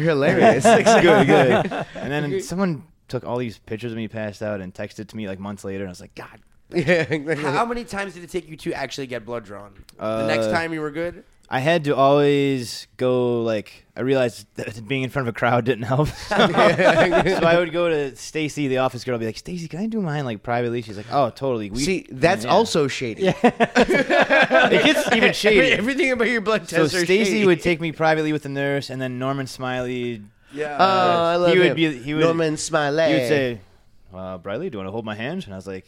[SPEAKER 2] hilarious.
[SPEAKER 5] good, good. And then someone took all these pictures of me passed out and texted to me like months later. And I was like, God,
[SPEAKER 3] How
[SPEAKER 2] yeah,
[SPEAKER 3] many times did it take you to actually get blood drawn? the next time you were good.
[SPEAKER 5] I had to always go like I realized that being in front of a crowd didn't help. so I would go to Stacy, the office girl, and be like, Stacy, can I do mine like privately? She's like, Oh, totally. We,
[SPEAKER 2] see, that's
[SPEAKER 5] Yeah.
[SPEAKER 2] also shady.
[SPEAKER 5] it gets even shady.
[SPEAKER 2] Everything about your blood
[SPEAKER 5] So
[SPEAKER 2] test. are
[SPEAKER 5] Stacy
[SPEAKER 2] shady.
[SPEAKER 5] would take me privately with the nurse, and then Norman Smiley,
[SPEAKER 3] Yeah.
[SPEAKER 2] Oh, I love
[SPEAKER 5] would
[SPEAKER 2] him.
[SPEAKER 5] be- uh, he would-
[SPEAKER 2] Norman Smiley.
[SPEAKER 5] he would say, uh, Briley, do you want to hold my hand? And I was like,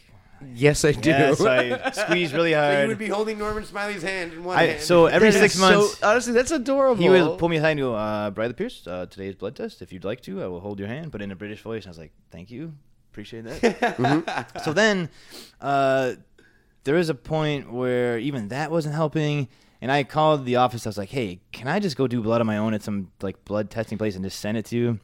[SPEAKER 2] "Yes, I do."
[SPEAKER 5] Yeah. So I squeezed really hard.
[SPEAKER 3] you would be holding Norman Smiley's hand in one
[SPEAKER 5] I,
[SPEAKER 3] hand.
[SPEAKER 5] so every
[SPEAKER 2] That
[SPEAKER 5] six
[SPEAKER 2] is
[SPEAKER 5] months,
[SPEAKER 2] So, honestly, that's adorable.
[SPEAKER 5] He would pull me aside and go, uh, Bradley Pierce, uh, today's blood test. If you'd like to, I will hold your hand, but in a British voice. And I was like, thank you. Appreciate that. So then uh, there is a point where even that wasn't helping. And I called the office. I was like, hey, can I just go do blood on my own at some like blood testing place and just send it to you?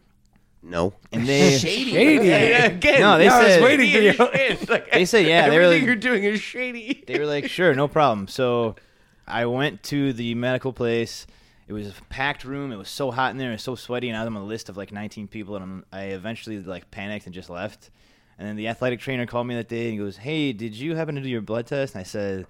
[SPEAKER 2] No.
[SPEAKER 5] And they,
[SPEAKER 4] Shady.
[SPEAKER 2] Again,
[SPEAKER 5] No, they
[SPEAKER 2] I was
[SPEAKER 5] said-
[SPEAKER 2] waiting for you. Like,
[SPEAKER 5] they said, yeah, they were
[SPEAKER 2] everything
[SPEAKER 5] like,
[SPEAKER 2] you're doing is shady.
[SPEAKER 5] they were like, sure, no problem. So I went to the medical place. It was a packed room. It was so hot in there. It was so sweaty. And I was on a list of like 19 people. And I'm, I eventually like panicked and just left. And then the athletic trainer called me that day and he goes, hey, did you happen to do your blood test? And I said,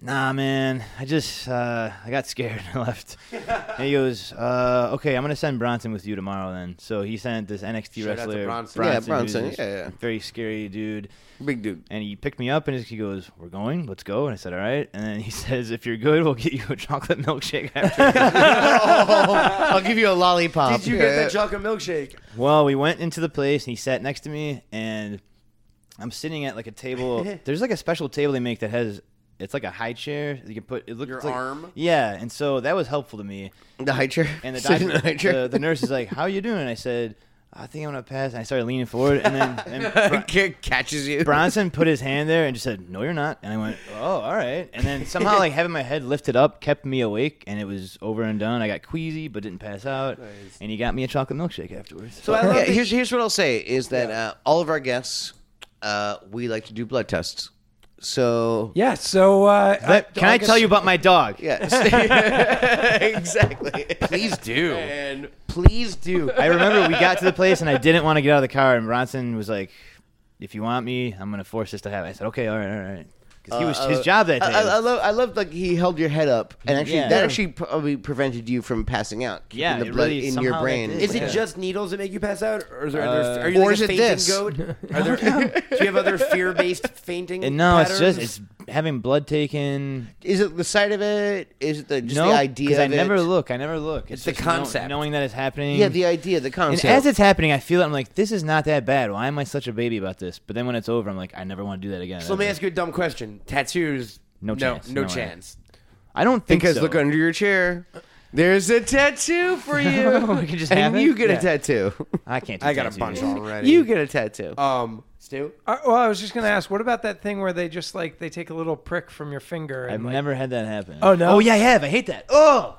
[SPEAKER 5] nah, man. I just, uh, I got scared and I left. and he goes, uh, okay, I'm going to send Bronson with you tomorrow then. So he sent this NXT
[SPEAKER 3] Shout out to
[SPEAKER 5] wrestler.
[SPEAKER 3] Bronson.
[SPEAKER 2] Yeah,
[SPEAKER 5] who's
[SPEAKER 2] Bronson.
[SPEAKER 5] this
[SPEAKER 2] Yeah, yeah.
[SPEAKER 5] Very scary dude.
[SPEAKER 2] Big dude.
[SPEAKER 5] And he picked me up and he goes, "We're going, let's go." And I said, "All right." And then he says, "If you're good, we'll get you a chocolate milkshake." After.
[SPEAKER 2] Oh, I'll give you a lollipop.
[SPEAKER 3] did you get that chocolate milkshake?
[SPEAKER 5] well, we went into the place and he sat next to me, and I'm sitting at like a table. There's like a special table they make that has it's like a high chair. You can put it looks
[SPEAKER 3] Your
[SPEAKER 5] like-
[SPEAKER 3] arm?
[SPEAKER 5] Yeah, and so that was helpful to me.
[SPEAKER 2] the high chair?
[SPEAKER 5] And the,
[SPEAKER 2] Sit in
[SPEAKER 5] doctor,
[SPEAKER 2] high chair?
[SPEAKER 5] the, the nurse is like, "How you doing?" And I said, "I think I'm gonna pass." And I started leaning forward, and then and Bri-
[SPEAKER 2] Kid catches you.
[SPEAKER 5] Bronson put his hand there and just said, "No, you're not." And I went, "Oh, all right." And then somehow, like having my head lifted up, kept me awake, and it was over and done. I got queasy, but didn't pass out. And he got me a chocolate milkshake afterwards.
[SPEAKER 3] So I love
[SPEAKER 2] Yeah,
[SPEAKER 3] that-
[SPEAKER 2] here's here's what I'll say is that uh, all of our guests, uh, we like to do blood tests. So
[SPEAKER 4] Yeah. So uh,
[SPEAKER 5] That- can I, tell you about my dog?
[SPEAKER 2] yeah, exactly. Please do, and please do.
[SPEAKER 5] I remember we got to the place, and I didn't want to get out of the car, and Bronson was like, "If you want me, I'm gonna force this to happen." I said, "Okay, all right, all right." Because he was his job that day.
[SPEAKER 2] Uh, I, I, I love, I love, like he held your head up, and actually,
[SPEAKER 5] Yeah.
[SPEAKER 2] that actually probably prevented you from passing out. keeping
[SPEAKER 5] Yeah,
[SPEAKER 2] the
[SPEAKER 5] it
[SPEAKER 2] blood
[SPEAKER 5] really-
[SPEAKER 2] in
[SPEAKER 5] somehow
[SPEAKER 2] your
[SPEAKER 5] that
[SPEAKER 2] brain.
[SPEAKER 5] did.
[SPEAKER 3] Is it
[SPEAKER 5] Yeah.
[SPEAKER 3] just needles that make you pass out, or is there? are, there
[SPEAKER 5] Uh,
[SPEAKER 3] are you like
[SPEAKER 2] Or
[SPEAKER 3] a
[SPEAKER 2] is it
[SPEAKER 3] fainting
[SPEAKER 2] this?
[SPEAKER 3] goat? Are there, do you have other fear-based fainting?
[SPEAKER 5] and no, it's
[SPEAKER 3] patterns?
[SPEAKER 5] just it's having blood taken.
[SPEAKER 2] Is it the sight of it? Is it the, just
[SPEAKER 5] no,
[SPEAKER 2] the
[SPEAKER 5] 'cause
[SPEAKER 2] idea?
[SPEAKER 5] I
[SPEAKER 2] of
[SPEAKER 5] never
[SPEAKER 2] it?
[SPEAKER 5] look. I never look. It's,
[SPEAKER 3] the
[SPEAKER 5] just know-
[SPEAKER 3] concept.
[SPEAKER 5] knowing that it's happening.
[SPEAKER 2] Yeah, the idea, the
[SPEAKER 5] And
[SPEAKER 2] concept.
[SPEAKER 5] as it's happening, I feel it. I'm like, this is not that bad. Why am I such a baby about this? But then when it's over, I'm like, I never want to do that again.
[SPEAKER 3] So let me ask you a dumb question: Tattoos?
[SPEAKER 5] No chance,
[SPEAKER 3] No,
[SPEAKER 5] no way.
[SPEAKER 3] chance.
[SPEAKER 5] I don't think
[SPEAKER 2] because
[SPEAKER 5] so.
[SPEAKER 2] look under your chair. There's a tattoo for you.
[SPEAKER 5] We can just have
[SPEAKER 2] and
[SPEAKER 5] it?
[SPEAKER 2] you get
[SPEAKER 5] Yeah.
[SPEAKER 2] a tattoo.
[SPEAKER 5] I can't. Do
[SPEAKER 3] I got a
[SPEAKER 5] tattoos.
[SPEAKER 3] bunch already.
[SPEAKER 2] You get a tattoo.
[SPEAKER 5] Oh.
[SPEAKER 3] um, Stu.
[SPEAKER 4] Uh, well, I was just gonna ask, what about that thing where they just like they take a little prick from your finger? And,
[SPEAKER 5] I've
[SPEAKER 4] like-
[SPEAKER 5] never had that happen.
[SPEAKER 4] Oh, no?
[SPEAKER 5] Oh yeah, I have. I hate that. Oh,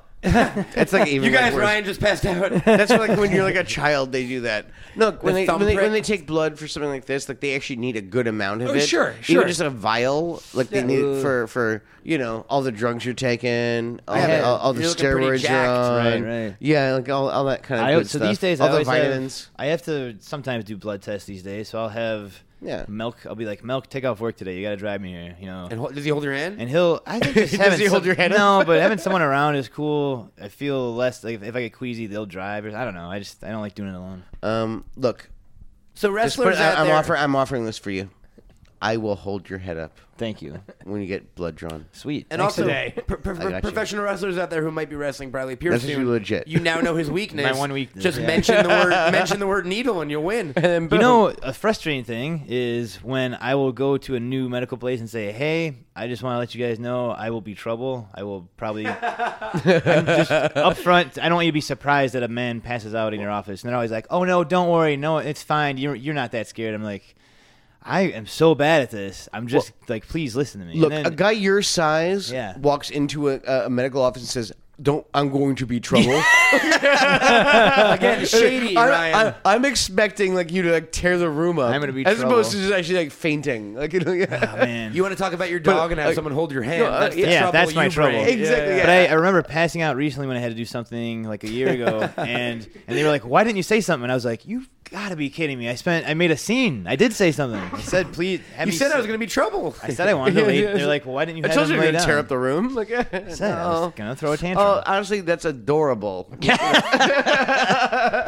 [SPEAKER 2] That's like even
[SPEAKER 3] You guys,
[SPEAKER 2] like worse.
[SPEAKER 3] Ryan just passed out.
[SPEAKER 2] That's like when you're like a child, they do that. No, when they, when, they, when
[SPEAKER 3] thumbprint.
[SPEAKER 2] they take blood for something like this, like they actually need a good amount of
[SPEAKER 4] Oh,
[SPEAKER 2] it.
[SPEAKER 4] sure, sure.
[SPEAKER 2] Even just a vial, like they need it for for you know all the drugs you're taking, all
[SPEAKER 3] Yeah.
[SPEAKER 2] the, all, all the
[SPEAKER 3] You're looking pretty
[SPEAKER 2] steroids you're
[SPEAKER 3] jacked.
[SPEAKER 2] on,
[SPEAKER 5] Right, right.
[SPEAKER 2] yeah, like all, all that kind of
[SPEAKER 5] I,
[SPEAKER 2] good
[SPEAKER 5] so
[SPEAKER 2] stuff.
[SPEAKER 5] these days,
[SPEAKER 2] all
[SPEAKER 5] I
[SPEAKER 2] the
[SPEAKER 5] always have-
[SPEAKER 2] vitamins.
[SPEAKER 5] I have to sometimes do blood tests these days, so I'll have
[SPEAKER 2] Yeah.
[SPEAKER 5] milk. I'll be like, milk, take off work today. You got to drive me here, you know.
[SPEAKER 3] And ho- does he hold your hand?
[SPEAKER 5] And he'll, I think, just
[SPEAKER 2] Does
[SPEAKER 5] having
[SPEAKER 2] he hold your hand
[SPEAKER 5] No,
[SPEAKER 2] up?
[SPEAKER 5] but having someone around is cool. I feel less like if, if I get queasy, they'll drive. Or, I don't know. I just I don't like doing it alone.
[SPEAKER 2] um, look,
[SPEAKER 3] so
[SPEAKER 2] just put-
[SPEAKER 3] wrestlers out
[SPEAKER 2] I, am
[SPEAKER 3] there.
[SPEAKER 2] offering I'm offering this for you. I will hold your head up
[SPEAKER 5] Thank you.
[SPEAKER 2] when you get blood drawn.
[SPEAKER 5] Sweet.
[SPEAKER 3] and
[SPEAKER 4] Thanks
[SPEAKER 3] also,
[SPEAKER 4] today.
[SPEAKER 3] pro- pro-
[SPEAKER 2] got you.
[SPEAKER 3] professional wrestlers out there who might be wrestling Bradley Pierce
[SPEAKER 2] That's
[SPEAKER 3] soon,
[SPEAKER 2] actually legit.
[SPEAKER 3] You now know his weakness.
[SPEAKER 5] My one weakness,
[SPEAKER 3] Just
[SPEAKER 5] yeah.
[SPEAKER 3] mention the word mention the word needle and you'll win.
[SPEAKER 5] you know, a frustrating thing is when I will go to a new medical place and say, "Hey, I just want to let you guys know I will be trouble. I will probably I'm just up front. I don't want you to be surprised that a man passes out in your office." And they're always like, "Oh no, don't worry. No, it's fine. You're you're not that scared." I'm like, "I am so bad at this. I'm just like, please listen to me." And
[SPEAKER 2] Look,
[SPEAKER 5] then-
[SPEAKER 2] a guy your size
[SPEAKER 5] Yeah.
[SPEAKER 2] walks into a, a medical office and says, "Don't, I'm going to be trouble."
[SPEAKER 3] Again, shady Ryan.
[SPEAKER 2] I, I, I'm expecting like you to like tear the room up.
[SPEAKER 5] I'm gonna be
[SPEAKER 2] as
[SPEAKER 5] trouble. Oh,
[SPEAKER 2] opposed to just actually like fainting. Like you know, yeah.
[SPEAKER 5] man.
[SPEAKER 3] you want to talk about your dog and have
[SPEAKER 2] uh,
[SPEAKER 3] someone hold your hand?
[SPEAKER 2] no, uh,
[SPEAKER 3] that's the
[SPEAKER 2] yeah,
[SPEAKER 3] trouble
[SPEAKER 5] that's my
[SPEAKER 3] you bring.
[SPEAKER 5] trouble.
[SPEAKER 2] exactly. Yeah.
[SPEAKER 5] But I, I remember passing out recently when I had to do something like a year ago, and and they were like, "Why didn't you say something?" And I was like, "You've got to be kidding me! I spent, I made a scene. I did say something. I said, please, have
[SPEAKER 3] You
[SPEAKER 5] me
[SPEAKER 3] said I
[SPEAKER 5] sit-
[SPEAKER 3] was going to be trouble.
[SPEAKER 5] I said I wanted to lay.
[SPEAKER 2] yeah.
[SPEAKER 5] They're like, well, "Why didn't you?"
[SPEAKER 2] I
[SPEAKER 5] have
[SPEAKER 2] told you
[SPEAKER 5] him
[SPEAKER 2] you're
[SPEAKER 5] lay
[SPEAKER 2] gonna
[SPEAKER 5] down?
[SPEAKER 2] tear up the room. Like, yeah.
[SPEAKER 5] I said I was gonna throw a tantrum.
[SPEAKER 2] Oh, honestly, that's adorable.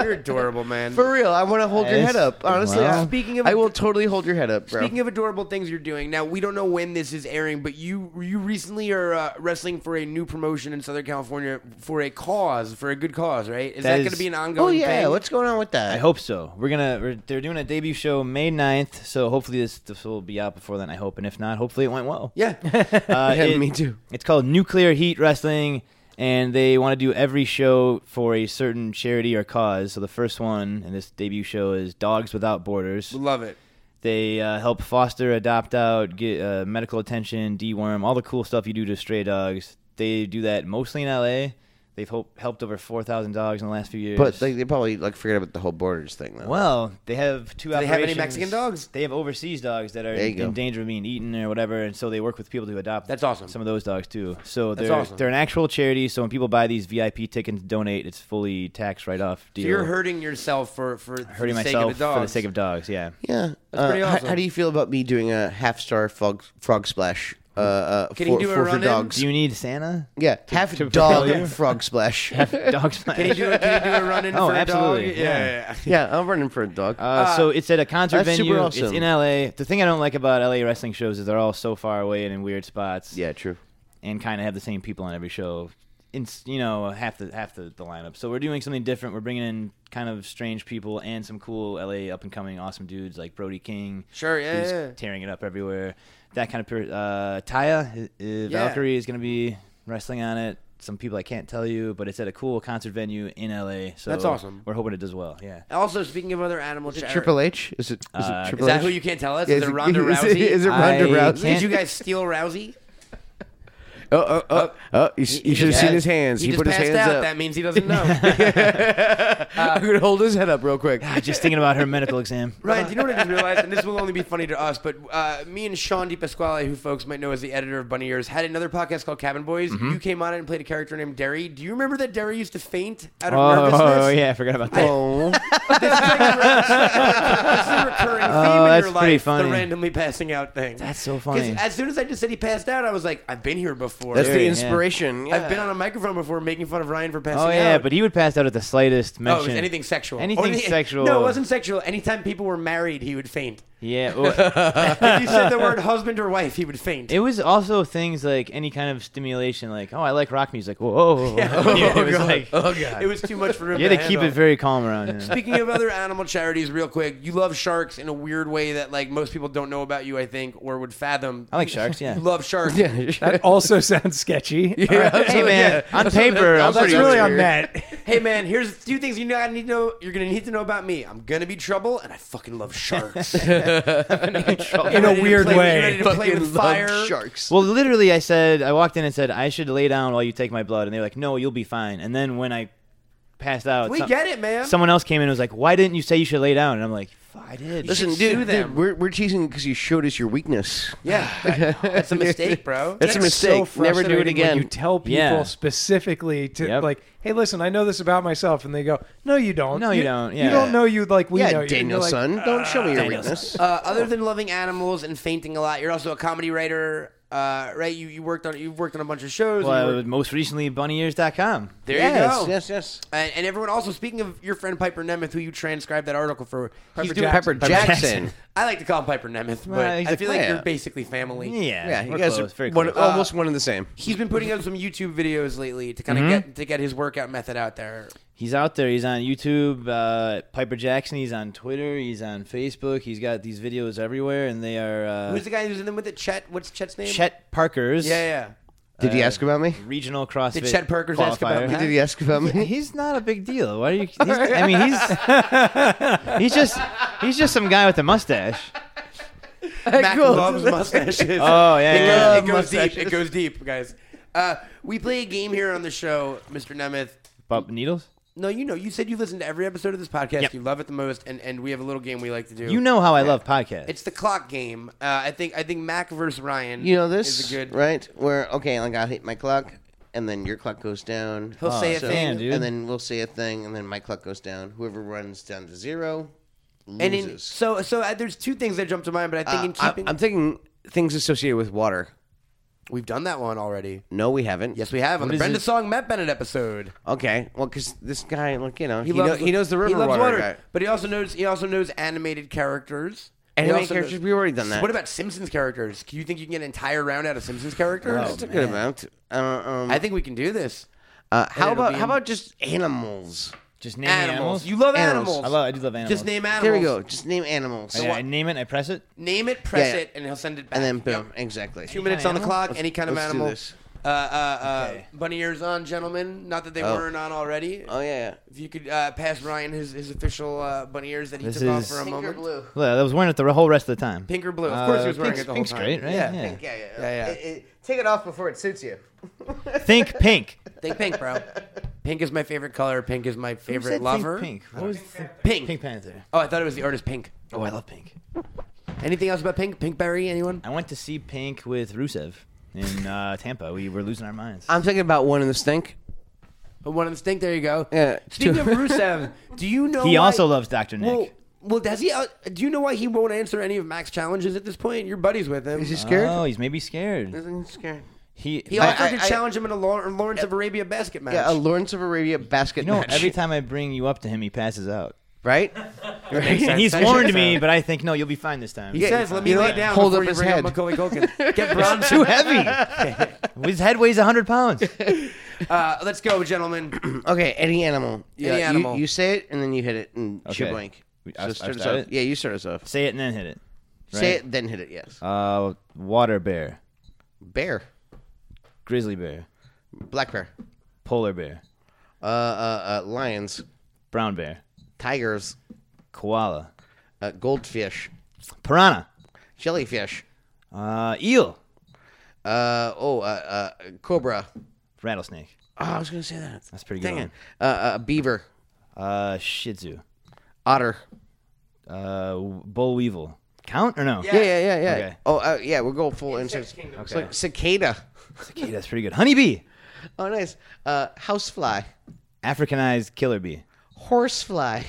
[SPEAKER 3] You're adorable, man.
[SPEAKER 2] For real, I want to hold your
[SPEAKER 5] Yes.
[SPEAKER 2] head up. Honestly,
[SPEAKER 5] Wow.
[SPEAKER 2] speaking of, I will totally hold your head up, bro.
[SPEAKER 3] Speaking of adorable things you're doing, now we don't know when this is airing, but you you recently are uh, wrestling for a new promotion in Southern California for a cause, for a good cause, right? Is that,
[SPEAKER 5] That
[SPEAKER 3] going
[SPEAKER 5] is-
[SPEAKER 3] to be an ongoing
[SPEAKER 2] oh yeah,
[SPEAKER 3] thing?
[SPEAKER 2] what's going on with that?
[SPEAKER 5] I hope so. We're gonna. We're, they're doing a debut show May 9th, so hopefully this this will be out before then. I hope, and if not, hopefully it went well.
[SPEAKER 3] yeah.
[SPEAKER 5] Uh,
[SPEAKER 2] Yeah,
[SPEAKER 5] it-
[SPEAKER 2] me too.
[SPEAKER 5] It's called Nuclear Heat Wrestling, and they want to do every show for a certain charity or cause. So the first one in this debut show is Dogs Without Borders.
[SPEAKER 3] Love it.
[SPEAKER 5] They uh, help foster, adopt out, get uh, medical attention, deworm, all the cool stuff you do to stray dogs. They do that mostly in LA. They've help, helped over 4,000 dogs in the last few years.
[SPEAKER 2] But like, they probably like forget about the whole borders thing though.
[SPEAKER 5] Well, they have two. Do
[SPEAKER 3] they have any Mexican dogs?
[SPEAKER 5] They have overseas dogs that are
[SPEAKER 2] There you go.
[SPEAKER 5] in danger of being eaten or whatever, and so they work with people to adopt.
[SPEAKER 3] That's awesome.
[SPEAKER 5] Some of those dogs too. So
[SPEAKER 3] That's
[SPEAKER 5] they're
[SPEAKER 3] awesome.
[SPEAKER 5] they're an actual charity. So when people buy these VIP tickets, and donate, it's fully tax write off deal.
[SPEAKER 3] So you're hurting yourself for for, for
[SPEAKER 5] hurting
[SPEAKER 3] the sake
[SPEAKER 5] myself
[SPEAKER 3] of the dogs.
[SPEAKER 5] for the sake of dogs. Yeah.
[SPEAKER 2] yeah,
[SPEAKER 3] That's pretty
[SPEAKER 2] Uh, how-
[SPEAKER 3] awesome.
[SPEAKER 2] How, do you feel about me doing a half star frog frog splash? Uh, uh,
[SPEAKER 3] Can you
[SPEAKER 2] for,
[SPEAKER 3] do a
[SPEAKER 2] for, for
[SPEAKER 3] run-in?
[SPEAKER 2] dogs.
[SPEAKER 5] Do you need Santa?
[SPEAKER 2] Yeah, half
[SPEAKER 5] to
[SPEAKER 2] dog
[SPEAKER 5] propel you.
[SPEAKER 2] frog splash.
[SPEAKER 5] Dogs.
[SPEAKER 3] Can you do a, can you do a run in
[SPEAKER 5] Oh,
[SPEAKER 3] for a dog?
[SPEAKER 5] absolutely, yeah.
[SPEAKER 3] yeah.
[SPEAKER 2] yeah, I'm running for a dog.
[SPEAKER 5] Uh, so it's at a concert
[SPEAKER 2] that's
[SPEAKER 5] venue.
[SPEAKER 2] super
[SPEAKER 5] It's
[SPEAKER 2] awesome.
[SPEAKER 5] in LA. The thing I don't like about LA wrestling shows is they're all so far away and in weird spots.
[SPEAKER 2] yeah, true.
[SPEAKER 5] and kind of have the same people on every show. In you know half the half the, the lineup. So we're doing something different. We're bringing in kind of strange people and some cool LA up and coming awesome dudes like Brody King.
[SPEAKER 3] Sure, yeah,
[SPEAKER 5] who's
[SPEAKER 3] yeah.
[SPEAKER 5] tearing it up everywhere. That kind of per- uh, Taya uh, Valkyrie is going to be wrestling on it. Some people I can't tell you, but it's at a cool concert venue in LA. So
[SPEAKER 3] That's awesome.
[SPEAKER 5] We're hoping it does well. Yeah.
[SPEAKER 3] Also, speaking of other animal charities,
[SPEAKER 2] Triple H? Is it? Is
[SPEAKER 5] Uh,
[SPEAKER 2] it
[SPEAKER 5] is
[SPEAKER 2] Triple
[SPEAKER 3] is that
[SPEAKER 2] H?
[SPEAKER 3] who you can't tell us?
[SPEAKER 2] Yeah,
[SPEAKER 3] is it Ronda
[SPEAKER 2] is it-
[SPEAKER 3] Rousey?
[SPEAKER 2] Is it Ronda
[SPEAKER 5] I
[SPEAKER 2] Rousey?
[SPEAKER 5] can't-
[SPEAKER 3] Did you guys steal Rousey?
[SPEAKER 2] Oh, oh, oh, oh! You, s- you should have
[SPEAKER 3] just
[SPEAKER 2] seen
[SPEAKER 3] passed-
[SPEAKER 2] his hands. He,
[SPEAKER 3] just
[SPEAKER 2] put his
[SPEAKER 3] passed
[SPEAKER 2] hands
[SPEAKER 3] out.
[SPEAKER 2] up.
[SPEAKER 3] That means he doesn't know.
[SPEAKER 2] I could hold his head up real quick.
[SPEAKER 5] God, just thinking about her medical exam.
[SPEAKER 3] Ryan, do you know what I just realized? And this will only be funny to us, but uh, me and Sean DePasquale, who folks might know as the editor of Bunny Ears, had another podcast called Cabin Boys.
[SPEAKER 5] Mm-hmm.
[SPEAKER 3] You came on it and played a character named Derry. Do you remember that Derry used to faint out of
[SPEAKER 5] Oh,
[SPEAKER 3] nervousness?
[SPEAKER 5] oh, yeah, I forgot about that.
[SPEAKER 2] Oh,
[SPEAKER 3] That's a recurring theme
[SPEAKER 5] Oh,
[SPEAKER 3] in
[SPEAKER 5] that's
[SPEAKER 3] your
[SPEAKER 5] pretty
[SPEAKER 3] life,
[SPEAKER 5] funny.
[SPEAKER 3] the randomly passing out thing.
[SPEAKER 5] That's so
[SPEAKER 3] 'Cause
[SPEAKER 5] funny.
[SPEAKER 3] As soon as I just said he passed out, I was like, I've been here before.
[SPEAKER 2] that's the
[SPEAKER 5] yeah.
[SPEAKER 2] inspiration. Yeah.
[SPEAKER 3] I've been on a microphone before making fun of Ryan for passing
[SPEAKER 5] Oh
[SPEAKER 3] out.
[SPEAKER 5] yeah, but he would pass out at the slightest
[SPEAKER 3] Oh, it
[SPEAKER 5] mention.
[SPEAKER 3] was anything sexual.
[SPEAKER 5] Anything
[SPEAKER 3] Or any-
[SPEAKER 5] sexual.
[SPEAKER 3] No, it wasn't sexual. Anytime people were married, he would faint.
[SPEAKER 5] Yeah. well,
[SPEAKER 3] if you said the word husband or wife, he would faint.
[SPEAKER 5] it was also things like any kind of stimulation, like oh, I like rock music. Whoa. whoa, whoa. Yeah, it was like
[SPEAKER 3] It was too much for him.
[SPEAKER 5] you had to keep
[SPEAKER 3] handle.
[SPEAKER 5] it very calm around him.
[SPEAKER 3] Speaking of other animal charities, real quick, you love sharks in a weird way that like most people don't know about you, I think, or would fathom.
[SPEAKER 5] I like sharks, yeah.
[SPEAKER 3] You love sharks. Yeah.
[SPEAKER 4] That also sounds sketchy.
[SPEAKER 5] hey man, on paper, I'm
[SPEAKER 2] That's
[SPEAKER 5] pretty
[SPEAKER 4] It's really
[SPEAKER 2] weird.
[SPEAKER 4] on that.
[SPEAKER 3] hey man, here's a few things you gotta need to know. You're gonna need to know about me. I'm gonna be trouble, and I fucking love sharks.
[SPEAKER 4] in a weird
[SPEAKER 3] ready
[SPEAKER 4] way.
[SPEAKER 3] to play with fire.
[SPEAKER 2] sharks.
[SPEAKER 5] Well, literally, I said I walked in and said I should lay down while you take my blood, and they were like, "No, you'll be fine." And then when I passed out,
[SPEAKER 3] We get it, man.
[SPEAKER 5] Someone else came in and was like, "Why didn't you say you should lay down?" And I'm like, "Fuck, "I did."
[SPEAKER 2] Listen,
[SPEAKER 3] should
[SPEAKER 2] dude,
[SPEAKER 3] sue them.
[SPEAKER 2] dude, we're we're teasing because you showed us your weakness.
[SPEAKER 3] yeah, that- that's a mistake, bro.
[SPEAKER 2] That's a mistake. Never do it
[SPEAKER 4] frustrating when
[SPEAKER 2] again.
[SPEAKER 4] You tell people
[SPEAKER 5] Yeah.
[SPEAKER 4] specifically to
[SPEAKER 5] Yep.
[SPEAKER 4] like, hey, listen, I know this about myself, and they go, no, you don't.
[SPEAKER 5] No, you don't.
[SPEAKER 4] You
[SPEAKER 5] Yeah.
[SPEAKER 4] don't know you like we know. you."
[SPEAKER 2] yeah,
[SPEAKER 4] And you're
[SPEAKER 2] Daniel,
[SPEAKER 4] like,
[SPEAKER 2] son, don't show me your weakness.
[SPEAKER 3] Uh, other than loving animals and fainting a lot, you're also a comedy writer, uh, right? You, you worked on you've worked on a bunch of shows. and you
[SPEAKER 5] well,
[SPEAKER 3] worked-
[SPEAKER 5] most recently, BunnyEars.com.
[SPEAKER 3] there
[SPEAKER 2] yes,
[SPEAKER 3] you go.
[SPEAKER 2] yes, yes.
[SPEAKER 3] And, and everyone also speaking of your friend Piper Nemeth, who you transcribed that article for. he's doing
[SPEAKER 2] Pepper Jackson.
[SPEAKER 3] I like to call him Piper Nemeth, but
[SPEAKER 5] Well, he's
[SPEAKER 3] I
[SPEAKER 5] a
[SPEAKER 3] feel like
[SPEAKER 2] player.
[SPEAKER 3] you're basically family.
[SPEAKER 5] Yeah,
[SPEAKER 2] Yeah,
[SPEAKER 5] we're
[SPEAKER 2] you guys
[SPEAKER 5] close,
[SPEAKER 2] are
[SPEAKER 5] very
[SPEAKER 2] one, oh,
[SPEAKER 5] close.
[SPEAKER 2] almost one and the same.
[SPEAKER 3] He's been putting out some YouTube videos lately to kind
[SPEAKER 2] Mm-hmm.
[SPEAKER 3] of get to get his workout method out there.
[SPEAKER 5] He's out there. He's on YouTube. Uh, Piper Jackson. He's on Twitter. He's on Facebook. He's got these videos everywhere, and they are uh,
[SPEAKER 3] Who's the guy who's in them with it? Chet. What's Chet's name?
[SPEAKER 5] Chet Parker's.
[SPEAKER 3] Yeah, yeah.
[SPEAKER 2] Did he ask about me?
[SPEAKER 5] Regional CrossFit.
[SPEAKER 3] Did Chet Parker's ask about
[SPEAKER 5] qualifier.
[SPEAKER 3] me?
[SPEAKER 2] Did he ask about me?
[SPEAKER 5] He's not a big deal. Why are you? He's, I mean, he's he's just he's just some guy with a mustache.
[SPEAKER 3] Mac loves mustaches.
[SPEAKER 5] Oh yeah,
[SPEAKER 3] it,
[SPEAKER 5] yeah,
[SPEAKER 3] goes, it goes deep. It goes deep, guys. Uh, we play a game here on the show, Mr. Nemeth.
[SPEAKER 5] Bump needles.
[SPEAKER 3] No, you know, you said you listen to every episode of this podcast.
[SPEAKER 5] Yep.
[SPEAKER 3] You love it the most, and, and we have a little game we like to do.
[SPEAKER 5] You know how I love podcasts.
[SPEAKER 3] it's the clock game. Uh, I think I think Mac versus Ryan.
[SPEAKER 2] You know this,
[SPEAKER 3] is a good.
[SPEAKER 2] right? Where okay, like I hit my clock, and then your clock goes down. Uh,
[SPEAKER 3] He'll say a
[SPEAKER 2] so-
[SPEAKER 3] thing,
[SPEAKER 5] man, dude.
[SPEAKER 2] and then we'll say a thing, and then my clock goes down. Whoever runs down to zero loses. Uh,
[SPEAKER 3] and in, so so uh, there's two things that jump to mind, but I think in
[SPEAKER 2] I,
[SPEAKER 3] keeping
[SPEAKER 2] am thinking things associated with water.
[SPEAKER 3] we've done that one already.
[SPEAKER 2] No, we haven't.
[SPEAKER 3] Yes, we have on the
[SPEAKER 5] is
[SPEAKER 3] Brenda
[SPEAKER 5] it?
[SPEAKER 3] Song Matt Bennett episode.
[SPEAKER 2] Okay. Well, because this guy, like you know, he,
[SPEAKER 3] loves-
[SPEAKER 2] know, he knows the river
[SPEAKER 3] he loves water,
[SPEAKER 2] guy.
[SPEAKER 3] but he also knows he also knows animated characters. He
[SPEAKER 2] Animated
[SPEAKER 3] also
[SPEAKER 2] characters, we've already done that.
[SPEAKER 3] What about Simpsons characters? Do you think you can get an entire round out of Simpsons
[SPEAKER 2] That's
[SPEAKER 3] characters?
[SPEAKER 2] a good amount. Uh, um,
[SPEAKER 3] I think we can do this.
[SPEAKER 2] uh, how
[SPEAKER 3] it'll
[SPEAKER 2] about
[SPEAKER 3] be
[SPEAKER 2] how
[SPEAKER 3] in-
[SPEAKER 2] about just animals?
[SPEAKER 5] just name
[SPEAKER 3] animals.
[SPEAKER 5] animals.
[SPEAKER 3] You love
[SPEAKER 2] Animals.
[SPEAKER 3] animals.
[SPEAKER 5] I love. I do love animals.
[SPEAKER 3] Just name animals.
[SPEAKER 2] There we go. Just name animals,
[SPEAKER 5] I, I name it. I press it.
[SPEAKER 3] Name it, press
[SPEAKER 2] Yeah, yeah.
[SPEAKER 3] it, and he'll send it back.
[SPEAKER 2] and then boom,
[SPEAKER 3] Yep.
[SPEAKER 2] exactly.
[SPEAKER 3] Two minutes on the
[SPEAKER 5] animal?
[SPEAKER 3] clock. any kind of
[SPEAKER 2] let's do
[SPEAKER 3] animal.
[SPEAKER 2] this.
[SPEAKER 3] Uh, uh,
[SPEAKER 5] Okay.
[SPEAKER 3] uh, bunny ears on, gentlemen. Not that they weren't on already.
[SPEAKER 2] Oh yeah.
[SPEAKER 3] If you could uh, pass Ryan his, his official uh, bunny ears that he
[SPEAKER 5] This
[SPEAKER 3] took off
[SPEAKER 5] is-
[SPEAKER 3] for a
[SPEAKER 5] Pink
[SPEAKER 2] yeah.
[SPEAKER 3] moment.
[SPEAKER 2] blue.
[SPEAKER 5] Well, I was wearing it the whole rest of the time. Uh,
[SPEAKER 3] Pink or blue? Of course he was wearing
[SPEAKER 5] pink's,
[SPEAKER 3] it the whole
[SPEAKER 5] pink's
[SPEAKER 3] time.
[SPEAKER 5] great, right?
[SPEAKER 3] Yeah,
[SPEAKER 2] Yeah, yeah.
[SPEAKER 3] Yeah, yeah.
[SPEAKER 2] It- it- take it off before it suits you.
[SPEAKER 5] Think pink.
[SPEAKER 3] Think pink, bro. pink is my favorite color. Pink is my
[SPEAKER 5] Who said
[SPEAKER 3] favorite
[SPEAKER 5] think
[SPEAKER 3] lover.
[SPEAKER 5] Pink. What was
[SPEAKER 3] Pink.
[SPEAKER 5] Pink Panther.
[SPEAKER 3] Oh, I thought it was the artist Pink.
[SPEAKER 5] Oh, I love pink.
[SPEAKER 3] Anything else about Pink? Pinkberry? Anyone?
[SPEAKER 5] I went to see Pink with Rusev in uh, Tampa. We were losing our minds.
[SPEAKER 2] I'm thinking about one in the stink.
[SPEAKER 3] One on the stink. There you go.
[SPEAKER 2] Yeah.
[SPEAKER 3] Speaking of Rusev, do you know
[SPEAKER 5] he
[SPEAKER 3] why-
[SPEAKER 5] also loves Dr. Nick.
[SPEAKER 3] Well, well, does he? Uh, do you know why he won't answer any of Mac's challenges at this point? Your buddies with him.
[SPEAKER 2] Is he scared?
[SPEAKER 5] Oh, he's maybe scared.
[SPEAKER 2] Isn't he scared?
[SPEAKER 5] He,
[SPEAKER 3] He
[SPEAKER 5] I-
[SPEAKER 3] offered
[SPEAKER 2] I-
[SPEAKER 3] to
[SPEAKER 2] I-
[SPEAKER 3] challenge him in a Lawr- Lawrence of Arabia basket match.
[SPEAKER 2] Yeah, a Lawrence of Arabia basket
[SPEAKER 5] you know,
[SPEAKER 2] match.
[SPEAKER 5] every time I bring you up to him, he passes out.
[SPEAKER 2] right?
[SPEAKER 5] He's
[SPEAKER 3] That
[SPEAKER 5] warned
[SPEAKER 3] makes
[SPEAKER 5] me,
[SPEAKER 3] sense.
[SPEAKER 5] but I think no, you'll be fine this time.
[SPEAKER 3] he says, "Let me
[SPEAKER 2] You know
[SPEAKER 3] lay
[SPEAKER 2] what?
[SPEAKER 3] down."
[SPEAKER 2] Hold
[SPEAKER 3] before
[SPEAKER 2] up
[SPEAKER 3] you
[SPEAKER 2] his
[SPEAKER 3] bring
[SPEAKER 2] head.
[SPEAKER 3] Macaulay Culkin. Get bronze.
[SPEAKER 5] too heavy. His head weighs 100 pounds.
[SPEAKER 3] Uh, let's go, gentlemen.
[SPEAKER 2] Okay, any animal. Yeah, you-
[SPEAKER 3] animal.
[SPEAKER 2] You, say it and then you hit it and shoot
[SPEAKER 5] Okay.
[SPEAKER 2] blank.
[SPEAKER 5] We- I- I
[SPEAKER 2] start us
[SPEAKER 5] start
[SPEAKER 2] off.
[SPEAKER 5] it?
[SPEAKER 2] Yeah, you start us off.
[SPEAKER 5] Say it and then hit it.
[SPEAKER 2] Say
[SPEAKER 5] Right?
[SPEAKER 2] it, then hit it. Yes.
[SPEAKER 5] Uh, water bear,
[SPEAKER 2] bear,
[SPEAKER 5] grizzly bear,
[SPEAKER 2] black bear,
[SPEAKER 5] polar bear,
[SPEAKER 2] uh, uh, uh, lions,
[SPEAKER 5] brown bear,
[SPEAKER 2] tigers,
[SPEAKER 5] koala,
[SPEAKER 2] uh, goldfish,
[SPEAKER 5] piranha,
[SPEAKER 2] jellyfish,
[SPEAKER 5] uh, eel,
[SPEAKER 2] uh, oh, uh, uh, cobra.
[SPEAKER 5] rattlesnake.
[SPEAKER 2] Oh, I was gonna say that.
[SPEAKER 5] That's a pretty good.
[SPEAKER 2] Dang it.
[SPEAKER 5] one.
[SPEAKER 2] Uh, uh, beaver,
[SPEAKER 5] Uh, Shih Tzu,
[SPEAKER 2] otter.
[SPEAKER 5] uh, bull weevil. Count or no?
[SPEAKER 2] Yeah, yeah, yeah, yeah.
[SPEAKER 5] Okay.
[SPEAKER 2] Oh, uh, yeah, we'll go full insects. It's like cicada.
[SPEAKER 5] Okay, that's pretty good. Honeybee,
[SPEAKER 2] Oh, nice. Uh, housefly,
[SPEAKER 5] Africanized killer bee,
[SPEAKER 2] horsefly.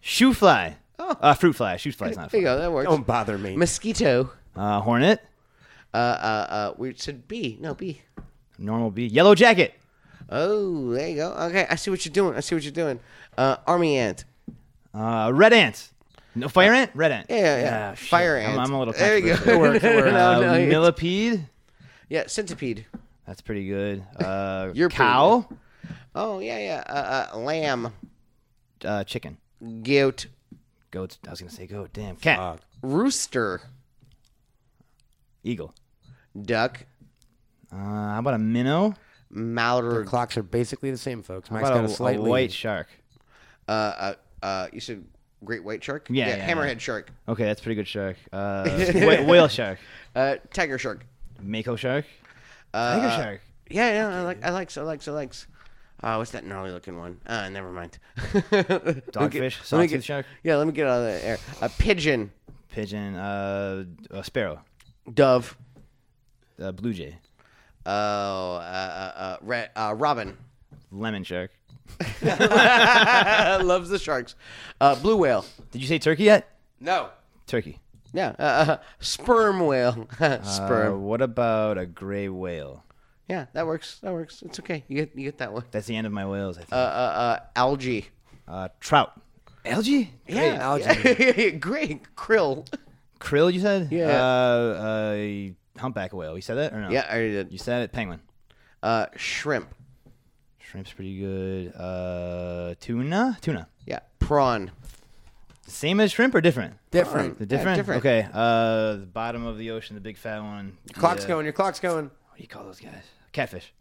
[SPEAKER 5] shoe fly, uh, fruit fly. Shoe fly's not. a
[SPEAKER 2] Oh. There you
[SPEAKER 5] fly.
[SPEAKER 2] go. That works.
[SPEAKER 3] Don't bother me.
[SPEAKER 2] Mosquito.
[SPEAKER 5] Uh, hornet,
[SPEAKER 2] Uh, uh, uh, we said bee. No, bee.
[SPEAKER 5] normal bee, yellow jacket,
[SPEAKER 2] Oh, there you go. Okay, I see what you're doing. I see what you're doing. Uh, army ant.
[SPEAKER 5] uh, red ant. No fire ant, red ant.
[SPEAKER 2] Yeah, yeah. yeah.
[SPEAKER 5] Ah, shit.
[SPEAKER 2] Fire
[SPEAKER 5] I'm-
[SPEAKER 2] ant.
[SPEAKER 5] I'm a little
[SPEAKER 2] There you go.
[SPEAKER 5] controversial.
[SPEAKER 2] No,
[SPEAKER 5] Uh,
[SPEAKER 2] no, you-
[SPEAKER 5] millipede.
[SPEAKER 2] yeah, centipede.
[SPEAKER 5] That's pretty good. Uh,
[SPEAKER 2] You're pretty
[SPEAKER 5] cow,
[SPEAKER 2] Oh yeah, yeah. Uh, uh, lamb,
[SPEAKER 5] uh, chicken,
[SPEAKER 2] goat,
[SPEAKER 5] goat. I was gonna say goat. Damn, cat,
[SPEAKER 2] rooster,
[SPEAKER 5] eagle.
[SPEAKER 2] duck,
[SPEAKER 5] Uh, how about a minnow?
[SPEAKER 2] mallard,
[SPEAKER 3] Clocks are basically the same, folks. Mike's
[SPEAKER 5] About
[SPEAKER 3] got a slight lead.
[SPEAKER 5] white shark.
[SPEAKER 2] uh, uh, uh, you said great white shark,
[SPEAKER 5] Yeah, yeah, yeah.
[SPEAKER 2] hammerhead shark,
[SPEAKER 5] Okay, that's a pretty good shark. Uh, wh- whale shark,
[SPEAKER 2] uh, tiger shark.
[SPEAKER 5] mako shark, uh, tiger shark.
[SPEAKER 2] Yeah, yeah, I like, I likes, I likes, I likes. Oh, what's that gnarly looking one? Uh, never mind.
[SPEAKER 5] Dogfish,
[SPEAKER 2] Let me
[SPEAKER 5] sausage
[SPEAKER 2] get-
[SPEAKER 5] shark,
[SPEAKER 2] Yeah, let me get out of the air. A pigeon,
[SPEAKER 5] pigeon, uh, a sparrow,
[SPEAKER 2] dove,
[SPEAKER 5] uh, blue jay,
[SPEAKER 2] oh, uh, uh, uh, red, uh, robin.
[SPEAKER 5] lemon shark.
[SPEAKER 2] Loves the sharks. Uh, blue whale.
[SPEAKER 5] Did you say turkey yet?
[SPEAKER 2] No.
[SPEAKER 5] Turkey.
[SPEAKER 2] Yeah. Uh, uh, sperm whale.
[SPEAKER 5] Uh,
[SPEAKER 2] sperm.
[SPEAKER 5] what about a gray whale?
[SPEAKER 2] yeah, that works. That works. It's okay. You get, you get that one.
[SPEAKER 5] That's the end of my whales. I think.
[SPEAKER 2] Uh, uh, algae.
[SPEAKER 5] Uh, trout. Algae?
[SPEAKER 2] Yeah. Algae. Great. Krill.
[SPEAKER 5] Krill, you said?
[SPEAKER 2] Yeah.
[SPEAKER 5] Uh, uh, humpback whale. You said that or no?
[SPEAKER 2] Yeah, I already did.
[SPEAKER 5] You said it. Penguin.
[SPEAKER 2] Uh, shrimp.
[SPEAKER 5] Shrimp's pretty good. Uh, tuna? Tuna.
[SPEAKER 2] Yeah. Prawn.
[SPEAKER 5] Same as shrimp or different?
[SPEAKER 3] Different.
[SPEAKER 5] The different?
[SPEAKER 2] different.
[SPEAKER 5] Okay. Uh, the bottom of the ocean, the big fat one.
[SPEAKER 3] Clock's
[SPEAKER 5] Yeah.
[SPEAKER 3] going. Your clock's going.
[SPEAKER 5] What do you call those guys? Catfish.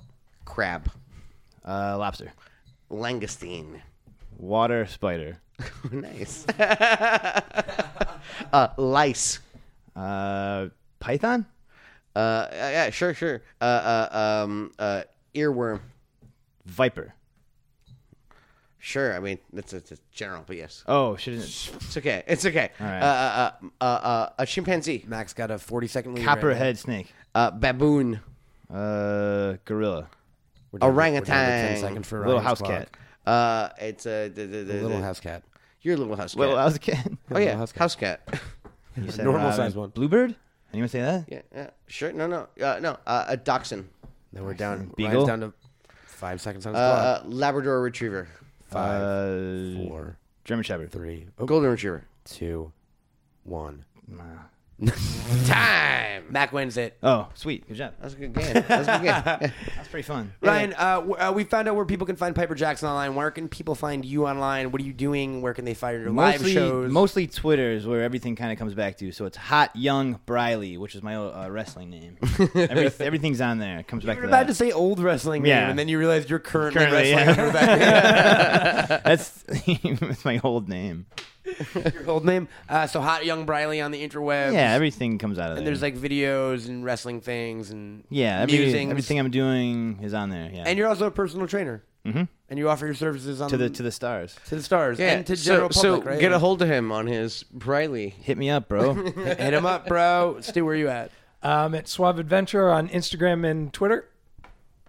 [SPEAKER 2] Crab.
[SPEAKER 5] Uh, lobster.
[SPEAKER 2] Langoustine.
[SPEAKER 5] Water spider.
[SPEAKER 2] nice. uh, lice.
[SPEAKER 5] Uh, python?
[SPEAKER 2] Uh, uh, yeah, sure, sure. Uh, uh, um, uh, earworm.
[SPEAKER 5] Viper.
[SPEAKER 2] Sure. I mean, that's it's it's general, but yes,
[SPEAKER 5] Oh, shouldn't.
[SPEAKER 2] it's okay. It's okay.
[SPEAKER 5] right.
[SPEAKER 2] Uh, uh, uh, uh, uh, a chimpanzee,
[SPEAKER 3] Max got a 40 second lead. right now.
[SPEAKER 5] Copperhead snake.
[SPEAKER 2] uh, baboon,
[SPEAKER 5] Uh, gorilla.
[SPEAKER 3] We're down to- we're down to
[SPEAKER 2] Orangutan.
[SPEAKER 3] 10 seconds for
[SPEAKER 5] Little
[SPEAKER 3] Ryan's
[SPEAKER 5] house
[SPEAKER 3] clock.
[SPEAKER 5] cat.
[SPEAKER 2] uh, it's a the, the, the,
[SPEAKER 3] Little
[SPEAKER 2] the-
[SPEAKER 3] house cat. uh,
[SPEAKER 2] Your little house cat.
[SPEAKER 5] Little house cat.
[SPEAKER 2] oh yeah,
[SPEAKER 3] house
[SPEAKER 2] house
[SPEAKER 3] cat.
[SPEAKER 2] cat.
[SPEAKER 5] You said,
[SPEAKER 3] normal
[SPEAKER 5] uh,
[SPEAKER 3] size one.
[SPEAKER 5] Bluebird? Anyone say that?
[SPEAKER 2] yeah, yeah, sure. No, no, uh, no. Uh, a dachshund,
[SPEAKER 3] Then we're down.
[SPEAKER 5] Beagle?
[SPEAKER 3] Ryan's down to five seconds on his
[SPEAKER 2] uh,
[SPEAKER 3] clock.
[SPEAKER 2] Labrador Retriever,
[SPEAKER 3] Five,
[SPEAKER 5] Uh,
[SPEAKER 3] four,
[SPEAKER 5] German Shepherd.
[SPEAKER 3] three, oh,
[SPEAKER 2] Golden Retriever.
[SPEAKER 3] two, one.
[SPEAKER 2] Time.
[SPEAKER 3] Mac wins it.
[SPEAKER 5] Oh, sweet. Good job.
[SPEAKER 2] That's a good game. That's a good game.
[SPEAKER 5] That's pretty fun.
[SPEAKER 3] Ryan, uh, w- uh, we found out where people can find Piper Jackson online. Where can people find you online? What are you doing? Where can they find your live
[SPEAKER 5] Mostly,
[SPEAKER 3] shows?
[SPEAKER 5] mostly Twitter is where everything kind of comes back to. So it's Hot Young Briley, which is my uh, wrestling name. Every, everything's on there. It comes back
[SPEAKER 3] You're
[SPEAKER 5] to
[SPEAKER 3] about
[SPEAKER 5] that.
[SPEAKER 3] to say old wrestling
[SPEAKER 5] Yeah.
[SPEAKER 3] name, and then you realize you're currently,
[SPEAKER 5] Currently,
[SPEAKER 3] wrestling
[SPEAKER 5] yeah.
[SPEAKER 3] under that
[SPEAKER 5] That's, that's my old name.
[SPEAKER 3] your old name. Uh, so hot young Briley on the interwebs.
[SPEAKER 5] Yeah, everything comes out of there.
[SPEAKER 3] and there's like videos and wrestling things and
[SPEAKER 5] yeah, every,
[SPEAKER 3] musings.
[SPEAKER 5] everything I'm doing is on there. Yeah,
[SPEAKER 3] And you're also a personal trainer. Mm-hmm. And you offer your services on
[SPEAKER 5] to the to the stars.
[SPEAKER 3] to the stars and to general
[SPEAKER 2] so,
[SPEAKER 3] public. right?
[SPEAKER 2] get a hold of him on his Briley.
[SPEAKER 5] Hit me up, bro.
[SPEAKER 3] Hit him up, bro. Stu, where you at?
[SPEAKER 4] Um, at Suave Adventure on Instagram and Twitter.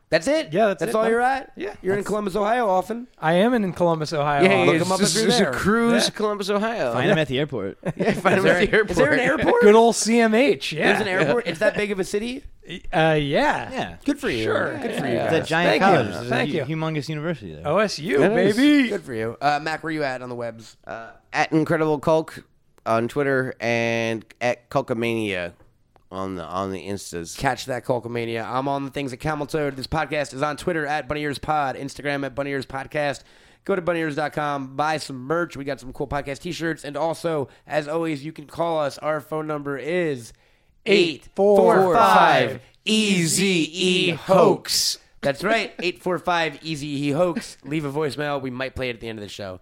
[SPEAKER 3] That's it.
[SPEAKER 4] Yeah, that's
[SPEAKER 3] that's
[SPEAKER 4] it,
[SPEAKER 3] all
[SPEAKER 4] bud.
[SPEAKER 3] you're at. Yeah, you're in Columbus, Ohio, often.
[SPEAKER 4] I am in Columbus, Ohio.
[SPEAKER 2] Yeah,
[SPEAKER 3] look
[SPEAKER 2] it's,
[SPEAKER 3] him up
[SPEAKER 2] just-
[SPEAKER 3] if you're
[SPEAKER 2] it's
[SPEAKER 3] there.
[SPEAKER 2] a cruise, Columbus, Ohio.
[SPEAKER 5] Find him at the airport.
[SPEAKER 2] Yeah, find him at the airport.
[SPEAKER 3] Is there an airport?
[SPEAKER 4] Good old CMH. Yeah.
[SPEAKER 3] There's an airport. It's that big of a city.
[SPEAKER 4] Uh, yeah.
[SPEAKER 5] Yeah,
[SPEAKER 3] Good for you.
[SPEAKER 4] Sure.
[SPEAKER 3] Good for you.
[SPEAKER 5] It's
[SPEAKER 3] guys.
[SPEAKER 5] that giant
[SPEAKER 4] Thank you.
[SPEAKER 5] college. There's a
[SPEAKER 4] Thank
[SPEAKER 5] hu-
[SPEAKER 4] you.
[SPEAKER 5] humongous university
[SPEAKER 3] Oh,
[SPEAKER 5] there.
[SPEAKER 4] OSU,
[SPEAKER 2] is.
[SPEAKER 4] baby.
[SPEAKER 3] Good for you. Uh, Mac, where you at on the webs?
[SPEAKER 2] uh, at Incredible Culk on Twitter and at Culkamania on the on the Instas.
[SPEAKER 3] Catch that Colcomania. I'm on the things at Camel Toad. This podcast is on Twitter at Bunny Ears Pod, Instagram at Bunny Ears Podcast. Go to bunnyears.com, buy some merch. We got some cool podcast t shirts. And also, as always, you can call us. Our phone number is eight
[SPEAKER 4] four,
[SPEAKER 3] four
[SPEAKER 4] five,
[SPEAKER 3] five Easy E Hoax. That's right, 845 Easy E Hoax. Leave a voicemail. We might play it at the end of the show.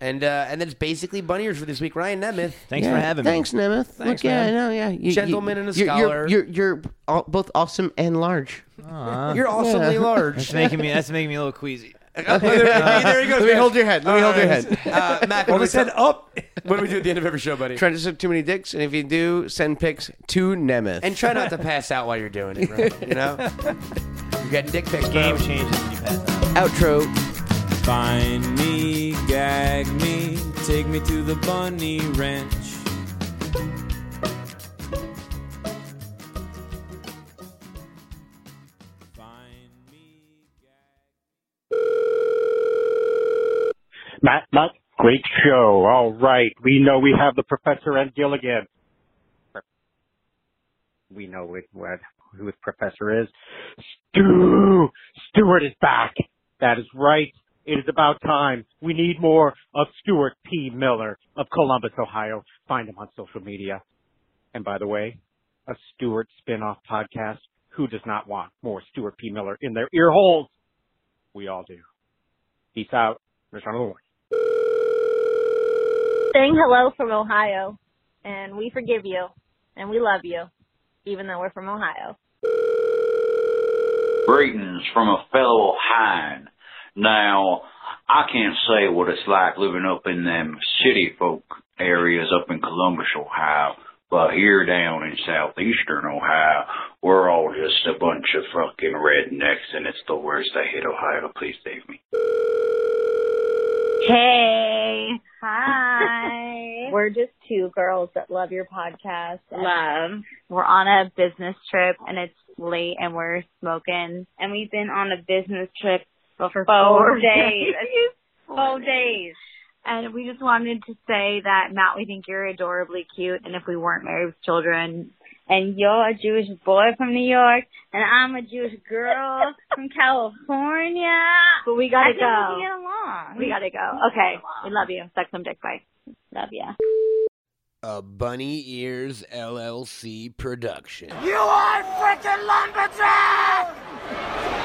[SPEAKER 3] And uh, and that's basically Bunny Ears for this week. Ryan Nemeth.
[SPEAKER 5] Thanks for having
[SPEAKER 2] Thanks,
[SPEAKER 5] me.
[SPEAKER 2] Nemeth. Thanks, Look, yeah,
[SPEAKER 3] man.
[SPEAKER 2] no, yeah. You- you-
[SPEAKER 3] Gentleman and a
[SPEAKER 2] you're-
[SPEAKER 3] scholar.
[SPEAKER 2] You're, you're, you're, all, both awesome and large.
[SPEAKER 3] You're awesomely large.
[SPEAKER 5] That's making me. That's making me a little queasy.
[SPEAKER 3] there he goes.
[SPEAKER 2] Let me hold your head. Let me hold your head.
[SPEAKER 3] Uh, Mac, what do we
[SPEAKER 4] Almost said
[SPEAKER 3] tell-
[SPEAKER 4] up.
[SPEAKER 3] what do we do at the end of every show, buddy?
[SPEAKER 2] Trying to suck too many dicks, and if you do, send pics to Nemeth.
[SPEAKER 3] and try not to pass out while you're doing it, bro. You know? You're getting dick pics, bro.
[SPEAKER 5] Game changes. when you pass out.
[SPEAKER 2] outro.
[SPEAKER 1] Bind me, gag me, take me to the bunny ranch. Bind me, gag
[SPEAKER 7] Matt, Matt, great show. All right. We know we have the professor and Gilligan. We know it, what, who his professor is. Stu! Stewart is back. That is right. It is about time. We need more of Stuart P. Miller of Columbus, Ohio. Find him on social media. And by the way, a Stewart spin-off podcast Who does not want more Stuart P. Miller in their ear holes? We all do. Peace out. Return of the Lord.
[SPEAKER 8] saying hello from Ohio, and we forgive you, and we love you, even though we're from Ohio.
[SPEAKER 9] Greetings from a fellow hind. Now, I can't say what it's like living up in them city folk areas up in Columbus, Ohio, but here down in southeastern Ohio, we're all just a bunch of fucking rednecks, and it's the worst. I hate Ohio. Please save me.
[SPEAKER 8] Hey.
[SPEAKER 10] Hi.
[SPEAKER 8] We're just two girls that love your podcast. and
[SPEAKER 10] Love. We're on a business trip and it's late and we're smoking. And we've been on a business trip for
[SPEAKER 8] four
[SPEAKER 10] four
[SPEAKER 8] days.
[SPEAKER 10] days.
[SPEAKER 8] Four days.
[SPEAKER 10] And we just wanted to say that Matt, we think you're adorably cute and if we weren't married with children
[SPEAKER 8] And you're a Jewish boy from New York, and I'm a Jewish girl from California.
[SPEAKER 10] But we gotta
[SPEAKER 8] I think
[SPEAKER 10] go.
[SPEAKER 8] We, can get along.
[SPEAKER 10] we gotta go. Okay. We love you. Suck some dick. Bye.
[SPEAKER 8] Love ya.
[SPEAKER 3] A Bunny Ears LLC production.
[SPEAKER 9] You are freaking lumberjack!